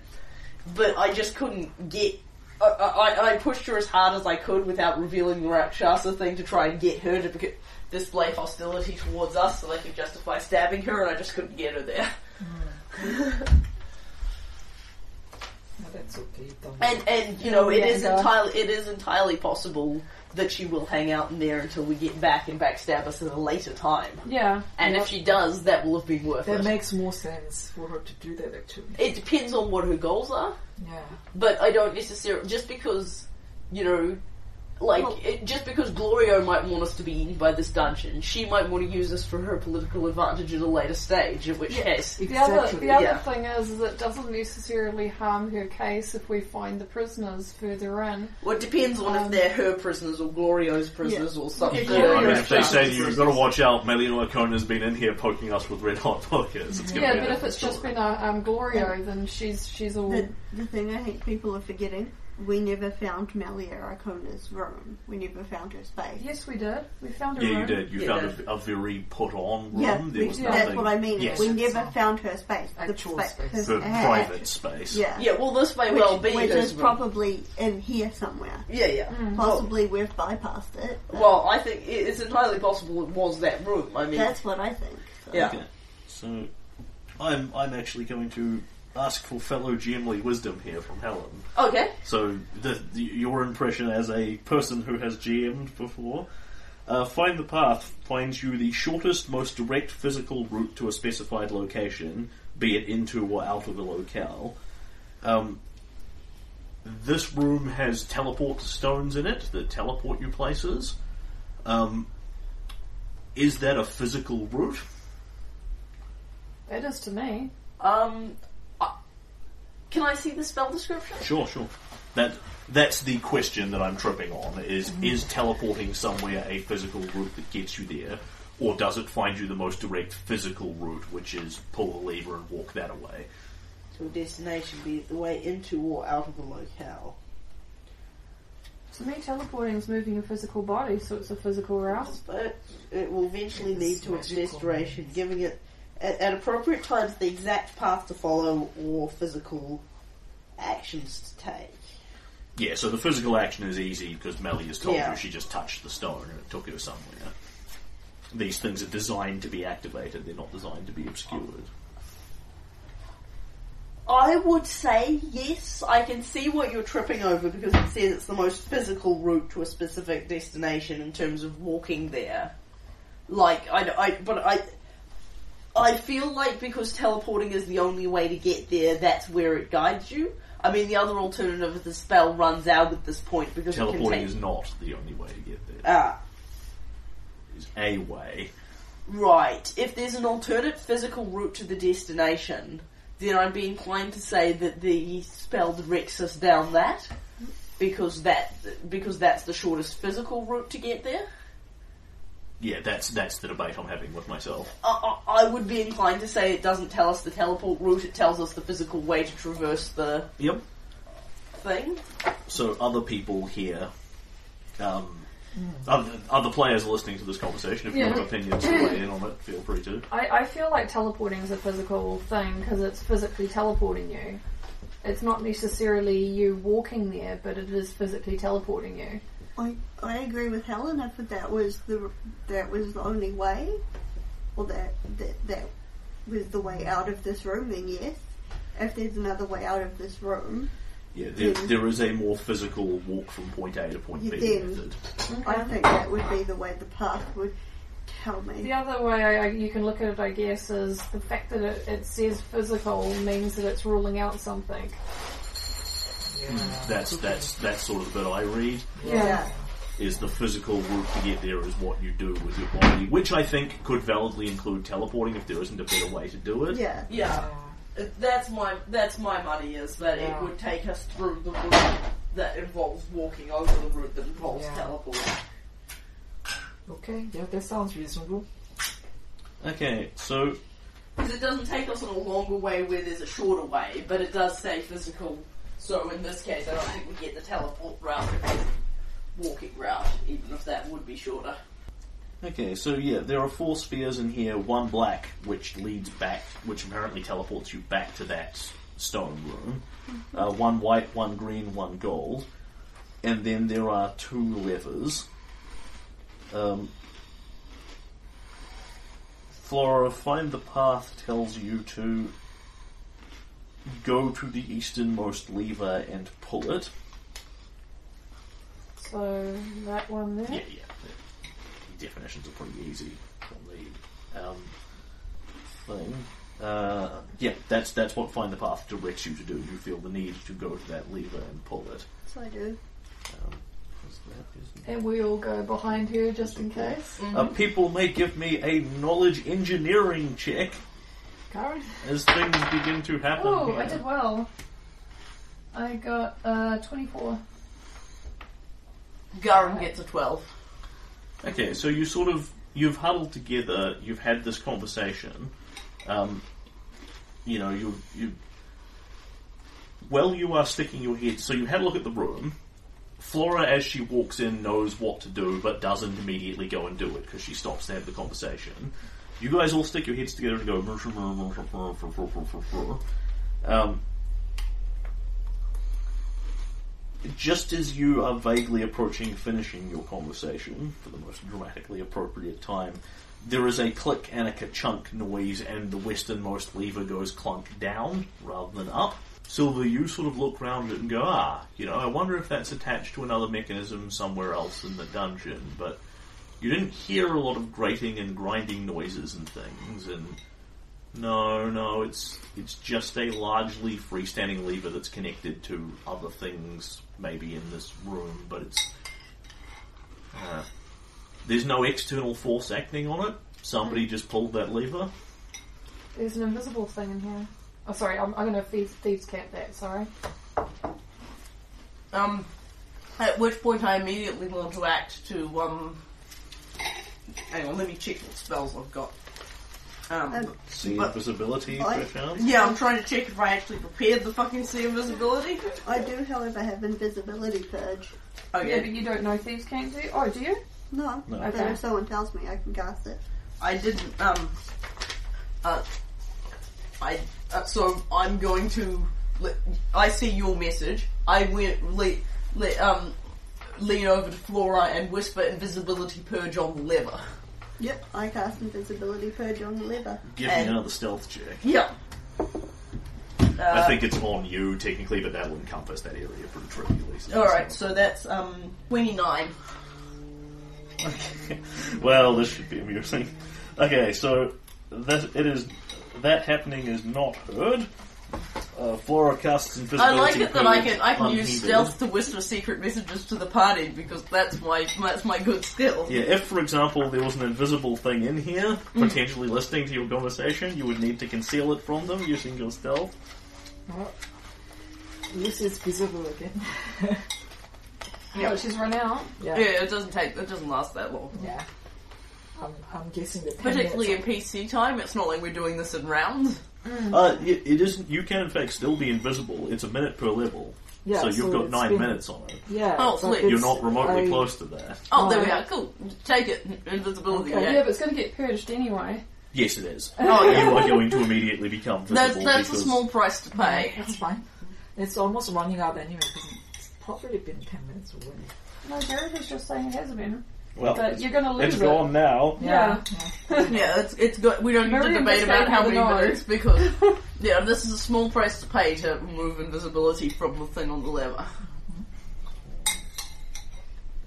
Speaker 2: But I just couldn't get. I, I, I pushed her as hard as I could without revealing the Rakshasa thing to try and get her to beca- display hostility towards us so they could justify stabbing her, and I just couldn't get her there.
Speaker 5: No, that's okay. Don't
Speaker 2: And and you know it is
Speaker 3: Yeah, duh.
Speaker 2: entirely it is entirely possible that she will hang out in there until we get back and backstab us at a later time.
Speaker 3: yeah.
Speaker 2: And
Speaker 5: Well-
Speaker 2: if she does, that will have been worth
Speaker 5: that
Speaker 2: it.
Speaker 5: makes more sense for her to do that actually.
Speaker 2: it depends on what her goals are.
Speaker 5: Yeah.
Speaker 2: but I don't necessarily just because you know, like
Speaker 9: Well-
Speaker 2: it, just because Glorio might want us to be eaten by this dungeon, she might want to use us for her political advantage at a later stage. In which case,
Speaker 5: Exactly.
Speaker 3: The other, the other
Speaker 2: Yeah.
Speaker 3: thing is, is it doesn't necessarily harm her case if we find the prisoners further in.
Speaker 2: well, it depends on if
Speaker 3: Um,
Speaker 2: they're her prisoners or Glorio's prisoners or something.
Speaker 3: Yeah,
Speaker 1: I mean,
Speaker 3: yeah.
Speaker 1: if they say to you, you've got to watch out, Melior Arcona's been in here poking us with red hot pokers, it's going to
Speaker 3: Yeah,
Speaker 1: be a
Speaker 3: but if
Speaker 1: different
Speaker 3: it's just
Speaker 1: story.
Speaker 3: been a um, Glorio, then she's she's all
Speaker 2: Mm.
Speaker 9: The, the thing I think people are forgetting, we never found Malia Arcona's room. We never found her space.
Speaker 3: Yes, we did. We found a
Speaker 1: Yeah, you
Speaker 3: room.
Speaker 1: did. You
Speaker 2: Yeah,
Speaker 1: found a, a very put on room.
Speaker 9: Yeah,
Speaker 1: there
Speaker 9: we-
Speaker 1: was
Speaker 9: that's
Speaker 1: nothing.
Speaker 9: what I mean.
Speaker 1: Yes.
Speaker 9: We
Speaker 5: That's
Speaker 9: never
Speaker 5: all.
Speaker 9: found her space.
Speaker 5: Actual space.
Speaker 9: her-
Speaker 1: The
Speaker 9: her-
Speaker 1: private space.
Speaker 9: Yeah.
Speaker 2: yeah, well, this may
Speaker 9: Which,
Speaker 2: well be
Speaker 9: which
Speaker 2: his
Speaker 9: is
Speaker 2: room.
Speaker 9: probably in here somewhere.
Speaker 2: yeah, yeah.
Speaker 9: Hmm. Possibly we've bypassed it.
Speaker 2: Well, I think it- it's entirely possible it was that room. I mean,
Speaker 9: That's what I think. So.
Speaker 2: yeah.
Speaker 1: Okay. So, I'm I'm actually going to ask for fellow GMly wisdom here from Helen.
Speaker 2: Okay.
Speaker 1: So, the, the, your impression as a person who has GM'd before. Uh, find the path finds you the shortest, most direct physical route to a specified location, be it into or out of a locale. Um, this room has teleport stones in it that teleport you places. Um, is that a physical route?
Speaker 3: That is to me.
Speaker 2: Um, I- can I see the spell description?
Speaker 1: Sure, sure. That that's the question that I'm tripping on is
Speaker 10: Mm-hmm.
Speaker 1: is teleporting somewhere a physical route that gets you there, or does it find you the most direct physical route, which is pull the lever and walk that away?
Speaker 2: to a destination, be it the way into or out of the locale.
Speaker 3: To me, teleporting is moving a physical body, so it's a physical route.
Speaker 10: But it will eventually lead to its
Speaker 5: magical.
Speaker 10: destination, giving it at, at appropriate times the exact path to follow or physical actions to take.
Speaker 1: Yeah, so the physical action is easy because Melly has told
Speaker 10: Yeah.
Speaker 1: you she just touched the stone and it took her somewhere. These things are designed to be activated, they're not designed to be obscured.
Speaker 10: I would say yes. I can see what you're tripping over because it says it's the most physical route to a specific destination in terms of walking there. Like I, I but I, I feel like because teleporting is the only way to get there, that's where it guides you. I mean, the other alternative is the spell runs out at this point because it can
Speaker 1: Teleporting
Speaker 10: take.
Speaker 1: is not the only way to get there.
Speaker 10: Ah,
Speaker 1: It's a way.
Speaker 10: right. If there's an alternate physical route to the destination, then I'd be inclined to say that the spell directs us down that. because that because that's the shortest physical route to get there.
Speaker 1: Yeah, that's that's the debate I'm having with myself.
Speaker 10: I, I, I would be inclined to say it doesn't tell us the teleport route; it tells us the physical way to traverse the
Speaker 1: Yep.
Speaker 10: thing.
Speaker 1: So other people here, um, other, other players listening to this conversation, if you have
Speaker 3: Yeah.
Speaker 1: opinions to weigh in on it, feel free to.
Speaker 3: I, I feel like teleporting is a physical thing because it's physically teleporting you. It's not necessarily you walking there, but it is physically teleporting you.
Speaker 9: I, I agree with Helen. I thought that was the that was the only way, or that that that was the way out of this room. Then yes, if there's another way out of this room,
Speaker 1: Yeah, there,
Speaker 9: Mm.
Speaker 1: there is a more physical walk from point A to point B
Speaker 9: Yeah.
Speaker 1: method.
Speaker 9: I think that would be the way the path would tell
Speaker 3: The
Speaker 9: me.
Speaker 3: other way I, I, you can look at it, I guess, is the fact that it, it says physical means that it's ruling out something.
Speaker 5: Yeah.
Speaker 1: Mm, That's that's that's sort of the bit I read.
Speaker 9: Yeah.
Speaker 1: Is the physical route to get there is what you do with your body, which I think could validly include teleporting if there isn't a better way to do it.
Speaker 9: Yeah.
Speaker 2: Yeah, that's my that's my money is that
Speaker 5: Yeah.
Speaker 2: it would take us through the route that involves walking over the route that involves
Speaker 5: Yeah.
Speaker 2: teleporting.
Speaker 5: Okay, yeah, that sounds reasonable.
Speaker 1: Okay, so
Speaker 2: Because it doesn't take us on a longer way where there's a shorter way, but it does say physical. So in this case, I don't think we get the teleport route because walking route, even if that would be shorter.
Speaker 1: Okay, so yeah, there are four spheres in here. One black, which leads back, which apparently teleports you back to that stone room. Uh, one white, one green, one gold, and then there are two levers. Um, Flora, find the path tells you to go to the easternmost lever and pull it.
Speaker 3: So that one there.
Speaker 1: Yeah, yeah. The definitions are pretty easy on the um, thing. Uh, yeah, that's that's what Find the Path directs you to do. You feel the need to go to that lever and pull it.
Speaker 9: So I do.
Speaker 1: Um, is that- is-
Speaker 3: And we all go behind her just in case.
Speaker 1: Uh, people may give me a knowledge engineering check
Speaker 3: Karen?
Speaker 1: as things begin to happen.
Speaker 3: Oh, I
Speaker 1: here.
Speaker 3: did well. I got uh, 24.
Speaker 2: Garen gets a twelve.
Speaker 1: Okay, so you sort of you've huddled together. You've had this conversation. Um, you know, you you. Well, you are sticking your head. So you had a look at the room. Flora, as she walks in, knows what to do, but doesn't immediately go and do it because she stops to have the conversation. You guys all stick your heads together and go. Um, just as you are vaguely approaching finishing your conversation for the most dramatically appropriate time, there is a click and a ka-chunk noise, and the westernmost lever goes clunk down rather than up. Silver, you sort of look round it and go, ah, you know, I wonder if that's attached to another mechanism somewhere else in the dungeon, but you didn't hear a lot of grating and grinding noises and things, and no, no, it's it's just a largely freestanding lever that's connected to other things, maybe in this room, but it's uh, there's no external force acting on it. Somebody just pulled that lever.
Speaker 3: There's an invisible thing in here. Oh, sorry, I'm, I'm going to thieves, thieves cap that, sorry.
Speaker 2: Um, at which point I immediately want to act to, um... Hang on, let me check what spells I've got.
Speaker 10: Um,
Speaker 1: See
Speaker 10: But-
Speaker 1: invisibility,
Speaker 9: I-
Speaker 1: perchance?
Speaker 10: yeah, I'm trying to check if I actually prepared the fucking sea invisibility.
Speaker 9: I do, however, have invisibility purge.
Speaker 3: Yeah,
Speaker 10: Okay,
Speaker 3: but you don't know thieves can do. Oh, do you?
Speaker 9: No,
Speaker 1: No.
Speaker 9: but
Speaker 3: Okay.
Speaker 9: if someone tells me, I can cast it.
Speaker 10: I didn't. Um, uh, I uh, so I'm going to. le- I see your message. I went le, le, um, lean over to Flora and whisper invisibility purge on the lever.
Speaker 9: Yep, I cast invisibility purge on the lever.
Speaker 1: Give
Speaker 10: and- uh,
Speaker 1: me another stealth check.
Speaker 10: Yeah.
Speaker 1: I think it's on you technically, but that'll encompass that area pretty trivially. so-
Speaker 10: All right, so that's um twenty nine.
Speaker 1: [LAUGHS] well, this should be amusing. Okay, so that it is that happening is not heard. Uh, Flora casts
Speaker 10: I
Speaker 1: invisibility.
Speaker 10: like it that I can I can
Speaker 1: unhindered.
Speaker 10: use stealth to whisper secret messages to the party because that's my that's my good skill.
Speaker 1: Yeah, if for example there was an invisible thing in here,
Speaker 10: Mm.
Speaker 1: potentially listening to your conversation, you would need to conceal it from them using your stealth.
Speaker 5: Well, this is visible again.
Speaker 3: Yeah. Which is run out.
Speaker 5: [LAUGHS] Yeah.
Speaker 10: Yeah, it doesn't take it doesn't last that long.
Speaker 5: Yeah. I'm, I'm guessing that. 10
Speaker 10: Particularly in
Speaker 5: minutes-
Speaker 10: PC time, it's not like we're doing this in rounds.
Speaker 1: Uh, it, it isn't. You can in fact still be invisible. It's a minute per level,
Speaker 5: Yeah,
Speaker 1: so you've
Speaker 5: so
Speaker 1: got
Speaker 5: it's
Speaker 1: nine
Speaker 5: been-
Speaker 1: minutes on it.
Speaker 5: Yeah.
Speaker 10: Oh,
Speaker 5: but
Speaker 10: sweet.
Speaker 1: You're
Speaker 5: it's-
Speaker 1: not remotely
Speaker 5: I-
Speaker 1: close to that.
Speaker 10: Oh, there
Speaker 5: Oh,
Speaker 10: we
Speaker 5: yeah.
Speaker 10: are. Cool. Take it. Invisibility.
Speaker 5: Okay.
Speaker 3: Yeah,
Speaker 10: Yeah.
Speaker 3: but it's going to get purged anyway.
Speaker 1: Yes, it is.
Speaker 10: Oh, yeah.
Speaker 1: You are going to immediately become
Speaker 10: That's
Speaker 1: visible.
Speaker 10: that's a
Speaker 1: because
Speaker 10: small price to pay.
Speaker 2: [LAUGHS]
Speaker 5: That's fine. It's almost running out anyway. 'cause It's probably been ten minutes already.
Speaker 3: No, Jared was just saying it has been.
Speaker 1: Well,
Speaker 3: But you're going to lose
Speaker 1: It's
Speaker 3: it.
Speaker 1: gone now.
Speaker 3: Yeah.
Speaker 10: Yeah, it's it's got. We don't need to
Speaker 3: Miriam
Speaker 10: debate
Speaker 3: just
Speaker 10: about
Speaker 3: gave
Speaker 10: how
Speaker 3: me
Speaker 10: many
Speaker 3: the nod.
Speaker 10: minutes because
Speaker 2: [LAUGHS]
Speaker 10: yeah, this is a small price to pay to remove invisibility from the thing on the lever.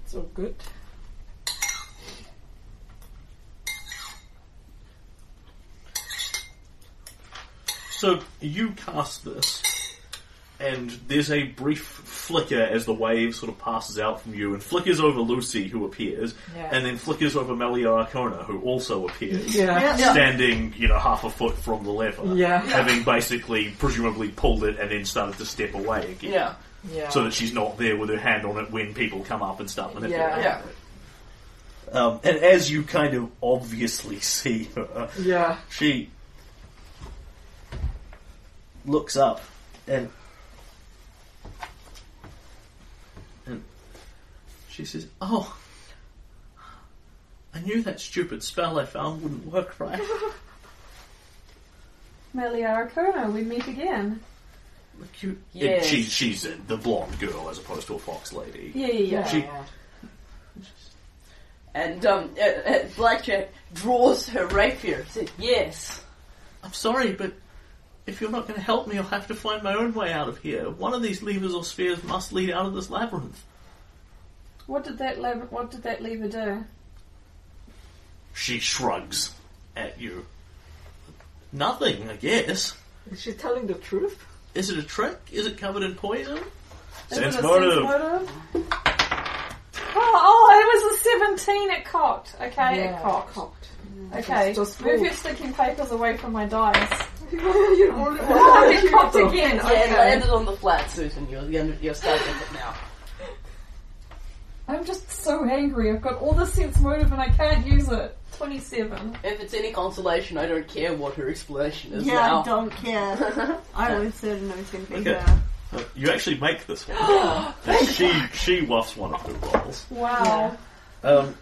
Speaker 5: It's all good.
Speaker 1: So you cast this, and there's a brief flicker as the wave sort of passes out from you and flickers over Lucy, who appears,
Speaker 5: Yeah.
Speaker 1: and then flickers over Melia Arcona, who also appears.
Speaker 5: Yeah.
Speaker 10: Yeah.
Speaker 1: Standing, you know, half a foot from the lever,
Speaker 5: Yeah.
Speaker 1: having basically presumably pulled it and then started to step away again,
Speaker 10: Yeah,
Speaker 5: Yeah.
Speaker 1: so that she's not there with her hand on it when people come up and start manipulating.
Speaker 5: Yeah.
Speaker 10: yeah.
Speaker 1: Um, and as you kind of obviously [LAUGHS] see her,
Speaker 5: yeah.
Speaker 1: She looks up and and she says, "Oh, I knew that stupid spell I found wouldn't work, right?
Speaker 3: Meliara Kona, we meet again.
Speaker 1: Look, you."
Speaker 2: Yes.
Speaker 1: She, she's uh, the blonde girl as opposed to a fox lady.
Speaker 3: Yeah, yeah, yeah.
Speaker 1: She-
Speaker 2: And um, uh, uh, Blackjack draws her rapier. Said yes.
Speaker 1: I'm sorry, but if you're not going to help me, I'll have to find my own way out of here. One of these levers or spheres must lead out of this labyrinth.
Speaker 3: What did that lever? What did that lever do?
Speaker 1: She shrugs at you. Nothing, I guess.
Speaker 5: Is she telling the truth?
Speaker 1: Is it a trick? Is it covered in poison?
Speaker 3: Is it a motive? Oh, oh, it was a seventeen. It cocked. Okay, it cocked.
Speaker 5: cocked. [LAUGHS]
Speaker 3: Okay,
Speaker 5: It's just
Speaker 3: move
Speaker 5: cool.
Speaker 3: your sticking papers away from my dice.
Speaker 5: you
Speaker 3: [LAUGHS]
Speaker 5: ordered
Speaker 3: Oh,
Speaker 5: [LAUGHS]
Speaker 3: it cocked again.
Speaker 2: Yeah, it
Speaker 3: Okay.
Speaker 2: landed on the flat, Susan. You're you're- you're starting it now.
Speaker 3: I'm just so angry. I've got all the sense motive and I can't use it. Twenty-seven.
Speaker 2: If it's any consolation, I don't care what her explanation is
Speaker 9: yeah,
Speaker 2: now.
Speaker 9: I don't care.
Speaker 1: [LAUGHS]
Speaker 9: I was certain I was going to be
Speaker 1: Okay.
Speaker 9: there.
Speaker 1: Uh, You actually make this one. And she she wafts one of the rolls.
Speaker 3: Wow.
Speaker 1: Um,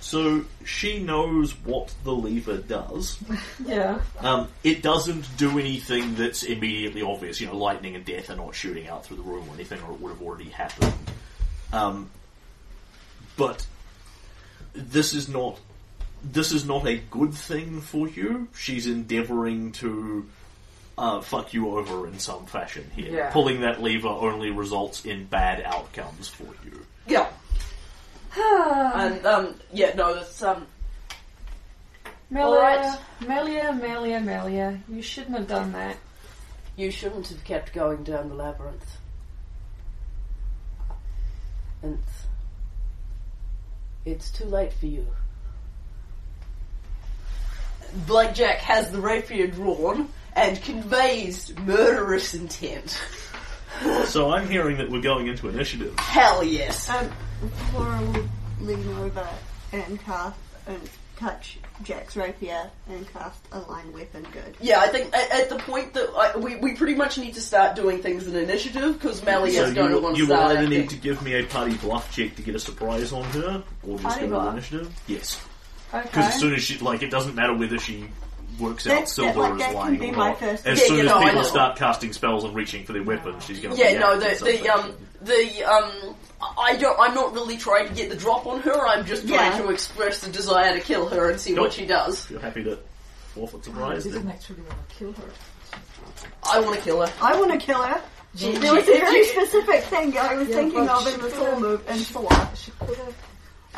Speaker 1: so she knows what the lever does.
Speaker 3: Yeah.
Speaker 1: Um, it doesn't do anything that's immediately obvious. You know, lightning and death are not shooting out through the room or anything, or it would have already happened. Um, but this is not this is not a good thing for you. She's endeavouring to uh, fuck you over in some fashion here.
Speaker 5: Yeah.
Speaker 1: Pulling that lever only results in bad outcomes for you.
Speaker 2: Yeah. [SIGHS] and um, yeah, no, that's um,
Speaker 3: Melia,
Speaker 2: right.
Speaker 3: Melia, Melia, Melia, you shouldn't have done that.
Speaker 2: you shouldn't have kept going down the labyrinth. And it's too late for you.
Speaker 10: Blackjack has the rapier drawn and conveys murderous intent.
Speaker 1: So I'm hearing that we're going into initiative.
Speaker 10: Hell yes.
Speaker 9: Um, Flora will lean over and cast and touch Jack's rapier and cast a line weapon good.
Speaker 10: Yeah, I think at, at the point that I, we, we pretty much need to start doing things in initiative because Melly
Speaker 1: so
Speaker 10: is
Speaker 1: you,
Speaker 10: going to
Speaker 1: will-
Speaker 10: want to
Speaker 1: you will
Speaker 10: start.
Speaker 1: either
Speaker 10: acting.
Speaker 1: need to give me a party bluff check to get a surprise on her, or just
Speaker 3: Party
Speaker 1: go to
Speaker 3: bluff?
Speaker 1: initiative. Yes, because as
Speaker 3: Okay.
Speaker 1: soon as she like, it doesn't matter whether she works out
Speaker 9: That's- that-
Speaker 1: silver
Speaker 9: like,
Speaker 1: or
Speaker 9: that
Speaker 1: is
Speaker 9: can
Speaker 1: lying
Speaker 9: be
Speaker 1: or
Speaker 9: my
Speaker 1: not.
Speaker 9: first-
Speaker 1: As
Speaker 10: Yeah,
Speaker 1: soon
Speaker 10: you
Speaker 1: as
Speaker 10: know, I
Speaker 1: people
Speaker 10: know.
Speaker 1: start casting spells and reaching for their weapons, she's going to
Speaker 10: Yeah, no, the, the um the um I don't I'm not really trying to get the drop on her. I'm just trying
Speaker 9: Yeah.
Speaker 10: to express the desire to kill her and see
Speaker 1: Nope.
Speaker 10: what she does.
Speaker 1: If you're happy to forfeit
Speaker 5: I
Speaker 1: surprise,
Speaker 5: didn't
Speaker 1: then
Speaker 5: actually want to kill her.
Speaker 10: I want to kill her.
Speaker 9: I want to kill her.
Speaker 5: She,
Speaker 9: There was a very specific thing I was
Speaker 5: Yeah,
Speaker 9: thinking
Speaker 5: but
Speaker 9: of in the
Speaker 5: she
Speaker 9: soul
Speaker 5: could've-
Speaker 9: move and
Speaker 5: she-
Speaker 9: Thor.
Speaker 5: she could have.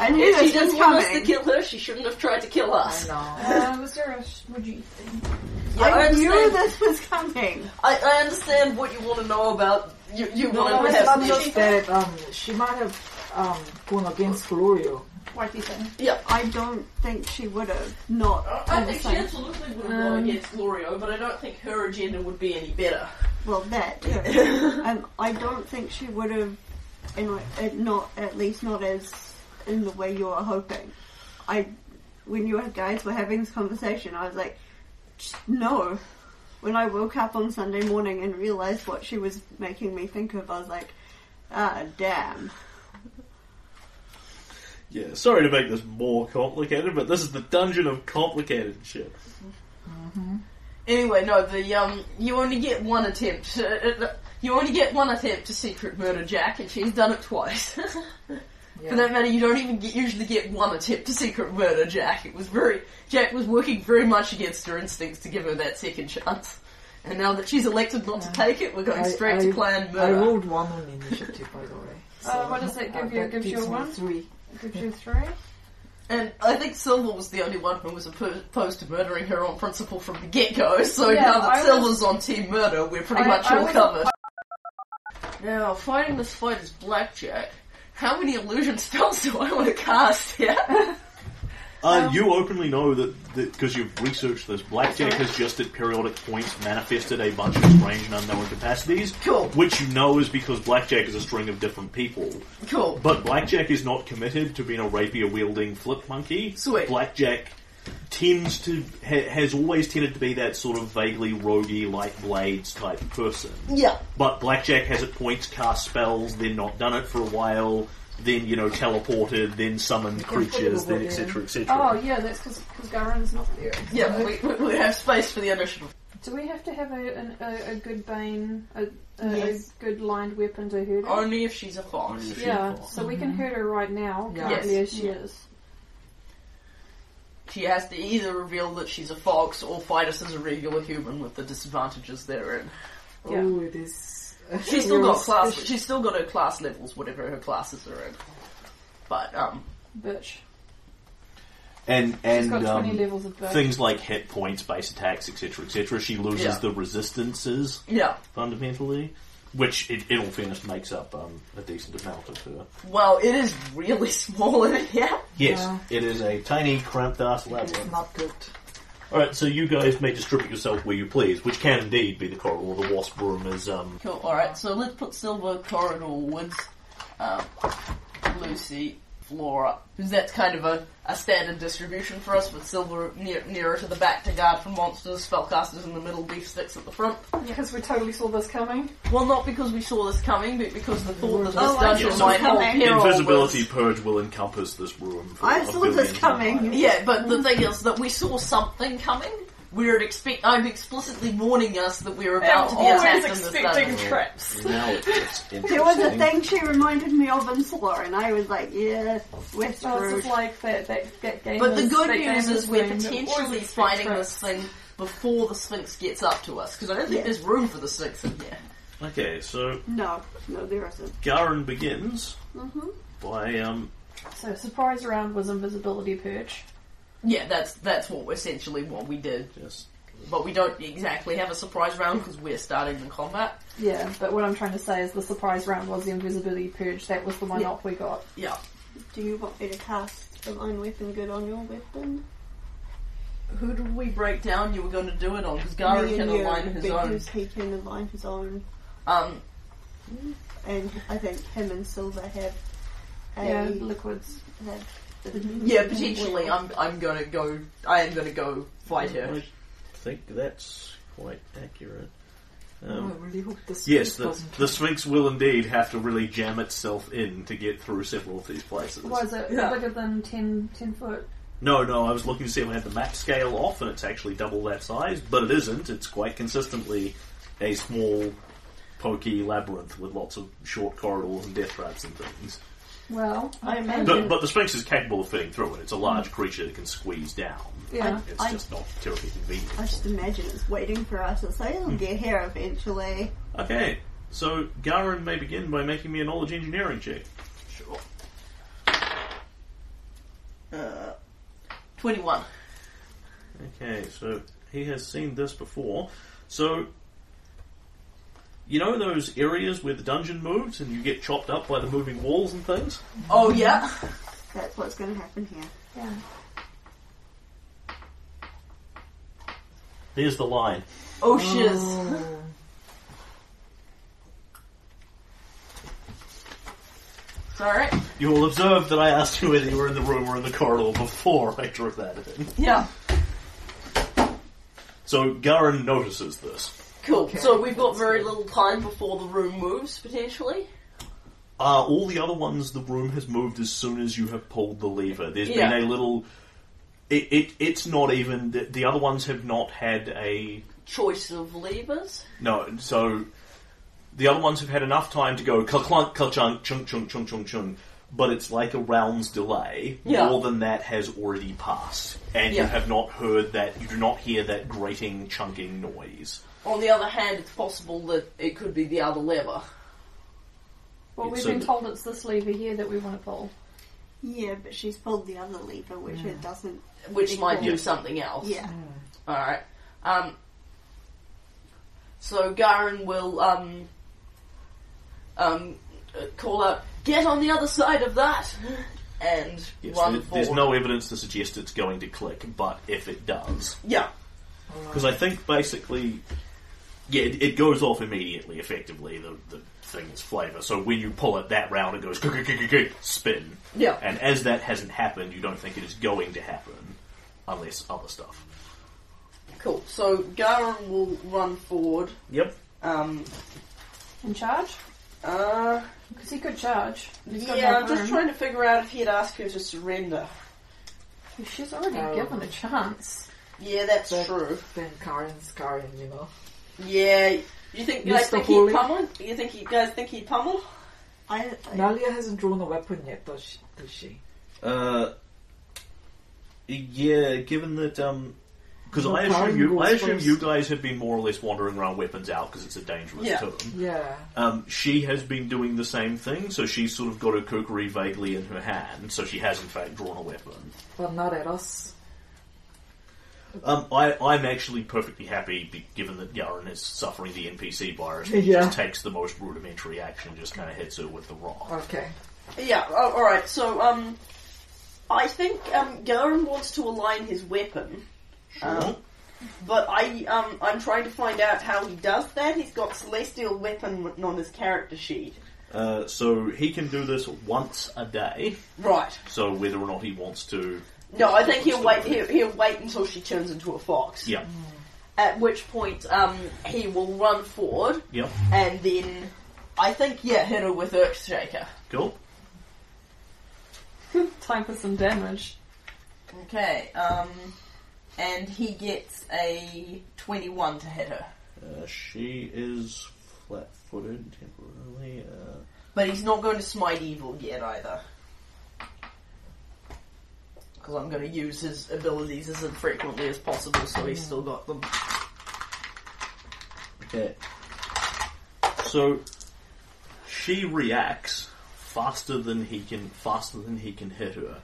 Speaker 9: I knew
Speaker 10: If she
Speaker 9: this was
Speaker 10: doesn't want us to
Speaker 9: coming.
Speaker 10: kill her, she shouldn't have tried to kill
Speaker 5: I
Speaker 10: us.
Speaker 5: know.
Speaker 3: Uh, was there a smudgy thing?
Speaker 10: Yeah, I,
Speaker 9: I knew
Speaker 10: understand.
Speaker 9: this was coming.
Speaker 10: I, I understand what you want to know about. You you
Speaker 5: No,
Speaker 10: want
Speaker 5: it's
Speaker 10: to
Speaker 5: not
Speaker 10: have
Speaker 5: just that. Um, she might have um, gone against Gloria.
Speaker 3: Whitey thing.
Speaker 10: yeah.
Speaker 9: I don't think she would have not.
Speaker 10: I
Speaker 9: on the
Speaker 10: think she
Speaker 9: same-
Speaker 10: absolutely would
Speaker 9: Um,
Speaker 10: have gone against Glorio, but I don't think her agenda would be any
Speaker 9: [LAUGHS]
Speaker 10: better.
Speaker 9: Well, that too. [LAUGHS] um, I don't think she would have, in like, it not at least not as in the way you are hoping. I, when you guys were having this conversation, I was like, "Just no. When I woke up on Sunday morning and realized what she was making me think of, I was like, ah, damn.
Speaker 1: yeah. Sorry to make this more complicated, but this is the dungeon of complicated shit.
Speaker 2: Anyway, no, the um, you only get one attempt. uh, uh, You only get one attempt to secret murder Jack, and she's done it twice. [LAUGHS] For that matter, you don't even get, usually get one attempt to secret murder Jack. It was very Jack was working very much against her instincts to give her that second chance, and now that she's elected not to take it, we're going
Speaker 5: I-
Speaker 2: straight
Speaker 5: I-
Speaker 2: to plan
Speaker 5: I
Speaker 2: murder.
Speaker 5: rolled one on initiative, by the way.
Speaker 3: Uh, what does that give you? Gives you
Speaker 5: gives
Speaker 3: a
Speaker 5: me
Speaker 3: one?
Speaker 5: Three.
Speaker 3: Did you three?
Speaker 2: And I think Silver was the only one who was oppo- opposed to murdering her on principle from the get go, so
Speaker 3: Yeah,
Speaker 2: now that
Speaker 3: I was-
Speaker 2: Silver's on team murder, we're pretty
Speaker 3: I-
Speaker 2: much
Speaker 3: I
Speaker 2: all
Speaker 3: was-
Speaker 2: covered. Now, fighting this fight is blackjack. How many illusion spells do I want to cast here?
Speaker 1: Uh,
Speaker 2: Um,
Speaker 1: you openly know that because you've researched this, Blackjack has just at periodic points manifested a bunch of strange and unknown capacities,
Speaker 2: Cool.
Speaker 1: which you know is because Blackjack is a string of different people.
Speaker 2: [LAUGHS] cool.
Speaker 1: But Blackjack is not committed to being a rapier wielding flip monkey.
Speaker 2: Sweet.
Speaker 1: Blackjack tends to ha- has always tended to be that sort of vaguely roguey, like blades type person.
Speaker 10: Yeah.
Speaker 1: But Blackjack has at points cast spells, then not done it for a while, then you know teleported, then summoned creatures, then etc. etc.
Speaker 3: Oh, yeah, that's because Garen's not there.
Speaker 2: Yeah, we, we, we have space for the initiative.
Speaker 3: Do we have to have a, an, a, a good bane, a, a,
Speaker 9: Yes.
Speaker 3: a good lined weapon to hurt her?
Speaker 2: Only if she's a fox.
Speaker 3: yeah, so we can hurt her right now,
Speaker 5: Yeah.
Speaker 2: Mm-hmm.
Speaker 3: currently
Speaker 2: Yes.
Speaker 3: as she is.
Speaker 2: She has to either reveal that she's a fox or fight us as a regular human with the disadvantages therein.
Speaker 3: Yeah.
Speaker 5: Oh, it is.
Speaker 2: She's still
Speaker 5: You're
Speaker 2: got class.
Speaker 5: suspicious.
Speaker 2: She's still got her class levels, whatever her classes are in. But um,
Speaker 3: Bitch.
Speaker 1: And
Speaker 3: She's
Speaker 1: and
Speaker 3: got 20
Speaker 1: um,
Speaker 3: levels of bitch.
Speaker 1: things like hit points, base attacks, etc., etc. She loses
Speaker 2: Yeah.
Speaker 1: the resistances
Speaker 2: yeah.
Speaker 1: fundamentally, which, in, in all fairness, makes up um, a decent amount of her.
Speaker 2: Well, it is really [LAUGHS] small in here.
Speaker 1: Yes,
Speaker 5: Yeah.
Speaker 1: it is a tiny cramped ass
Speaker 5: It's
Speaker 1: labyrinth.
Speaker 5: not good.
Speaker 1: All right, so you guys may distribute yourself where you please, which can indeed be the corridor. or The wasp room is um,
Speaker 2: Cool. All right. So let's put Silver Corridor Woods, um, Lucy, Flora. Because that's kind of a, a standard distribution for us. With Silver near, nearer to the back to guard from monsters, spellcasters in the middle, beef sticks at the front.
Speaker 3: Because we totally saw this coming.
Speaker 2: Well, not because we saw this coming, but because the thought that this
Speaker 9: Oh, I
Speaker 2: dungeon
Speaker 1: saw this
Speaker 2: might hold
Speaker 9: coming.
Speaker 2: peril was-
Speaker 1: invisibility purge will encompass this room. For
Speaker 9: I
Speaker 1: a
Speaker 9: saw
Speaker 1: billion
Speaker 9: this
Speaker 1: years.
Speaker 9: coming.
Speaker 2: Yeah, but the thing is that we saw something coming. We're expect. I'm explicitly warning us that we're about to be attacked in this dungeon.
Speaker 9: [LAUGHS]
Speaker 3: traps.
Speaker 1: Now it gets interesting.
Speaker 9: There was a thing she reminded me of in Thor, and I was like, yeah, we're
Speaker 3: So Oh, this is
Speaker 9: screwed.
Speaker 3: like that, that, that game.
Speaker 2: But the
Speaker 3: is-
Speaker 2: good
Speaker 3: that game
Speaker 2: news is we're
Speaker 3: when you always
Speaker 2: potentially
Speaker 3: expect
Speaker 2: fighting
Speaker 3: traps.
Speaker 2: this thing before the Sphinx gets up to us, because I don't think
Speaker 9: Yeah.
Speaker 2: there's room for the Sphinx in here.
Speaker 1: Okay, so
Speaker 9: No, no, there isn't.
Speaker 1: Garen begins
Speaker 9: Mhm.
Speaker 1: by um,
Speaker 3: So surprise round was invisibility purge.
Speaker 2: Yeah, that's that's what essentially what we did,
Speaker 1: just
Speaker 2: but we don't exactly have a surprise round because we're starting the combat.
Speaker 3: Yeah, but what I'm trying to say is the surprise round was the invisibility purge. That was the one
Speaker 9: Yeah.
Speaker 3: up we got.
Speaker 2: Yeah,
Speaker 9: Do you want me to cast a line weapon good on your weapon?
Speaker 2: who did we break down? You were going to do it on because Garen
Speaker 9: Me
Speaker 2: can
Speaker 9: and you,
Speaker 2: align his own.
Speaker 9: because He can align his own,
Speaker 2: Um,
Speaker 9: and I think him and Silver have a
Speaker 3: Yeah, Mm-hmm. liquids.
Speaker 9: have
Speaker 2: Yeah, potentially. I'm I'm gonna go. I am gonna go fight her.
Speaker 1: I think that's quite accurate.
Speaker 5: Oh, I
Speaker 1: Um,
Speaker 5: really hope this
Speaker 1: yes,
Speaker 5: the,
Speaker 1: the, the Sphinx will indeed have to really jam itself in to get through several of these places.
Speaker 3: Was it
Speaker 11: Yeah.
Speaker 3: bigger than 10, 10 foot?
Speaker 1: No, no, I was looking to see if I had the map scale off, and it's actually double that size, but it isn't. It's quite consistently a small, pokey labyrinth with lots of short corridors and death traps and things.
Speaker 3: Well,
Speaker 11: I
Speaker 3: okay.
Speaker 11: imagine-
Speaker 1: But, but the Sphinx is capable of fitting through it. It's a large creature that can squeeze down.
Speaker 3: Yeah.
Speaker 1: It's
Speaker 9: I-
Speaker 1: just not terribly convenient.
Speaker 9: I just imagine it's waiting for us. It's like it'll get here eventually.
Speaker 1: Okay, so Garin may begin by making me a knowledge engineering check.
Speaker 2: Sure. Uh, Twenty-one.
Speaker 1: Okay, so he has seen this before. So, you know those areas where the dungeon moves and you get chopped up by the moving walls and things?
Speaker 2: Oh yeah.
Speaker 9: That's what's going to happen here.
Speaker 3: Yeah.
Speaker 1: There's the line.
Speaker 2: Oh shiz.
Speaker 11: Alright.
Speaker 1: You will observe that I asked you whether you were in the room or in the corridor before I drew that in.
Speaker 11: Yeah.
Speaker 1: So Garin notices this.
Speaker 2: Cool. So we've got very little time before the room moves potentially.
Speaker 1: Uh, all the other ones, the room has moved as soon as you have pulled the lever. There's
Speaker 2: Yeah.
Speaker 1: been a little. It, it it's not even the, the other ones have not had a
Speaker 2: Choice of levers.
Speaker 1: no. So the other ones have had enough time to go clunk clunk chung chung chung chung chung chung. But it's like a round's delay.
Speaker 2: Yeah.
Speaker 1: More than that has already passed, and
Speaker 2: Yeah.
Speaker 1: you have not heard that. You do not hear that grating, chunking noise.
Speaker 2: On the other hand, it's possible that it could be the other lever.
Speaker 3: Well, we've
Speaker 1: So
Speaker 3: been
Speaker 1: the-
Speaker 3: told it's this lever here that we want to pull.
Speaker 9: Yeah, but she's pulled the other lever, which it doesn't.
Speaker 2: which might do
Speaker 1: Yeah.
Speaker 2: something else.
Speaker 9: Yeah.
Speaker 2: All right. Um. So Garen will um. Um, uh, call out, get on the other side of that, and
Speaker 1: Yes,
Speaker 2: run
Speaker 1: there-
Speaker 2: forward.
Speaker 1: there's no evidence to suggest it's going to click, but if it does,
Speaker 2: Yeah.
Speaker 1: Because I think basically, yeah, it, it goes off immediately. Effectively, the the thing's flavor. So when you pull it that round, it goes kick, kick, kick, kick, kick, spin.
Speaker 2: Yeah.
Speaker 1: And as that hasn't happened, you don't think it is going to happen, unless other stuff.
Speaker 2: Cool. So Garen will run forward.
Speaker 1: Yep.
Speaker 2: Um.
Speaker 3: And charge?
Speaker 2: Uh.
Speaker 3: Because he could charge. He's got
Speaker 2: Yeah,
Speaker 3: no
Speaker 2: I'm just
Speaker 3: room.
Speaker 2: trying to figure out if he'd ask her to surrender.
Speaker 3: She's already
Speaker 2: Oh.
Speaker 3: given a chance. [LAUGHS]
Speaker 2: Yeah, that's
Speaker 5: That-
Speaker 2: true.
Speaker 5: then Karin's Karin, you know.
Speaker 2: Yeah. You think you guys
Speaker 5: Mr.
Speaker 2: think he'd
Speaker 5: Holy.
Speaker 2: pummel? You think you guys think he'd pummel?
Speaker 9: I, I,
Speaker 5: Nalia hasn't drawn a weapon yet, does she? Does she?
Speaker 1: Uh. Yeah, given that um. Because
Speaker 5: The
Speaker 1: I
Speaker 5: power
Speaker 1: assume you, I
Speaker 5: goes
Speaker 1: assume
Speaker 5: first.
Speaker 1: you guys have been more or less wandering around weapons out because it's a dangerous
Speaker 2: Yeah.
Speaker 1: term.
Speaker 5: Yeah.
Speaker 1: Um, she has been doing the same thing, so she's sort of got her kukri vaguely in her hand, so she has in fact drawn a weapon.
Speaker 5: But not at us.
Speaker 1: Um, I, I'm actually perfectly happy, be, given that Yaren is suffering the NPC virus, and
Speaker 5: Yeah.
Speaker 1: just takes the most rudimentary action, just kind of hits her with the rock.
Speaker 5: Okay.
Speaker 2: Yeah, oh, alright, so, um, I think, um, Garen wants to align his weapon,
Speaker 1: Sure.
Speaker 2: but I, um, I'm trying to find out how he does that. He's got Celestial Weapon written on his character sheet.
Speaker 1: Uh, so he can do this once a day,
Speaker 2: Right.
Speaker 1: so whether or not he wants to,
Speaker 2: No, I think he'll wait, he'll, he'll wait until she turns into a fox.
Speaker 1: yeah,
Speaker 2: At which point, um, he will run forward,
Speaker 1: yeah,
Speaker 2: and then, I think, yeah, hit her with Earth Shaker.
Speaker 1: cool.
Speaker 3: Time for some damage.
Speaker 2: Okay, um, and he gets a 21 to hit her.
Speaker 1: Uh, she is flat-footed temporarily. Uh,
Speaker 2: But he's not going to smite evil yet either. Because I'm going to use his abilities as infrequently as possible, so he's still got them.
Speaker 1: Okay. So she reacts faster than he can faster than he can hit her.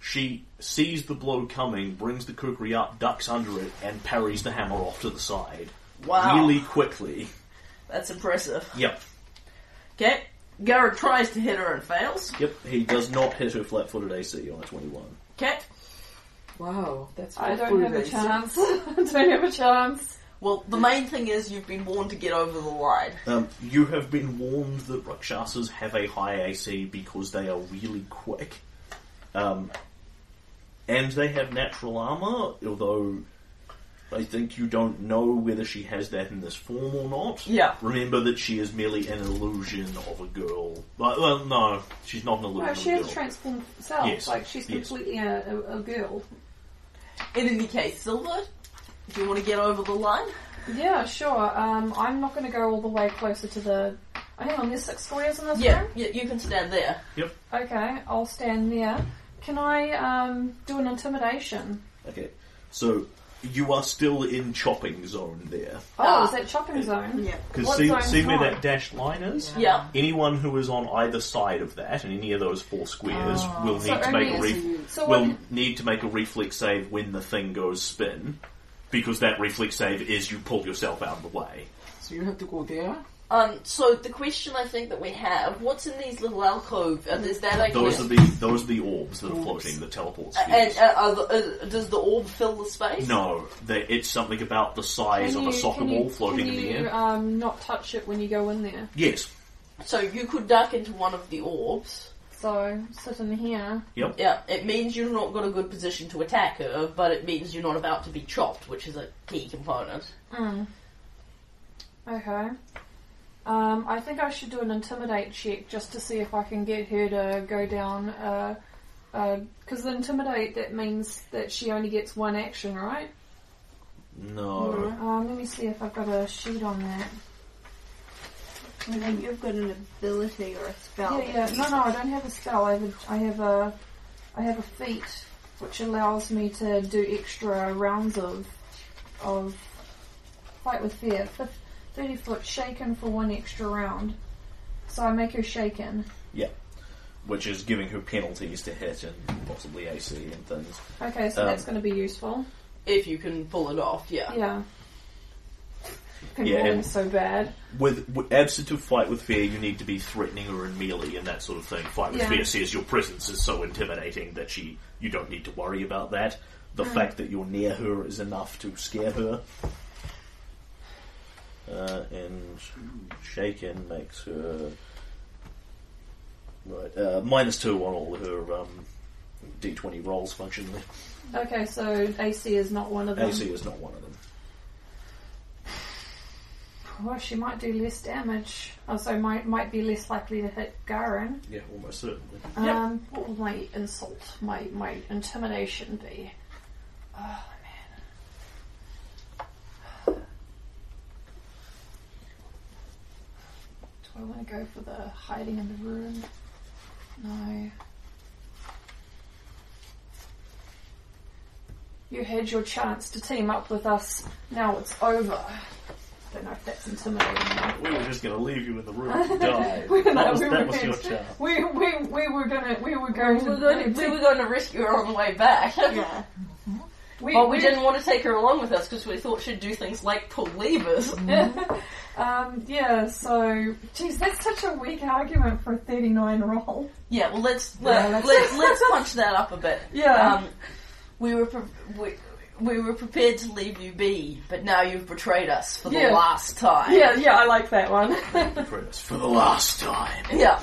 Speaker 1: She sees the blow coming, brings the kukri up, ducks under it, and parries the hammer off to the side.
Speaker 2: Wow.
Speaker 1: Really quickly.
Speaker 2: That's impressive.
Speaker 1: Yep.
Speaker 2: Okay. Garrett tries to hit her and fails.
Speaker 1: Yep. He does not hit her flat footed AC on a twenty one.
Speaker 2: Okay.
Speaker 5: Wow, that's
Speaker 3: I don't
Speaker 5: full
Speaker 3: have a
Speaker 5: race.
Speaker 3: chance. [LAUGHS] I don't have a chance.
Speaker 2: Well, the main thing is you've been warned to get over the line.
Speaker 1: Um, you have been warned that Rakshasas have a high AC because they are really quick. Um, and they have natural armor, although I think you don't know whether she has that in this form or not.
Speaker 2: Yeah.
Speaker 1: Remember that she is merely an illusion of a girl. Well, well no, she's not an illusion
Speaker 3: No,
Speaker 1: of
Speaker 3: she
Speaker 1: a
Speaker 3: has
Speaker 1: girl.
Speaker 3: transformed herself.
Speaker 1: Yes,
Speaker 3: Like she's
Speaker 1: yes.
Speaker 3: completely a, a, a girl.
Speaker 2: In any case, Silver, do you want to get over the line?
Speaker 3: Yeah, sure. Um, I'm not going to go all the way closer to the. Oh, hang on, there's six squares in this
Speaker 2: Yeah,
Speaker 3: room.
Speaker 2: yeah, you can stand there.
Speaker 3: Okay, I'll stand there. Can I um, do an intimidation?
Speaker 1: Okay. So you are still in chopping zone there.
Speaker 3: Oh,
Speaker 2: Ah.
Speaker 3: is that chopping zone?
Speaker 9: Yeah.
Speaker 3: What
Speaker 1: Because see,
Speaker 3: zone's
Speaker 1: see where
Speaker 3: mine?
Speaker 1: that dashed line is?
Speaker 2: Yeah.
Speaker 1: Anyone who is on either side of that, in any of those four squares, will
Speaker 3: Oh. So
Speaker 1: need to make
Speaker 3: only
Speaker 1: a
Speaker 3: if
Speaker 1: ref-
Speaker 3: So
Speaker 1: will
Speaker 3: when,
Speaker 1: need to make a reflex save when the thing goes spin, because that reflex save is you pull yourself out of the way.
Speaker 5: So you have to go there.
Speaker 2: Um, so the question I think that we have, what's in these little alcove? And is that like
Speaker 1: Those are the those are the orbs that are floating, the teleport spheres.
Speaker 2: and uh, are the, uh, does the orb fill the space?
Speaker 1: No, they, it's something about the
Speaker 3: can
Speaker 1: size
Speaker 3: you,
Speaker 1: of a soccer
Speaker 3: can
Speaker 1: ball
Speaker 3: you,
Speaker 1: floating in
Speaker 3: can
Speaker 1: the
Speaker 3: you,
Speaker 1: air.
Speaker 3: um, not touch it when you go in there?
Speaker 1: yes.
Speaker 2: So you could duck into one of the orbs.
Speaker 3: So sit in here.
Speaker 1: Yep.
Speaker 2: Yeah, it means you've not got a good position to attack her, but it means you're not about to be chopped, which is a key component.
Speaker 3: Mm. Okay. Um, I think I should do an intimidate check just to see if I can get her to go down. Because uh, uh 'cause the intimidate that means that she only gets one action, right?
Speaker 1: No.
Speaker 3: Um, let me see if I've got a sheet on that.
Speaker 9: And then you've got an ability or a spell.
Speaker 3: Yeah, yeah. No, no, I don't have a spell. I have a, I have a, I have a feat which allows me to do extra rounds of, of fight with fear. Fif- Thirty foot shaken for one extra round. So I make her shaken.
Speaker 1: Yeah. Which is giving her penalties to hit and possibly AC and things.
Speaker 3: Okay, so
Speaker 1: Um,
Speaker 3: that's going to be useful.
Speaker 2: If you can pull it off, yeah.
Speaker 3: Yeah. Been
Speaker 1: Yeah,
Speaker 3: rolling
Speaker 1: and-
Speaker 3: so bad.
Speaker 1: With, with absent of fight with fear, you need to be threatening her in melee and that sort of thing. Fight with
Speaker 3: Yeah.
Speaker 1: fear says your presence is so intimidating that she you don't need to worry about that. The fact that you're near her is enough to scare her. Uh, and shaken makes her right uh, minus two on all her um, d20 rolls functionally.
Speaker 3: Okay, so AC is not one of them.
Speaker 1: AC is not one of them.
Speaker 3: Well, Oh, she might do less damage. Also, might might be less likely to hit Garen.
Speaker 1: Yeah, almost certainly.
Speaker 3: Um, what will my insult, my my intimidation be? Oh man. Do I want to go for the hiding in the room? No. You had your chance to team up with us. Now it's over. Don't know if that's intimidating. or not.
Speaker 1: We were just going to leave you in the room
Speaker 3: [LAUGHS]
Speaker 1: to die.
Speaker 3: We
Speaker 1: that
Speaker 3: were not-
Speaker 1: was,
Speaker 3: we
Speaker 1: that
Speaker 3: were
Speaker 1: was your
Speaker 3: against-
Speaker 1: job.
Speaker 3: We, we, we were gonna we were
Speaker 2: We
Speaker 3: going to
Speaker 2: were going to, we were going to rescue her on the way back. [LAUGHS]
Speaker 9: Yeah.
Speaker 3: we,
Speaker 2: But Oh, we didn't want to take her along with us because we thought she'd do things like pull levers.
Speaker 3: [LAUGHS] um, yeah, so geez, that's such a weak argument for a thirty-nine roll.
Speaker 2: Yeah, well, let's let,
Speaker 3: Yeah,
Speaker 2: us
Speaker 3: let's-
Speaker 2: let let's punch that up a bit.
Speaker 3: [LAUGHS] Yeah.
Speaker 2: um, we were pre- we, we were prepared to leave you be, but now you've betrayed us for the
Speaker 3: Yeah.
Speaker 2: last time.
Speaker 3: Yeah, yeah, I like that one.
Speaker 1: Chris, for the last time.
Speaker 2: yeah.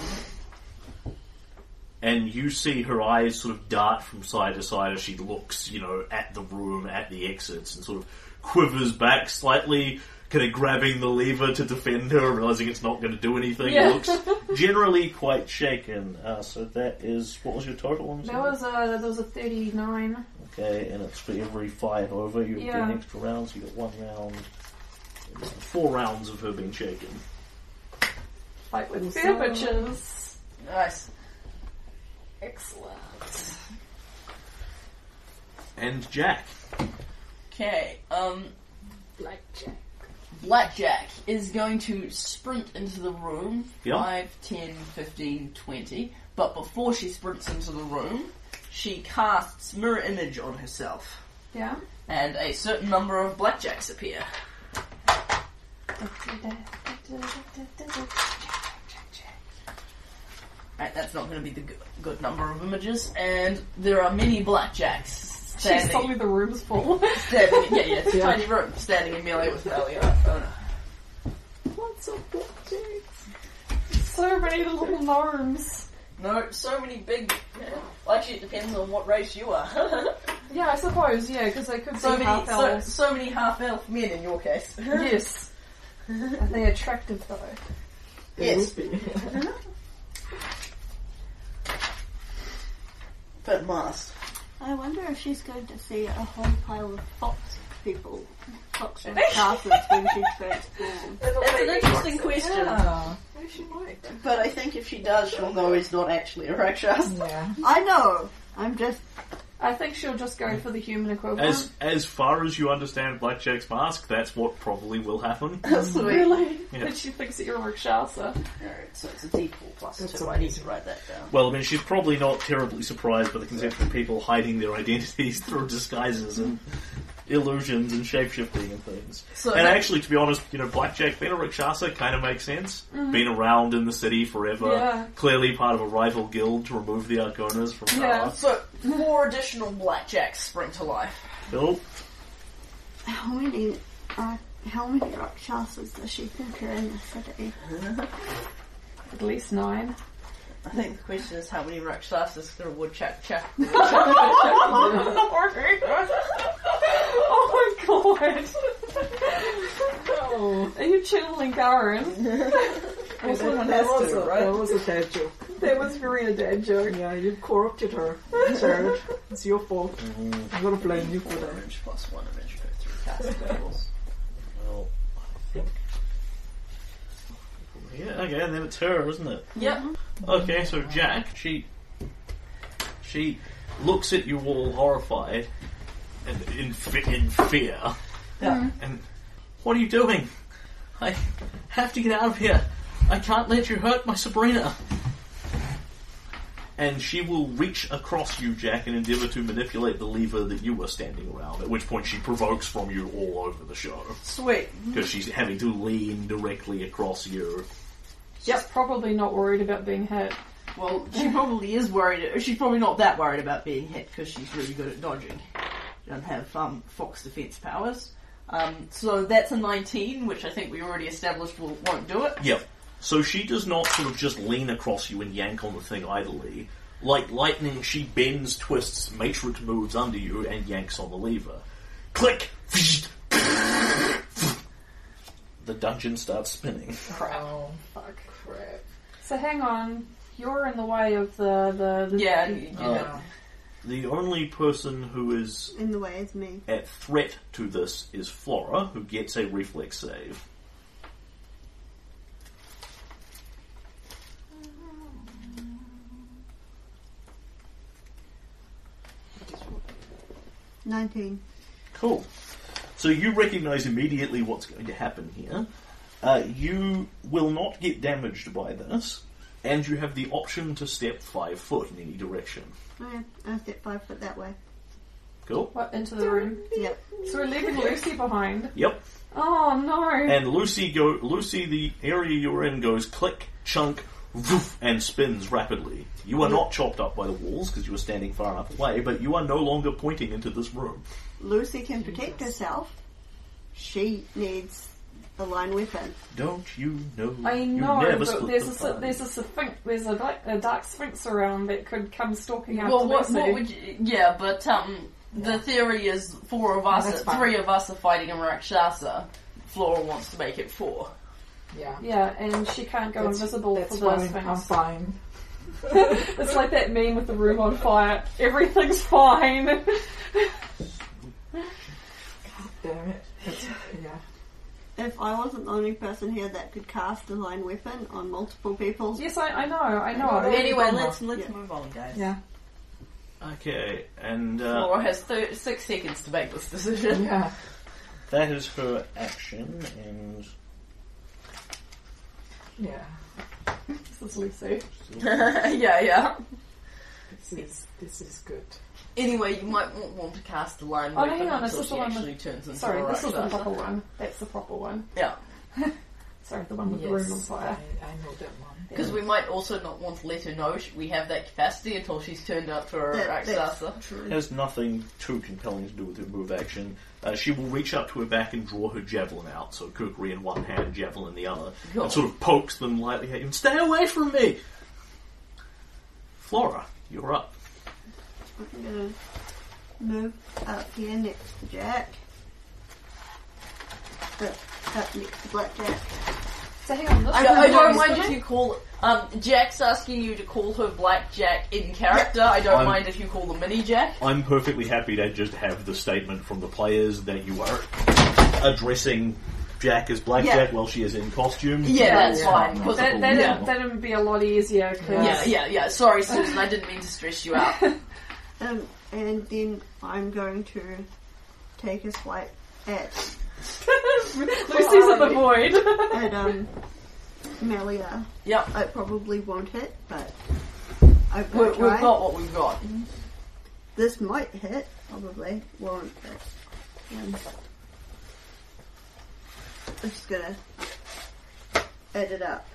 Speaker 1: And you see her eyes sort of dart from side to side as she looks, you know, at the room, at the exits, and sort of quivers back slightly, kind of grabbing the lever to defend her, realizing it's not going to do anything.
Speaker 3: Yeah. [LAUGHS]
Speaker 1: Looks generally quite shaken. Uh, so that is what was your total? on
Speaker 3: [LAUGHS] there was a there was a thirty-nine.
Speaker 1: Okay, and it's for every five over. You get
Speaker 3: Yeah.
Speaker 1: an extra round, so you got one round, four rounds of her being shaken.
Speaker 3: Fight with
Speaker 5: Also-
Speaker 3: fear bitches.
Speaker 2: Nice.
Speaker 3: Excellent.
Speaker 1: And Jack.
Speaker 2: Okay. Um,
Speaker 5: Blackjack.
Speaker 2: Blackjack is going to sprint into the room.
Speaker 1: Yeah.
Speaker 2: five, ten, fifteen, twenty. But before she sprints into the room, she casts Mirror Image on herself.
Speaker 3: Yeah.
Speaker 2: And a certain number of blackjacks appear. Right, that's not going to be the good, good number of images. And there are many blackjacks
Speaker 3: She's told
Speaker 2: standing.
Speaker 3: me the room's [LAUGHS] full.
Speaker 2: standing yeah, yeah,
Speaker 3: [LAUGHS]
Speaker 2: it's a tiny room standing in melee with Melia. Oh, no.
Speaker 3: Lots of blackjacks. So many little gnomes.
Speaker 2: No, so many big. Well, actually, it depends on what race you are. [LAUGHS]
Speaker 3: Yeah, I suppose, yeah, because they could
Speaker 2: so
Speaker 3: be
Speaker 2: many,
Speaker 3: half
Speaker 2: so,
Speaker 3: [LAUGHS] elves.
Speaker 2: so many half elf men in your case. [LAUGHS]
Speaker 3: yes. Are they attractive though?
Speaker 10: Yes, but must.
Speaker 9: I wonder if she's going to see a whole pile of fox people,
Speaker 3: [LAUGHS]
Speaker 9: fox and castles when she
Speaker 5: [LAUGHS]
Speaker 9: transforms.
Speaker 2: That's an interesting question.
Speaker 3: Yeah.
Speaker 5: Maybe she might.
Speaker 10: But I think if she does, she'll know he's not actually a Rakshas.
Speaker 5: Yeah.
Speaker 9: I know. I'm just
Speaker 3: I think she'll just go for the human equivalent.
Speaker 1: As as far as you understand Blackjack's mask, that's what probably will happen.
Speaker 3: Mm.
Speaker 10: Absolutely.
Speaker 1: Yeah.
Speaker 3: But [LAUGHS] she thinks that you're a Rakshasa.
Speaker 10: Alright, so it's a D4 plus
Speaker 5: That's
Speaker 10: two. I need to write that down.
Speaker 1: Well, I mean, she's probably not terribly surprised by the concept of people hiding their identities [LAUGHS] through disguises and illusions and shapeshifting and things.
Speaker 2: So
Speaker 1: and
Speaker 2: that-
Speaker 1: actually, to be honest, you know, Blackjack being a Rakshasa kind of makes sense. Been around in the city forever,
Speaker 3: Yeah.
Speaker 1: clearly part of a rival guild to remove the Arconas from power.
Speaker 3: Yeah.
Speaker 2: So, more additional blackjacks spring to life.
Speaker 1: Nope.
Speaker 9: how many uh, how many rakshasas does she think are in the city?
Speaker 3: At least nine. [LAUGHS]
Speaker 2: I think the question is how many Rakshasas can a woodchuck
Speaker 10: [LAUGHS]
Speaker 2: chuck?
Speaker 3: oh my god! Are you channeling Karen?
Speaker 2: Everyone has
Speaker 5: was
Speaker 2: to,
Speaker 5: a,
Speaker 2: right?
Speaker 5: that was a dad joke.
Speaker 3: That was very a dad joke.
Speaker 5: Yeah, you've corrupted her, Jared. it's your fault.
Speaker 1: Mm-hmm.
Speaker 5: I'm gonna blame you for that.
Speaker 10: Orange plus one image per three cast levels.
Speaker 1: Well, I think. Yeah, okay, and then it's her, isn't it?
Speaker 2: yep.
Speaker 1: Okay, so Jack, she she looks at you all horrified and in fe- in fear.
Speaker 2: Yeah.
Speaker 1: And what are you doing? I have to get out of here. I can't let you hurt my Sabrina. And she will reach across you, Jack, and endeavour to manipulate the lever that you were standing around. At which point, she provokes from you all over the show
Speaker 2: Sweet.
Speaker 1: because she's having to lean directly across you.
Speaker 3: She's probably not worried about being hit.
Speaker 2: [LAUGHS] Well, she probably is worried. She's probably not that worried about being hit because she's really good at dodging. She doesn't have um, fox defense powers. Um, so that's a 19, which I think we already established will, won't do it.
Speaker 1: Yep. So she does not sort of just lean across you and yank on the thing idly. Like lightning, she bends, twists, matrix moves under you, and yanks on the lever. Click! The dungeon starts spinning.
Speaker 5: Oh, fuck. Crap.
Speaker 3: So hang on, you're in the way of the the, the
Speaker 2: Yeah, you, you know.
Speaker 1: The only person who is
Speaker 9: In the way is me.
Speaker 1: at threat to this is Flora, who gets a reflex save.
Speaker 9: Nineteen.
Speaker 1: Cool. So you recognize immediately what's going to happen here. Uh, you will not get damaged by this, and you have the option to step five foot in any direction.
Speaker 9: Oh, Yeah, I step five foot that way.
Speaker 1: Cool?
Speaker 3: what into the room.
Speaker 9: Yep.
Speaker 3: So we're leaving Lucy behind.
Speaker 1: Yep.
Speaker 3: Oh no!
Speaker 1: And Lucy go Lucy the area you're in goes click, chunk, woof, and spins rapidly. You are not chopped up by the walls because you are standing far enough away, but you are no longer pointing into this room.
Speaker 9: Lucy can protect herself. She needs the line weapon.
Speaker 1: Don't you know?
Speaker 3: I
Speaker 1: you
Speaker 3: know,
Speaker 1: never
Speaker 3: but
Speaker 1: split
Speaker 3: there's
Speaker 1: the
Speaker 3: a s-
Speaker 1: fun.
Speaker 3: there's a sphinx, there's a, dark- a dark sphinx around that could come stalking after
Speaker 2: Well, what,
Speaker 3: Lucy.
Speaker 2: what would you, yeah, but um, the theory is four of us,
Speaker 5: That's fine.
Speaker 2: three of us are fighting a Rakshasa. Flora wants to make it four.
Speaker 5: Yeah.
Speaker 3: Yeah, and she can't go invisible
Speaker 5: that's
Speaker 3: for those
Speaker 5: fine. I'm
Speaker 3: things.
Speaker 5: fine.
Speaker 3: [LAUGHS] it's like that meme with the room on fire. Everything's fine.
Speaker 5: Damn it. That's, yeah.
Speaker 9: If I wasn't the only person here that could cast the line weapon on multiple people,
Speaker 3: [LAUGHS] yes, I, I know, I know.
Speaker 5: Yeah.
Speaker 2: Anyway, let's let's
Speaker 9: Yeah.
Speaker 2: move on, guys.
Speaker 3: Yeah.
Speaker 1: Okay, and uh,
Speaker 2: Flora has thir- six seconds to make this decision.
Speaker 5: Yeah.
Speaker 1: that is her action, and
Speaker 5: Yeah.
Speaker 3: This is Lucy.
Speaker 2: [LAUGHS] yeah, yeah.
Speaker 5: This is, this is good.
Speaker 2: Anyway, you might want, want to cast the line
Speaker 3: Oh,
Speaker 2: weapon
Speaker 3: hang on, this
Speaker 2: until
Speaker 3: is
Speaker 2: she
Speaker 3: the one with-
Speaker 2: actually turns into
Speaker 3: Sorry,
Speaker 2: a
Speaker 3: this is the
Speaker 2: Rakshasa.
Speaker 3: proper one. That's the proper one.
Speaker 2: Yeah,
Speaker 3: Sorry, the one with the room on fire.
Speaker 5: I, I know that one.
Speaker 2: because we might also not want to let her know sh- we have that capacity until she's turned up to a
Speaker 9: That- that's
Speaker 2: Rakshasa.
Speaker 9: true.
Speaker 1: has nothing too compelling to do with her move action. Uh, she will reach up to her back and draw her javelin out, so kukri in one hand, javelin in the other,
Speaker 2: Cool.
Speaker 1: and sort of pokes them lightly at you. and, Stay away from me, Flora. You're up.
Speaker 9: I'm gonna move up here next to Jack. Up, up next to Blackjack.
Speaker 3: So hang on, this
Speaker 2: I,
Speaker 3: guy-
Speaker 2: I don't
Speaker 3: this
Speaker 2: mind
Speaker 3: guy-
Speaker 2: if you call. Um, Jack's asking you to call her Black Jack in character. I don't
Speaker 1: I'm-
Speaker 2: mind if you call the Mini Jack.
Speaker 1: I'm perfectly happy to just have the statement from the players that you are addressing Jack as Blackjack while she is in costume.
Speaker 2: Yeah, that's
Speaker 5: yeah.
Speaker 2: fine. 'cause-
Speaker 3: That, that, that'd be a lot easier because
Speaker 2: yeah, yeah, yeah. Sorry, Susan, I didn't mean to stress you [LAUGHS] out.
Speaker 9: Um, and then I'm going to take a swipe at
Speaker 3: [LAUGHS] Lucy's at the void. [LAUGHS]
Speaker 9: at um Melia.
Speaker 2: Yep.
Speaker 9: I probably won't hit, but I've
Speaker 2: we
Speaker 9: got
Speaker 2: we've
Speaker 9: to try.
Speaker 2: got what we've got.
Speaker 9: This might hit, probably won't. But, um, I'm just gonna add it up.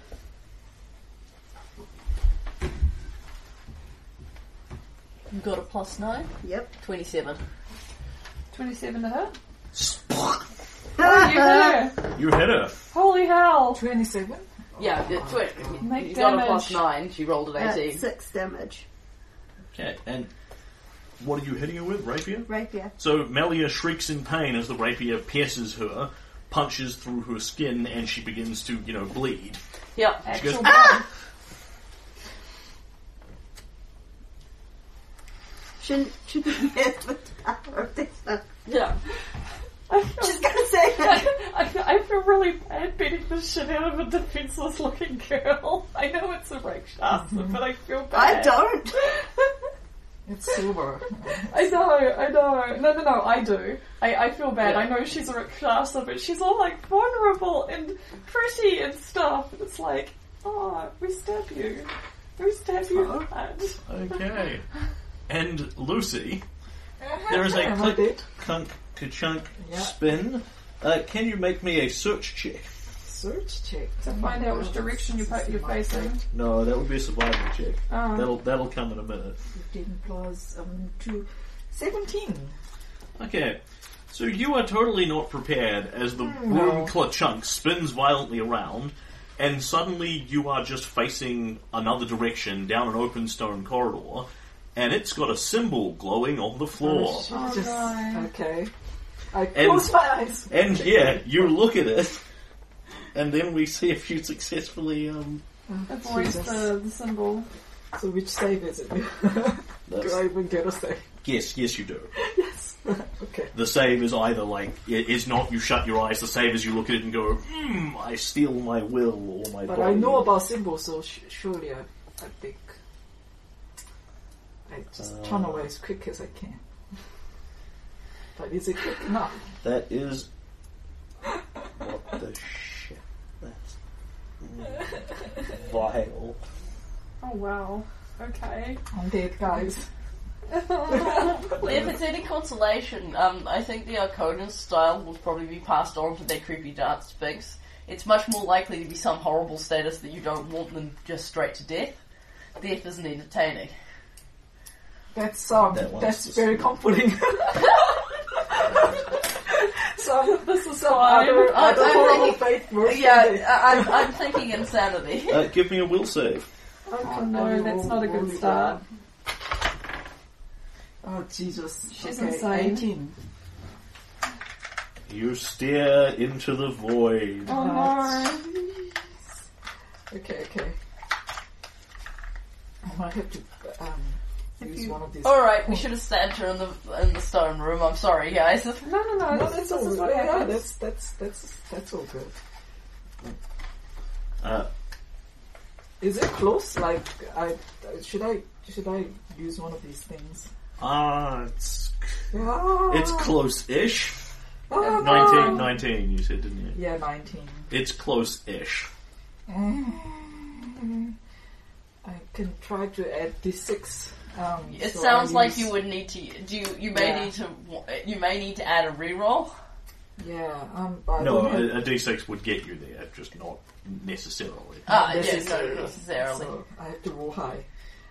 Speaker 2: You've got a plus nine?
Speaker 9: Yep.
Speaker 2: 27.
Speaker 3: 27 to hit.
Speaker 9: Ah,
Speaker 3: You
Speaker 9: [LAUGHS]
Speaker 3: hit
Speaker 2: [LAUGHS]
Speaker 3: her.
Speaker 1: You hit her.
Speaker 3: Holy hell.
Speaker 5: 27?
Speaker 2: Yeah, it's wait,
Speaker 3: Make
Speaker 2: you got a
Speaker 3: damage.
Speaker 2: plus nine. She rolled an
Speaker 9: uh,
Speaker 2: 18.
Speaker 9: six damage.
Speaker 1: Okay, and what are you hitting her with? Rapier?
Speaker 9: Right there.
Speaker 1: So Melia shrieks in pain as the rapier pierces her, punches through her skin, and she begins to, you know, bleed.
Speaker 2: Yep.
Speaker 1: She goes,
Speaker 3: Actual
Speaker 1: ah!
Speaker 9: Shouldn't shouldn't [LAUGHS] hit the tower. That's not-
Speaker 2: Yeah.
Speaker 3: I feel,
Speaker 9: Just gonna say that.
Speaker 2: [LAUGHS]
Speaker 3: [LAUGHS] I, feel- I feel really bad beating the shit out of a defenseless looking girl. [LAUGHS] I know it's a Rakshasa,
Speaker 2: Mm-hmm.
Speaker 3: but I feel
Speaker 9: I
Speaker 3: bad.
Speaker 9: don't.
Speaker 3: [LAUGHS]
Speaker 5: It's silver. [LAUGHS]
Speaker 3: I know, I know. No, no, no, I do. I, I feel bad.
Speaker 2: Yeah.
Speaker 3: I know she's a Rakshasa, but she's all like vulnerable and pretty and stuff. And it's like, oh, we stab you. We stab you
Speaker 9: Huh?
Speaker 3: hard.
Speaker 1: Okay. And Lucy, there is a
Speaker 5: Am I
Speaker 1: click,
Speaker 5: dead?
Speaker 1: clunk, ka-chunk,
Speaker 5: Yeah.
Speaker 1: spin. Uh, can you make me a search check?
Speaker 5: Search check.
Speaker 3: To find out which direction you put your face in.
Speaker 1: No, that would be a survival check.
Speaker 3: Um,
Speaker 1: That'll that'll come in a minute.
Speaker 5: 15 plus um, 2. 17.
Speaker 1: Okay. So you are totally not prepared as the
Speaker 5: no.
Speaker 1: room clutchunk spins violently around, and suddenly you are just facing another direction down an open stone corridor, and it's got a symbol glowing on the floor.
Speaker 5: Oh, just,
Speaker 3: no.
Speaker 5: Okay. I
Speaker 1: And-
Speaker 5: close my eyes.
Speaker 1: and yeah, you look at it, and then we see if you successfully um.
Speaker 3: avoid
Speaker 5: Jesus.
Speaker 3: the, the symbol.
Speaker 5: So which save is it? [LAUGHS] Do I
Speaker 1: That's,
Speaker 5: even get a save? [LAUGHS]
Speaker 1: yes, yes, you do.
Speaker 5: Okay.
Speaker 1: The save is either like it is not you shut your eyes. The save is you look at it and go, mm, I steal my will or my.
Speaker 5: But I
Speaker 1: body."
Speaker 5: know about symbols, so sh- surely I, I think I just
Speaker 1: Uh,
Speaker 5: turn away as quick as I can. [LAUGHS] But is it quick enough?
Speaker 1: That is. What the shit? That's. Vile.
Speaker 3: Oh, wow. Okay.
Speaker 5: I'm dead, guys.
Speaker 2: Well, if it's any consolation, um, I think the Arconan style will probably be passed on to their creepy dance figs. It's much more likely to be some horrible status that you don't want them just straight to death. Death isn't entertaining.
Speaker 5: That's um,
Speaker 1: That one's
Speaker 5: that's
Speaker 1: just-
Speaker 5: very comforting. [LAUGHS] so this is some
Speaker 3: Fine.
Speaker 5: other,
Speaker 2: I-
Speaker 5: other
Speaker 2: I
Speaker 5: horrible
Speaker 2: think-
Speaker 5: fate version. uh,
Speaker 2: Yeah, I, [LAUGHS] I'm, I'm thinking insanity.
Speaker 5: [LAUGHS]
Speaker 1: Uh, give me a will save.
Speaker 3: Oh, no, that's not a good start.
Speaker 5: Oh Jesus!
Speaker 3: She's
Speaker 5: okay,
Speaker 3: insane.
Speaker 5: Eighteen.
Speaker 1: You steer into the void.
Speaker 3: Oh,
Speaker 5: Right.
Speaker 3: no.
Speaker 5: Okay, okay. I might have to um, use
Speaker 9: you-
Speaker 5: one of these.
Speaker 2: Alright, we should have stabbed her in the in the stone room. I'm sorry, guys. [LAUGHS]
Speaker 3: No, no, no.
Speaker 5: No,
Speaker 3: this,
Speaker 5: that's
Speaker 3: this
Speaker 5: all
Speaker 3: is
Speaker 5: good.
Speaker 3: what
Speaker 5: Yeah,
Speaker 3: happens.
Speaker 5: that's that's that's that's all good.
Speaker 1: Uh,
Speaker 5: Is it close? Like, I should I should I use one of these things?
Speaker 1: ah, it's,
Speaker 5: Ah,
Speaker 1: it's close-ish.
Speaker 5: ah.
Speaker 1: 19, 19, you said, didn't you?
Speaker 5: Yeah, nineteen. Eh,
Speaker 1: It's close-ish.
Speaker 5: I can try to add d6. Um,
Speaker 2: It
Speaker 5: so
Speaker 2: sounds
Speaker 5: I
Speaker 2: like
Speaker 5: use-
Speaker 2: you would need to do. You, you may
Speaker 5: Yeah.
Speaker 2: need to. You may need to add a reroll.
Speaker 5: Yeah, um, but I
Speaker 1: No, uh,
Speaker 5: don't have-
Speaker 1: a, a d6 would get you there, just not necessarily.
Speaker 2: Ah,
Speaker 5: this
Speaker 2: yes,
Speaker 5: is-
Speaker 2: no, not necessarily.
Speaker 5: So I have to roll high.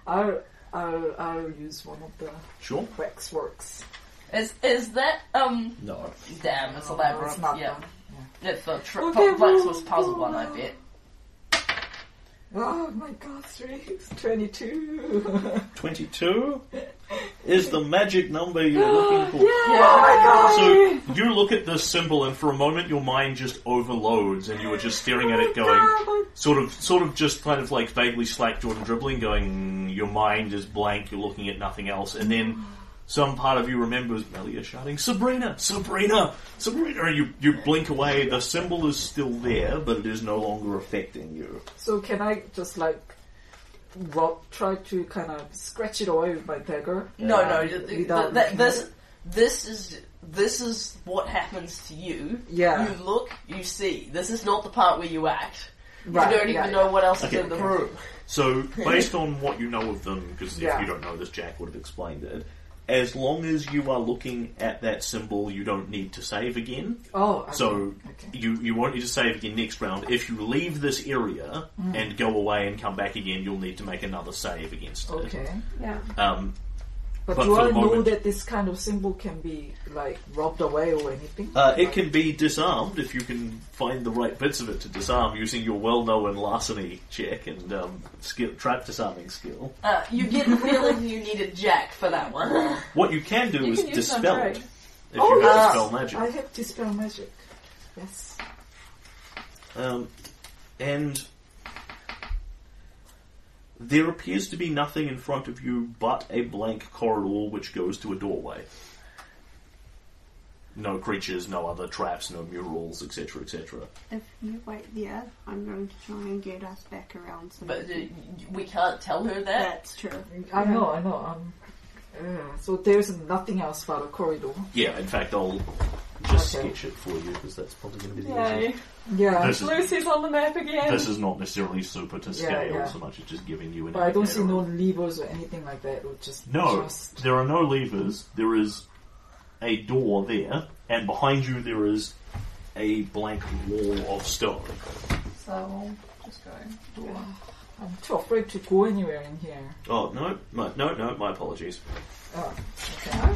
Speaker 5: I'll, I'll, I'll use one of the
Speaker 1: Sure?
Speaker 5: waxworks.
Speaker 2: Is is that um?
Speaker 1: No.
Speaker 2: Damn, it's
Speaker 5: No,
Speaker 2: elaborate.
Speaker 5: it's not
Speaker 2: yeah,
Speaker 5: done.
Speaker 2: it's the tr-
Speaker 5: Okay,
Speaker 2: okay,
Speaker 5: well,
Speaker 2: was puzzle
Speaker 5: well,
Speaker 2: one. I bet.
Speaker 5: Oh my god, three, 22.
Speaker 1: 22? is the magic number you're looking for.
Speaker 5: Oh
Speaker 1: So you look at this symbol, and for a moment your mind just overloads, and you were just staring at it, going sort of, sort of, just kind of like vaguely slack Jordan dribbling, going. Your mind is blank. You're looking at nothing else, and then some part of you remembers Melia shouting, "Sabrina, Sabrina, Sabrina!" And you you blink away. The symbol is still there, but it is no longer affecting you.
Speaker 5: So can I just like rob, try to kind of scratch it away with my dagger?
Speaker 2: No,
Speaker 5: Um,
Speaker 2: no. th- th-
Speaker 5: without
Speaker 2: th-
Speaker 5: looking at
Speaker 2: this,
Speaker 5: it?
Speaker 2: this is this is what happens to you.
Speaker 5: Yeah.
Speaker 2: You look, you see. This is not the part where you act.
Speaker 5: Right,
Speaker 2: you don't
Speaker 5: yeah,
Speaker 2: even know what else
Speaker 1: Okay,
Speaker 2: is in the
Speaker 1: okay.
Speaker 2: room.
Speaker 1: So, based on what you know of them, because
Speaker 5: Yeah.
Speaker 1: if you don't know this, Jack would have explained it. As long as you are looking at that symbol, you don't need to save again.
Speaker 5: Oh, I-
Speaker 1: So
Speaker 5: okay.
Speaker 1: you you won't need to save again next round. If you leave this area and go away and come back again, you'll need to make another save against it.
Speaker 5: Okay,
Speaker 3: Yeah.
Speaker 1: Um,
Speaker 5: but,
Speaker 1: But
Speaker 5: do
Speaker 1: for
Speaker 5: I
Speaker 1: the
Speaker 5: know
Speaker 1: moment-
Speaker 5: that this kind of symbol can be like robbed away or anything?
Speaker 1: uh, it
Speaker 5: Like-
Speaker 1: can be disarmed if you can find the right bits of it to disarm using your well-known larceny check and um, skill, trap disarming skill.
Speaker 2: Uh, you get
Speaker 5: [LAUGHS]
Speaker 2: the feeling you needed Jack for that one.
Speaker 1: What you can do
Speaker 3: You
Speaker 1: is
Speaker 3: can use some
Speaker 1: dispel it
Speaker 3: drugs.
Speaker 1: if you have
Speaker 5: yes.
Speaker 1: dispel magic.
Speaker 5: I have dispel magic. Yes.
Speaker 1: Um, and there appears to be nothing in front of you but a blank corridor which goes to a doorway. No creatures, no other traps, no murals, etc., etc.
Speaker 9: If you wait there, I'm going to try and get us back around some.
Speaker 2: But uh, we can't tell her that.
Speaker 9: That's true.
Speaker 3: Mm,
Speaker 5: I know, I know. Um, uh, so there's nothing else but a corridor.
Speaker 1: Yeah, in fact, I'll just
Speaker 5: Okay.
Speaker 1: sketch it for you because that's probably going to be the
Speaker 3: Yay.
Speaker 1: easiest.
Speaker 5: Yeah,
Speaker 1: This is,
Speaker 3: Lucy's on the map again.
Speaker 1: this is not necessarily super to
Speaker 5: Yeah,
Speaker 1: scale
Speaker 5: yeah.
Speaker 1: so much as just giving you an.
Speaker 5: but I don't see
Speaker 1: indicator
Speaker 5: no
Speaker 1: of-
Speaker 5: levers or anything like that. Or just
Speaker 1: No,
Speaker 5: Just,
Speaker 1: there are no levers. There is a door there, and behind you there is a blank wall of stone.
Speaker 3: So I'll just go. Door.
Speaker 5: I'm too afraid to go anywhere in here.
Speaker 1: Oh no, my, no, no! My apologies.
Speaker 5: Oh, okay.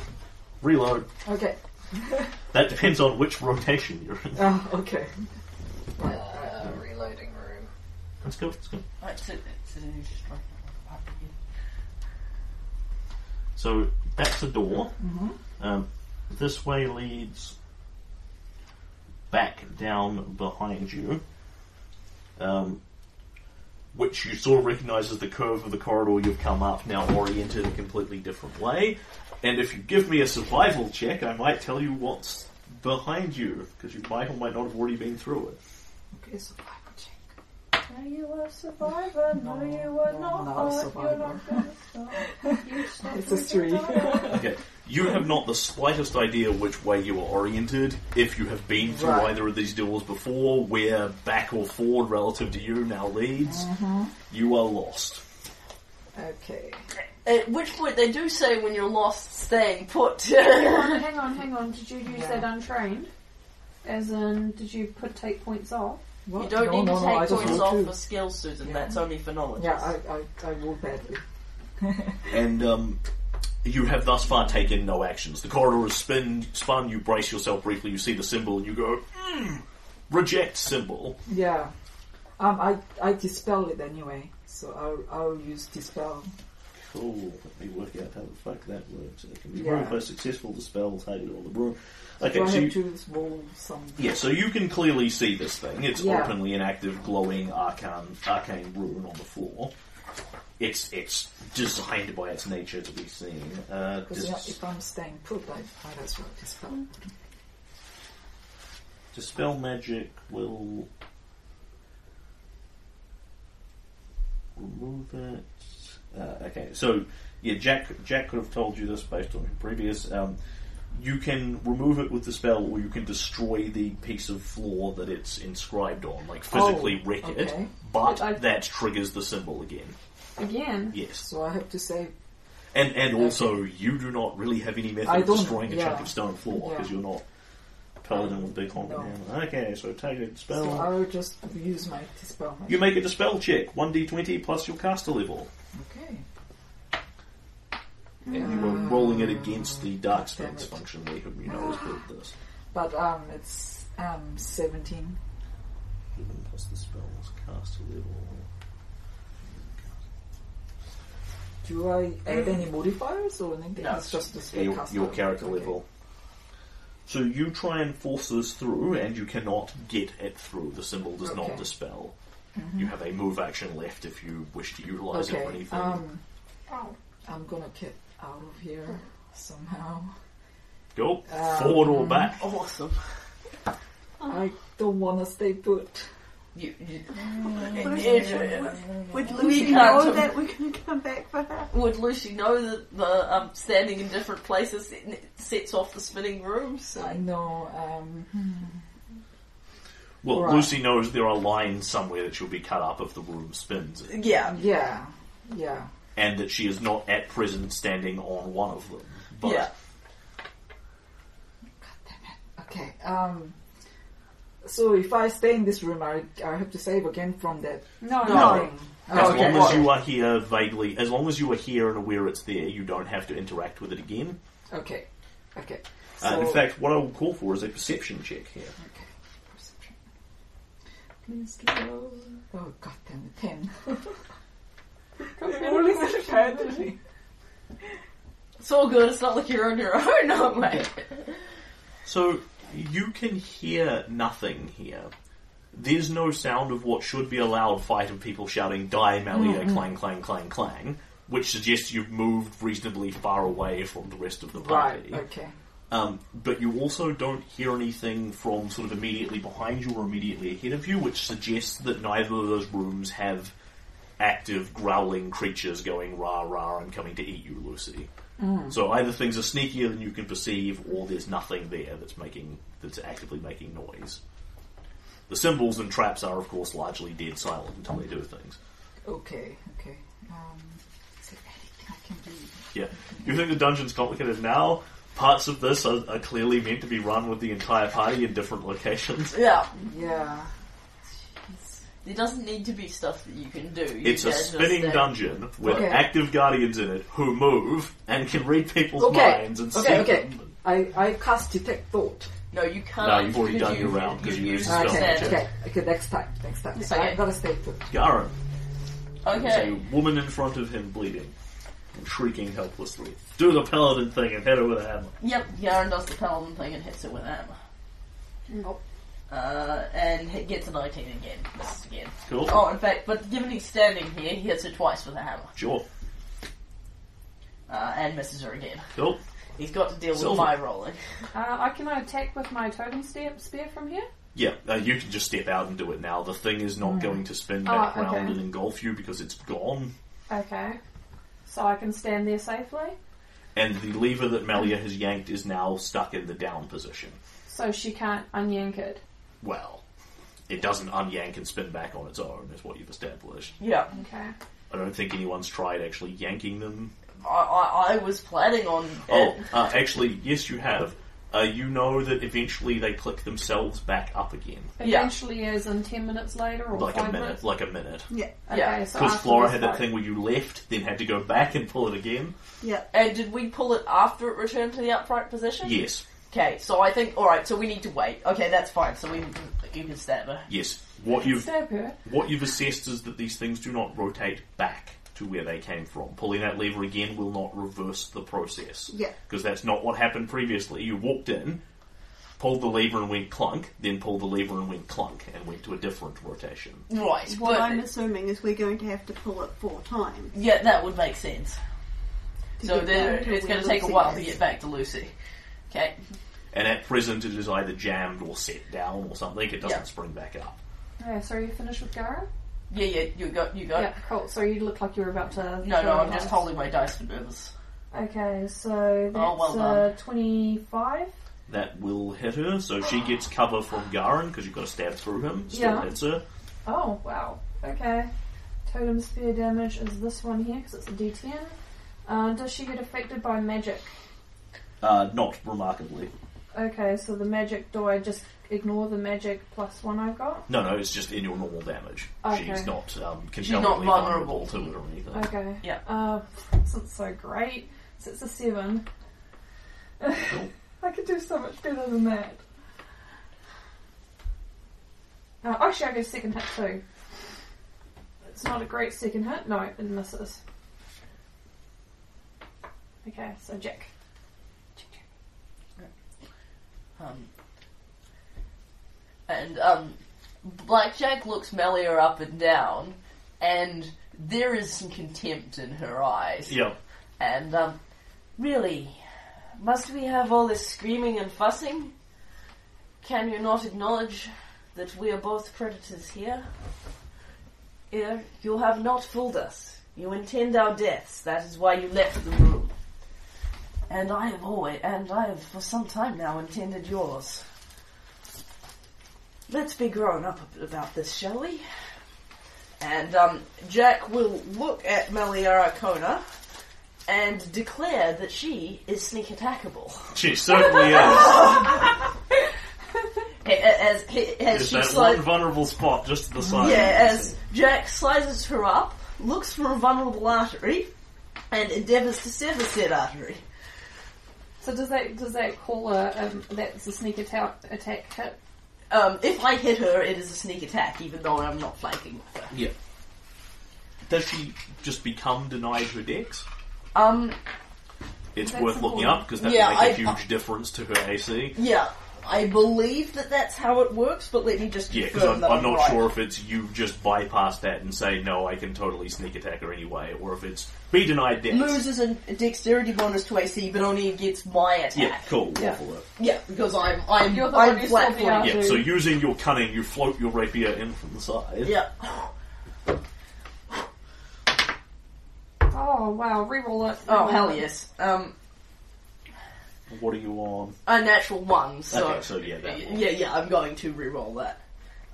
Speaker 1: Reload.
Speaker 5: Okay.
Speaker 1: That depends on which rotation you're in.
Speaker 5: Oh, okay.
Speaker 3: Uh, reloading room.
Speaker 1: Let's go. Let's go.
Speaker 2: Right, so- so you just write that one up again.
Speaker 1: So that's the door.
Speaker 5: Mhm.
Speaker 1: Um, this way leads back down behind you, um, which you sort of recognise as the curve of the corridor you've come up, now oriented a completely different way. And if you give me a survival check, I might tell you what's behind you, because you might or might not have already been through it.
Speaker 5: Okay, survival check.
Speaker 3: No, you are survivor. No,
Speaker 5: No,
Speaker 3: you are
Speaker 5: no,
Speaker 3: not.
Speaker 5: not a
Speaker 3: You're not going to stop.
Speaker 5: [LAUGHS]
Speaker 3: You stop
Speaker 5: It's a
Speaker 3: with
Speaker 5: three.
Speaker 2: [LAUGHS]
Speaker 3: your daughter.
Speaker 1: Okay. You have not the slightest idea which way you are oriented. If you have been through
Speaker 5: Right.
Speaker 1: either of these doors before, where back or forward relative to you now leads,
Speaker 5: Mm-hmm.
Speaker 1: you are lost.
Speaker 5: Okay.
Speaker 2: At which point they do say when you're lost, staying put. [LAUGHS]
Speaker 3: hang on, hang on, hang on. Did you use
Speaker 5: Yeah.
Speaker 3: that untrained? As in, did you put take points off?
Speaker 5: What?
Speaker 2: You don't
Speaker 5: no,
Speaker 2: need
Speaker 5: no,
Speaker 2: to
Speaker 5: no, I
Speaker 2: take
Speaker 5: just
Speaker 2: points
Speaker 5: roll
Speaker 2: off
Speaker 5: two.
Speaker 2: for skills, Susan.
Speaker 5: Yeah.
Speaker 2: That's only for knowledge.
Speaker 5: Yeah, I, I, I roll badly.
Speaker 1: And um, you have thus far taken no actions. The corridor is spin, spun, you brace yourself briefly, you see the symbol, and you go, mm, reject symbol.
Speaker 5: Yeah. Um, I, I dispel it anyway, so I'll, I'll use dispel.
Speaker 1: Cool. Let me work out how the fuck that works. It can be
Speaker 5: Yeah.
Speaker 1: room for successful dispel, target or the room. Okay,
Speaker 5: Do I
Speaker 1: so you-
Speaker 5: have to roll some?
Speaker 1: Yeah, so you can clearly see this thing. It's
Speaker 5: Yeah.
Speaker 1: openly an active, glowing arcane, arcane rune on the floor. It's it's designed by its nature to be seen. Uh,
Speaker 5: Because you know,
Speaker 1: dis-
Speaker 5: if I'm staying put, I might as well dispel.
Speaker 1: dispel magic will remove it. Uh, okay, so yeah, Jack Jack could have told you this based on your previous. Um, you can remove it with the spell, or you can destroy the piece of floor that it's inscribed on, like physically
Speaker 5: Oh,
Speaker 1: wreck it.
Speaker 5: okay.
Speaker 1: But
Speaker 3: I-
Speaker 1: that triggers the symbol again.
Speaker 3: Again.
Speaker 1: Yes,
Speaker 5: So I have to say,
Speaker 1: and and also you do not really have any method
Speaker 5: I
Speaker 1: of
Speaker 5: don't-
Speaker 1: destroying a
Speaker 5: yeah.
Speaker 1: chunk of stone floor because
Speaker 5: Yeah.
Speaker 1: you're not paladin with big honking
Speaker 5: No.
Speaker 1: hammer. Okay, so targeted spell.
Speaker 5: so I'll just use my dispel.
Speaker 1: Oh. You make a dispel check, 1d20 plus your caster level.
Speaker 5: Okay.
Speaker 1: And you are rolling it against the dark
Speaker 5: Damn
Speaker 1: spells
Speaker 5: it.
Speaker 1: function they have, you know, is built this.
Speaker 5: But um, it's um 17.
Speaker 1: Even plus the spell's caster level.
Speaker 5: do I add any modifiers or anything?
Speaker 10: No.
Speaker 5: It's just the
Speaker 1: your,
Speaker 5: spellcaster.
Speaker 1: your character
Speaker 5: Okay.
Speaker 1: level. So you try and force this through, and you cannot get it through. The symbol does not
Speaker 5: Okay. Mm-hmm.
Speaker 1: dispel. You have a move action left if you wish to utilize it or
Speaker 5: Okay.
Speaker 1: anything.
Speaker 5: Um,
Speaker 3: Oh.
Speaker 5: I'm gonna get out of here somehow.
Speaker 1: Go
Speaker 5: uh,
Speaker 1: forward or
Speaker 5: mm-hmm.
Speaker 1: back.
Speaker 2: Awesome.
Speaker 5: I don't want to stay put.
Speaker 2: You, you,
Speaker 9: Would
Speaker 2: We
Speaker 9: Lucy
Speaker 2: can't-
Speaker 9: know that we're going to come back for her?
Speaker 2: would Lucy know that the um, standing in different places it sets off the spinning rooms?
Speaker 5: I know. Um,
Speaker 1: Well,
Speaker 5: Right.
Speaker 1: Lucy knows there are lines somewhere that she'll be cut up if the room spins,
Speaker 2: Yeah.
Speaker 5: yeah, yeah.
Speaker 1: and that she is not at present standing on one of them. But
Speaker 2: Yeah.
Speaker 5: Okay. Um, so if I stay in this room, I, I have to save again from that.
Speaker 3: No,
Speaker 5: No.
Speaker 3: no.
Speaker 1: as
Speaker 5: oh, Okay.
Speaker 1: long as you are here vaguely, as long as you are here and aware it's there, you don't have to interact with it again.
Speaker 5: Okay. Okay.
Speaker 1: Uh, in
Speaker 5: So-
Speaker 1: fact, what I would call for is a perception check here.
Speaker 5: Okay. Perception. Please roll. Oh god damn it, ten. It was a ten.
Speaker 2: It's all good. It's not like you're on your [LAUGHS] own. No way.
Speaker 1: So you can hear nothing here. There's no sound of what should be a loud fight of people shouting "Die Malia!" clang, clang, clang, clang, which suggests you've moved reasonably far away from the rest of the party.
Speaker 5: [LAUGHS] Right, okay.
Speaker 1: Um, but you also don't hear anything from sort of immediately behind you or immediately ahead of you, which suggests that neither of those rooms have active growling creatures going rah rah and coming to eat you, Lucy. So either things are sneakier than you can perceive, or there's nothing there that's making that's actively making noise. The symbols and traps are, of course, largely dead silent until they do things.
Speaker 5: Okay, okay. Um, is there anything I can do?
Speaker 1: Yeah. You think the dungeon's complicated now? Parts of this are, are clearly meant to be run with the entire party in different locations.
Speaker 2: Yeah.
Speaker 5: Yeah.
Speaker 2: There doesn't need to be stuff that you can do. You
Speaker 1: It's a
Speaker 2: can just
Speaker 1: spinning
Speaker 2: say-
Speaker 1: dungeon with
Speaker 5: Okay.
Speaker 1: active guardians in it who move and can read people's
Speaker 5: Okay.
Speaker 1: minds and
Speaker 5: Okay,
Speaker 1: see
Speaker 5: okay.
Speaker 1: them.
Speaker 5: I, I cast detect thought.
Speaker 2: No, you can't.
Speaker 1: No, you've already
Speaker 2: because
Speaker 1: done your
Speaker 2: you-
Speaker 1: round, 'cause
Speaker 2: you
Speaker 1: you
Speaker 2: used
Speaker 1: used
Speaker 2: the
Speaker 1: spell
Speaker 5: Okay,
Speaker 1: check.
Speaker 2: set.
Speaker 5: okay, okay, next time, next time.
Speaker 2: Okay.
Speaker 5: I gotta stay put.
Speaker 1: Garin, there's
Speaker 2: Okay.
Speaker 1: a woman in front of him bleeding and shrieking helplessly. Do the paladin thing and hit her with a hammer.
Speaker 2: Yep. Yaren does the paladin thing and hits it with a hammer. Uh, and he gets a 19 again. Misses again.
Speaker 1: Cool.
Speaker 2: Oh, in fact, but given he's standing here, he hits her twice with a hammer.
Speaker 1: Sure.
Speaker 2: Uh, and misses her again.
Speaker 1: Cool.
Speaker 2: He's got to deal
Speaker 1: Silver.
Speaker 2: with my rolling.
Speaker 3: Uh, I can I attack with my totem step spear from here?
Speaker 1: Yeah, uh, you can just step out and do it now. The thing is not going to spin back
Speaker 3: Oh, okay.
Speaker 1: round and engulf you because it's gone.
Speaker 3: Okay. So I can stand there safely.
Speaker 1: And the lever that Malia has yanked is now stuck in the down position.
Speaker 3: So she can't unyank it.
Speaker 1: Well, it doesn't unyank and spin back on its own, is what you've established.
Speaker 2: Yeah.
Speaker 3: Okay.
Speaker 1: I don't think anyone's tried actually yanking them.
Speaker 2: I, I, I was planning on
Speaker 1: Oh,
Speaker 2: it.
Speaker 1: uh, [LAUGHS] actually, yes, you have. Uh, you know that eventually they click themselves back up again,
Speaker 2: Yeah.
Speaker 3: Eventually, as in 10 minutes later or
Speaker 1: like
Speaker 3: 5
Speaker 1: a minute,
Speaker 3: minutes.
Speaker 1: like a minute.
Speaker 9: Yeah,
Speaker 3: Okay,
Speaker 2: Yeah.
Speaker 3: so
Speaker 1: Because
Speaker 3: after
Speaker 1: Flora
Speaker 3: this
Speaker 1: had that
Speaker 3: fight-
Speaker 1: thing where you left, then had to go back and pull it again.
Speaker 9: yeah.
Speaker 2: And did we pull it after it returned to the upright position?
Speaker 1: Yes,
Speaker 2: Okay, so I think all right. So we need to wait. Okay, that's fine. So we you can stab her.
Speaker 1: yes. What you've
Speaker 3: Stab her.
Speaker 1: what you've assessed is that these things do not rotate back to where they came from. Pulling that lever again will not reverse the process.
Speaker 9: Yeah.
Speaker 1: Because that's not what happened previously. You walked in, pulled the lever and went clunk, then pulled the lever and went clunk and went to a different rotation.
Speaker 2: Right,
Speaker 9: What
Speaker 2: but
Speaker 9: I'm assuming is we're going to have to pull it four times.
Speaker 2: yeah, that would make sense.
Speaker 9: To
Speaker 2: so
Speaker 9: get
Speaker 2: then
Speaker 9: back to
Speaker 2: it's going to
Speaker 9: where
Speaker 2: take a
Speaker 9: Lucy
Speaker 2: while to
Speaker 9: is.
Speaker 2: get back to Lucy. Okay,
Speaker 1: And at present it is either jammed or set down or something. It doesn't
Speaker 2: Yeah.
Speaker 1: spring back up.
Speaker 3: Okay, Oh, so you finished with Gara?
Speaker 2: yeah, yeah, you got, you got.
Speaker 3: Yeah, cool. So you look like you were about to.
Speaker 2: No, no,
Speaker 3: throw
Speaker 2: I'm
Speaker 3: the
Speaker 2: just
Speaker 3: dice.
Speaker 2: holding my dice for nervous.
Speaker 3: Okay, so that's
Speaker 2: Oh, well
Speaker 3: uh,
Speaker 2: done.
Speaker 3: 25.
Speaker 1: That will hit her, so she gets cover from Garin because you've got to stab through him. Still
Speaker 3: Yeah.
Speaker 1: hits her.
Speaker 3: Oh, wow. Okay. Totem spear damage is this one here because it's a d10. Uh, does she get affected by magic?
Speaker 1: Uh, not remarkably.
Speaker 3: Okay, so the magic, do I just ignore the magic plus one I've got?
Speaker 1: No, no, it's just in your normal damage.
Speaker 3: Okay.
Speaker 1: She's not um, compellingly
Speaker 2: not
Speaker 1: vulnerable
Speaker 2: vulnerable.
Speaker 1: to it or anything.
Speaker 3: Okay.
Speaker 2: Yeah.
Speaker 3: Uh, isn't so great. So it's a seven. [LAUGHS] I could do so much better than that. Uh, actually, I go second hit too. It's not a great second hit. No, it misses. Okay, so Jack.
Speaker 2: Um, and um, Blackjack looks Melia up and down, and there is some contempt in her eyes.
Speaker 1: Yeah.
Speaker 2: And um, really, must we have all this screaming and fussing? Can you not acknowledge that we are both predators here? Here, you have not fooled us. You intend our deaths. That is why you left the room. And I have always, and I have for some time now intended yours. Let's be grown up a bit about this, shall we? And um, Jack will look at Meliara Kona and declare that she is sneak attackable.
Speaker 1: She certainly is.
Speaker 2: A- a- As, he- as
Speaker 1: Is
Speaker 2: she
Speaker 1: that
Speaker 2: slides,
Speaker 1: one vulnerable spot just to the side?
Speaker 2: yeah, as Jack slices her up, looks for a vulnerable artery, and endeavours to sever said artery.
Speaker 3: So does that does that call a um, that's a sneak attack attack hit?
Speaker 2: Um, if I hit her, it is a sneak attack, even though I'm not flanking with her.
Speaker 1: Yeah. Does she just become denied her dex?
Speaker 2: Um,
Speaker 1: It's
Speaker 3: That's
Speaker 1: worth looking
Speaker 3: important.
Speaker 1: up because that
Speaker 2: Yeah,
Speaker 1: will make a
Speaker 2: I-
Speaker 1: huge difference to her AC.
Speaker 2: yeah, I believe that that's how it works, but let me just
Speaker 1: Yeah, because
Speaker 2: confirm
Speaker 1: I'm,
Speaker 2: that
Speaker 1: I'm not
Speaker 2: right.
Speaker 1: sure if it's you just bypass that and say no, I can totally sneak attack her anyway, or if it's be denied dex.
Speaker 2: Loses a a dexterity bonus to AC, but only gets my attack.
Speaker 1: Yeah, cool.
Speaker 3: Yeah.
Speaker 1: Waffle it.
Speaker 2: Yeah, because I'm I'm
Speaker 3: You're the one
Speaker 2: I'm
Speaker 3: who
Speaker 2: flat
Speaker 3: saw the
Speaker 2: footed.
Speaker 3: eye.
Speaker 1: Yeah,
Speaker 3: Okay.
Speaker 1: so using your cunning, you float your rapier in from the side.
Speaker 2: Yeah.
Speaker 3: Oh wow, reroll it.
Speaker 2: Oh
Speaker 3: reroll
Speaker 2: hell
Speaker 3: it.
Speaker 2: yes. Um,
Speaker 1: What are you on?
Speaker 2: a natural one. So
Speaker 1: Okay, so yeah, that one.
Speaker 2: yeah, yeah. I'm going to re-roll that.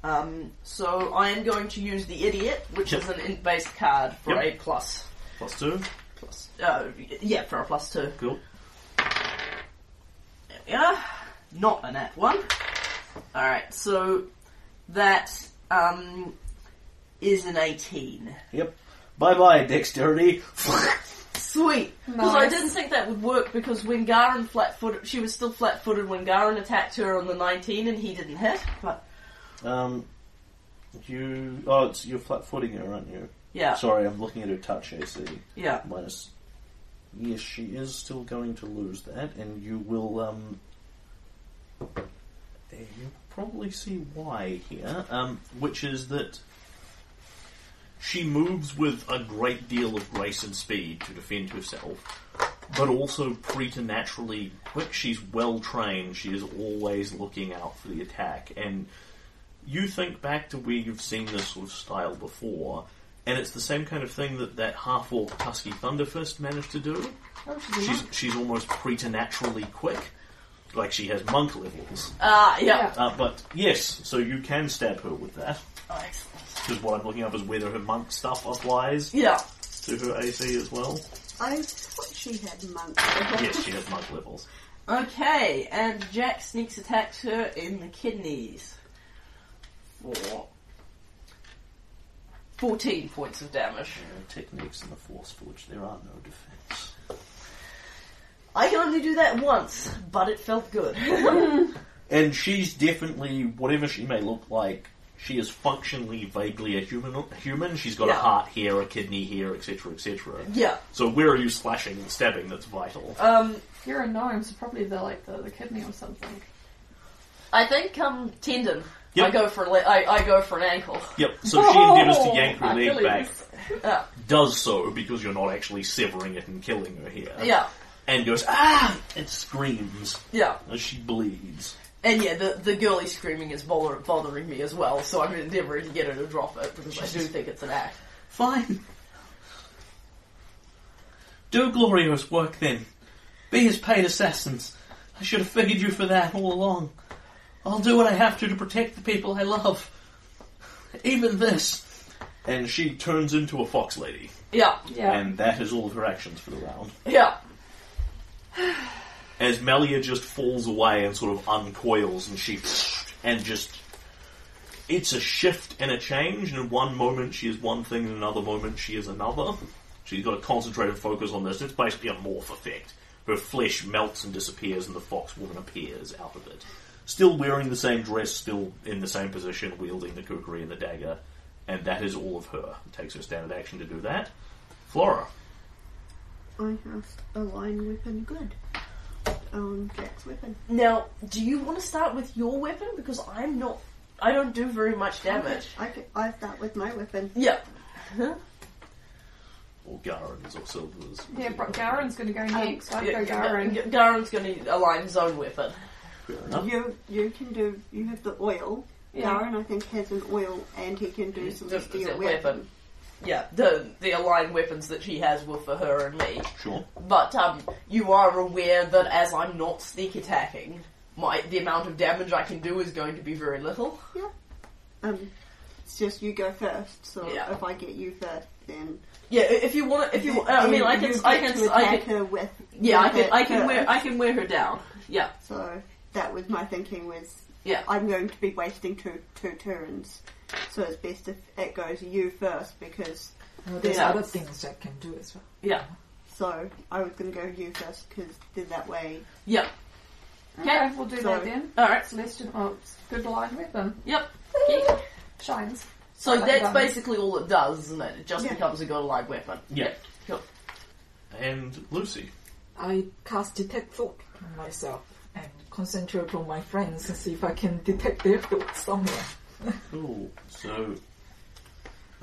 Speaker 2: Um, so I am going to use the idiot, which
Speaker 1: Yep.
Speaker 2: is an int-based card for
Speaker 1: Yep.
Speaker 2: a plus
Speaker 1: Plus two.
Speaker 2: plus. Uh, y- yeah, for a plus two.
Speaker 1: Cool.
Speaker 2: Yeah, not an at one. All right, so that um is an eighteen.
Speaker 1: Yep. Bye bye, dexterity. [LAUGHS]
Speaker 2: Sweet, because I
Speaker 3: Nice.
Speaker 2: didn't think that would work because when Garen flat-footed, she was still flat-footed when Garen attacked her on the nineteen, and he didn't hit. But
Speaker 1: um, you. Oh, it's, you're flat footing her, aren't you?
Speaker 2: yeah,
Speaker 1: Sorry, I'm looking at her touch AC.
Speaker 2: yeah,
Speaker 1: Minus. Yes, she is still going to lose that, and you will. Um, you probably see why here, um, which is that she moves with a great deal of grace and speed to defend herself, but also preternaturally quick. She's well trained. She is always looking out for the attack, and you think back to where you've seen this sort of style before, and it's the same kind of thing that that half orc Tusky Thunderfist managed to do.
Speaker 3: Oh, she's a
Speaker 1: She's
Speaker 3: monk.
Speaker 1: she's almost preternaturally quick, like she has monk levels.
Speaker 2: ah, yeah.
Speaker 3: Yeah.
Speaker 1: Uh, but yes, so you can stab her with that.
Speaker 2: Oh, excellent.
Speaker 1: Because what I'm looking up is whether her monk stuff applies
Speaker 2: Yeah,
Speaker 1: to her AC as well.
Speaker 9: I thought she had monks.
Speaker 1: Yes, she has monk levels.
Speaker 2: Okay, and Jack sneaks attacks her in the kidneys for 14 points of damage.
Speaker 1: There are techniques in the force for which there are no defense.
Speaker 2: I can only do that once, but it felt good. [LAUGHS]
Speaker 1: And she's definitely, whatever she may look like, she is functionally vaguely a human. Human. She's got a
Speaker 2: Yeah.
Speaker 1: heart here, a kidney here, etc., etc.
Speaker 2: yeah.
Speaker 1: So where are you slashing and stabbing? That's vital.
Speaker 2: Um,
Speaker 3: You're a gnome, so probably the like the, the kidney or something.
Speaker 2: I think um tendon.
Speaker 1: Yep.
Speaker 2: I go for a le- I, I go for an ankle.
Speaker 1: Yep. So she endeavours to yank her
Speaker 3: Oh,
Speaker 1: leg back.
Speaker 3: Achilles.
Speaker 2: Yeah.
Speaker 1: Does so because you're not actually severing it and killing her here.
Speaker 2: Yeah.
Speaker 1: And goes ah and screams
Speaker 2: Yeah.
Speaker 1: as she bleeds.
Speaker 2: And yeah, the the girly screaming is bother- bothering me as well, so I'm endeavouring to get her to drop it because I do think it's an act.
Speaker 1: Fine. Do glorious work then. Be his paid assassins. I should have figured you for that all along. I'll do what I have to to protect the people I love. Even this. And she turns into a fox lady.
Speaker 2: Yeah.
Speaker 3: Yeah.
Speaker 1: And that is all of her actions for the round.
Speaker 2: Yeah.
Speaker 1: As Melia just falls away and sort of uncoils and she and just it's a shift and a change and in one moment she is one thing and another moment she is another. She's got to concentrate and focus on this. It's basically a morph effect. Her flesh melts and disappears and the fox woman appears out of it. Still wearing the same dress, still in the same position, wielding the kukri and the dagger, and that is all of her. It takes her standard action to do that. Flora.
Speaker 9: I have a line weapon good. Um, Jack's weapon.
Speaker 2: Now, do you want to start with your weapon? Because I'm not. I don't do very much damage.
Speaker 9: I, could, I start with my weapon.
Speaker 2: Yeah.
Speaker 1: Or Garen's or Silver's.
Speaker 3: Yeah, but Garen's going to go next. I'd
Speaker 2: Um, Yeah,
Speaker 3: go Garen.
Speaker 2: G- Garen's going to align his own weapon.
Speaker 1: Fair enough.
Speaker 9: You you can do. You have the oil.
Speaker 3: Yeah.
Speaker 9: Darren, I think, has an oil, and he can do
Speaker 2: The- the
Speaker 9: celestial
Speaker 2: weapon.
Speaker 9: weapon.
Speaker 2: Yeah, the the aligned weapons that she has were for her and me.
Speaker 1: Sure.
Speaker 2: But um, you are aware that as I'm not sneak attacking, my the amount of damage I can do is going to be very little.
Speaker 9: Um, it's just you go first. So
Speaker 2: Yeah.
Speaker 9: if I get you first, then
Speaker 2: Yeah, i- if you want, to if you, uh, I
Speaker 9: then
Speaker 2: mean, I
Speaker 9: you
Speaker 2: can,
Speaker 9: get
Speaker 2: I can,
Speaker 9: to
Speaker 2: I
Speaker 9: attack
Speaker 2: can,
Speaker 9: her with.
Speaker 2: yeah, I
Speaker 9: with
Speaker 2: can,
Speaker 9: it
Speaker 2: I can
Speaker 9: first.
Speaker 2: wear, I can wear her down. Yeah,
Speaker 9: So that was my thinking. Was
Speaker 2: yeah,
Speaker 9: I'm going to be wasting two two turns. So it's best if it goes you first because
Speaker 5: No, there's
Speaker 2: Yeah.
Speaker 5: other things Jack can do as well.
Speaker 2: yeah,
Speaker 9: so I was going to go you first because then that way
Speaker 2: yeah.
Speaker 3: Okay, we'll do that
Speaker 9: Sorry.
Speaker 3: then.
Speaker 2: All right.
Speaker 3: Celestial, oh, it's good line weapon.
Speaker 2: Yep. Yeah.
Speaker 3: Shines.
Speaker 2: So
Speaker 3: Like
Speaker 2: that's
Speaker 3: guns.
Speaker 2: basically all it does, isn't it? It just
Speaker 9: Yeah.
Speaker 2: becomes a good light weapon.
Speaker 1: Yeah.
Speaker 2: Cool.
Speaker 1: And Lucy.
Speaker 5: I cast detect thought on myself and concentrate on my friends and see if I can detect their thoughts somewhere.
Speaker 1: Cool. So,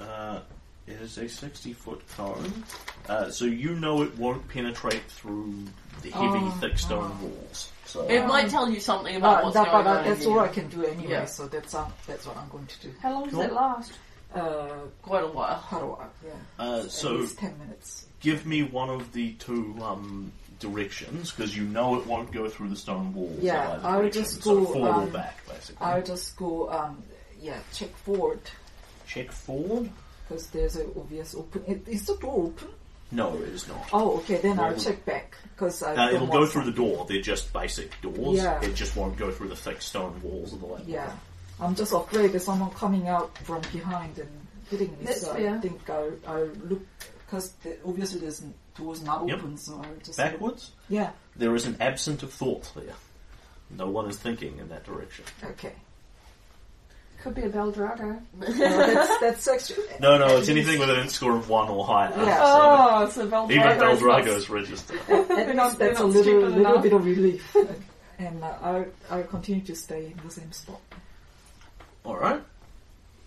Speaker 1: uh, it is a 60 foot cone. Uh, so you know it won't penetrate through the heavy,
Speaker 5: Oh,
Speaker 1: thick stone
Speaker 5: oh.
Speaker 1: walls. So,
Speaker 2: It might tell you something about
Speaker 5: But,
Speaker 2: what's
Speaker 5: that,
Speaker 2: going
Speaker 5: but uh,
Speaker 2: on. in
Speaker 5: that's
Speaker 2: here.
Speaker 5: all I can do anyway,
Speaker 2: Yeah.
Speaker 5: so that's uh, that's what I'm going to do.
Speaker 3: How long does
Speaker 1: Cool.
Speaker 3: it last?
Speaker 5: Uh,
Speaker 2: Quite a while.
Speaker 5: quite a while, yeah.
Speaker 1: uh,
Speaker 5: At
Speaker 1: so
Speaker 5: least 10 minutes.
Speaker 1: give me one of the two um, directions because you know it won't go through the stone walls. in
Speaker 5: Yeah,
Speaker 1: either
Speaker 5: I would
Speaker 1: direction.
Speaker 5: just
Speaker 1: so
Speaker 5: go,
Speaker 1: forward or
Speaker 5: um,
Speaker 1: back, basically.
Speaker 5: I'll just go, um, yeah, check forward
Speaker 1: Check forward.
Speaker 5: because there's an obvious open. i- Is the door open?
Speaker 1: No, it is not.
Speaker 5: Oh, okay, then I'll
Speaker 1: No.
Speaker 5: check back because I.
Speaker 1: Uh,
Speaker 5: don't
Speaker 1: it'll
Speaker 5: want
Speaker 1: go through the
Speaker 5: some-
Speaker 1: door. They're just basic doors.
Speaker 5: Oh, Yeah.
Speaker 1: It just won't go through the thick stone walls of the lab.
Speaker 5: Yeah. I'm just afraid there's someone coming out from behind and hitting me,
Speaker 3: That's
Speaker 5: so I
Speaker 3: fair.
Speaker 5: think I'll, I'll look because the, obviously there's n- doors not
Speaker 1: Yep.
Speaker 5: open, so I'll just. look.
Speaker 1: Backwards.
Speaker 5: Yeah,
Speaker 1: There is an absent of thought there. No one is thinking in that direction.
Speaker 5: okay.
Speaker 3: [LAUGHS] Could be a Beldrago.
Speaker 5: No, that's, that's actually.
Speaker 1: No, no, it's anything with an score of one or higher.
Speaker 5: Yeah.
Speaker 1: So
Speaker 3: Oh, it's a Beldrago.
Speaker 1: even Beldrago's registered.
Speaker 5: At
Speaker 3: We're
Speaker 5: least
Speaker 3: not- we're
Speaker 5: that's a
Speaker 3: not
Speaker 5: little,
Speaker 3: stupid
Speaker 5: little
Speaker 3: enough.
Speaker 5: bit of relief. [LAUGHS] and uh, I'll, I'll continue to stay in the same spot.
Speaker 1: All right.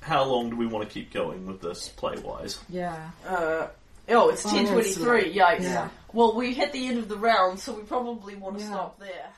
Speaker 1: How long do we want to keep going with this play-wise?
Speaker 5: Yeah.
Speaker 2: Uh, oh, it's
Speaker 5: Oh,
Speaker 2: ten
Speaker 5: yeah,
Speaker 2: twenty
Speaker 5: it's
Speaker 2: three. Yikes!
Speaker 5: yeah.
Speaker 2: Well, we hit the end of the round, so we probably want to
Speaker 5: Yeah.
Speaker 2: stop there.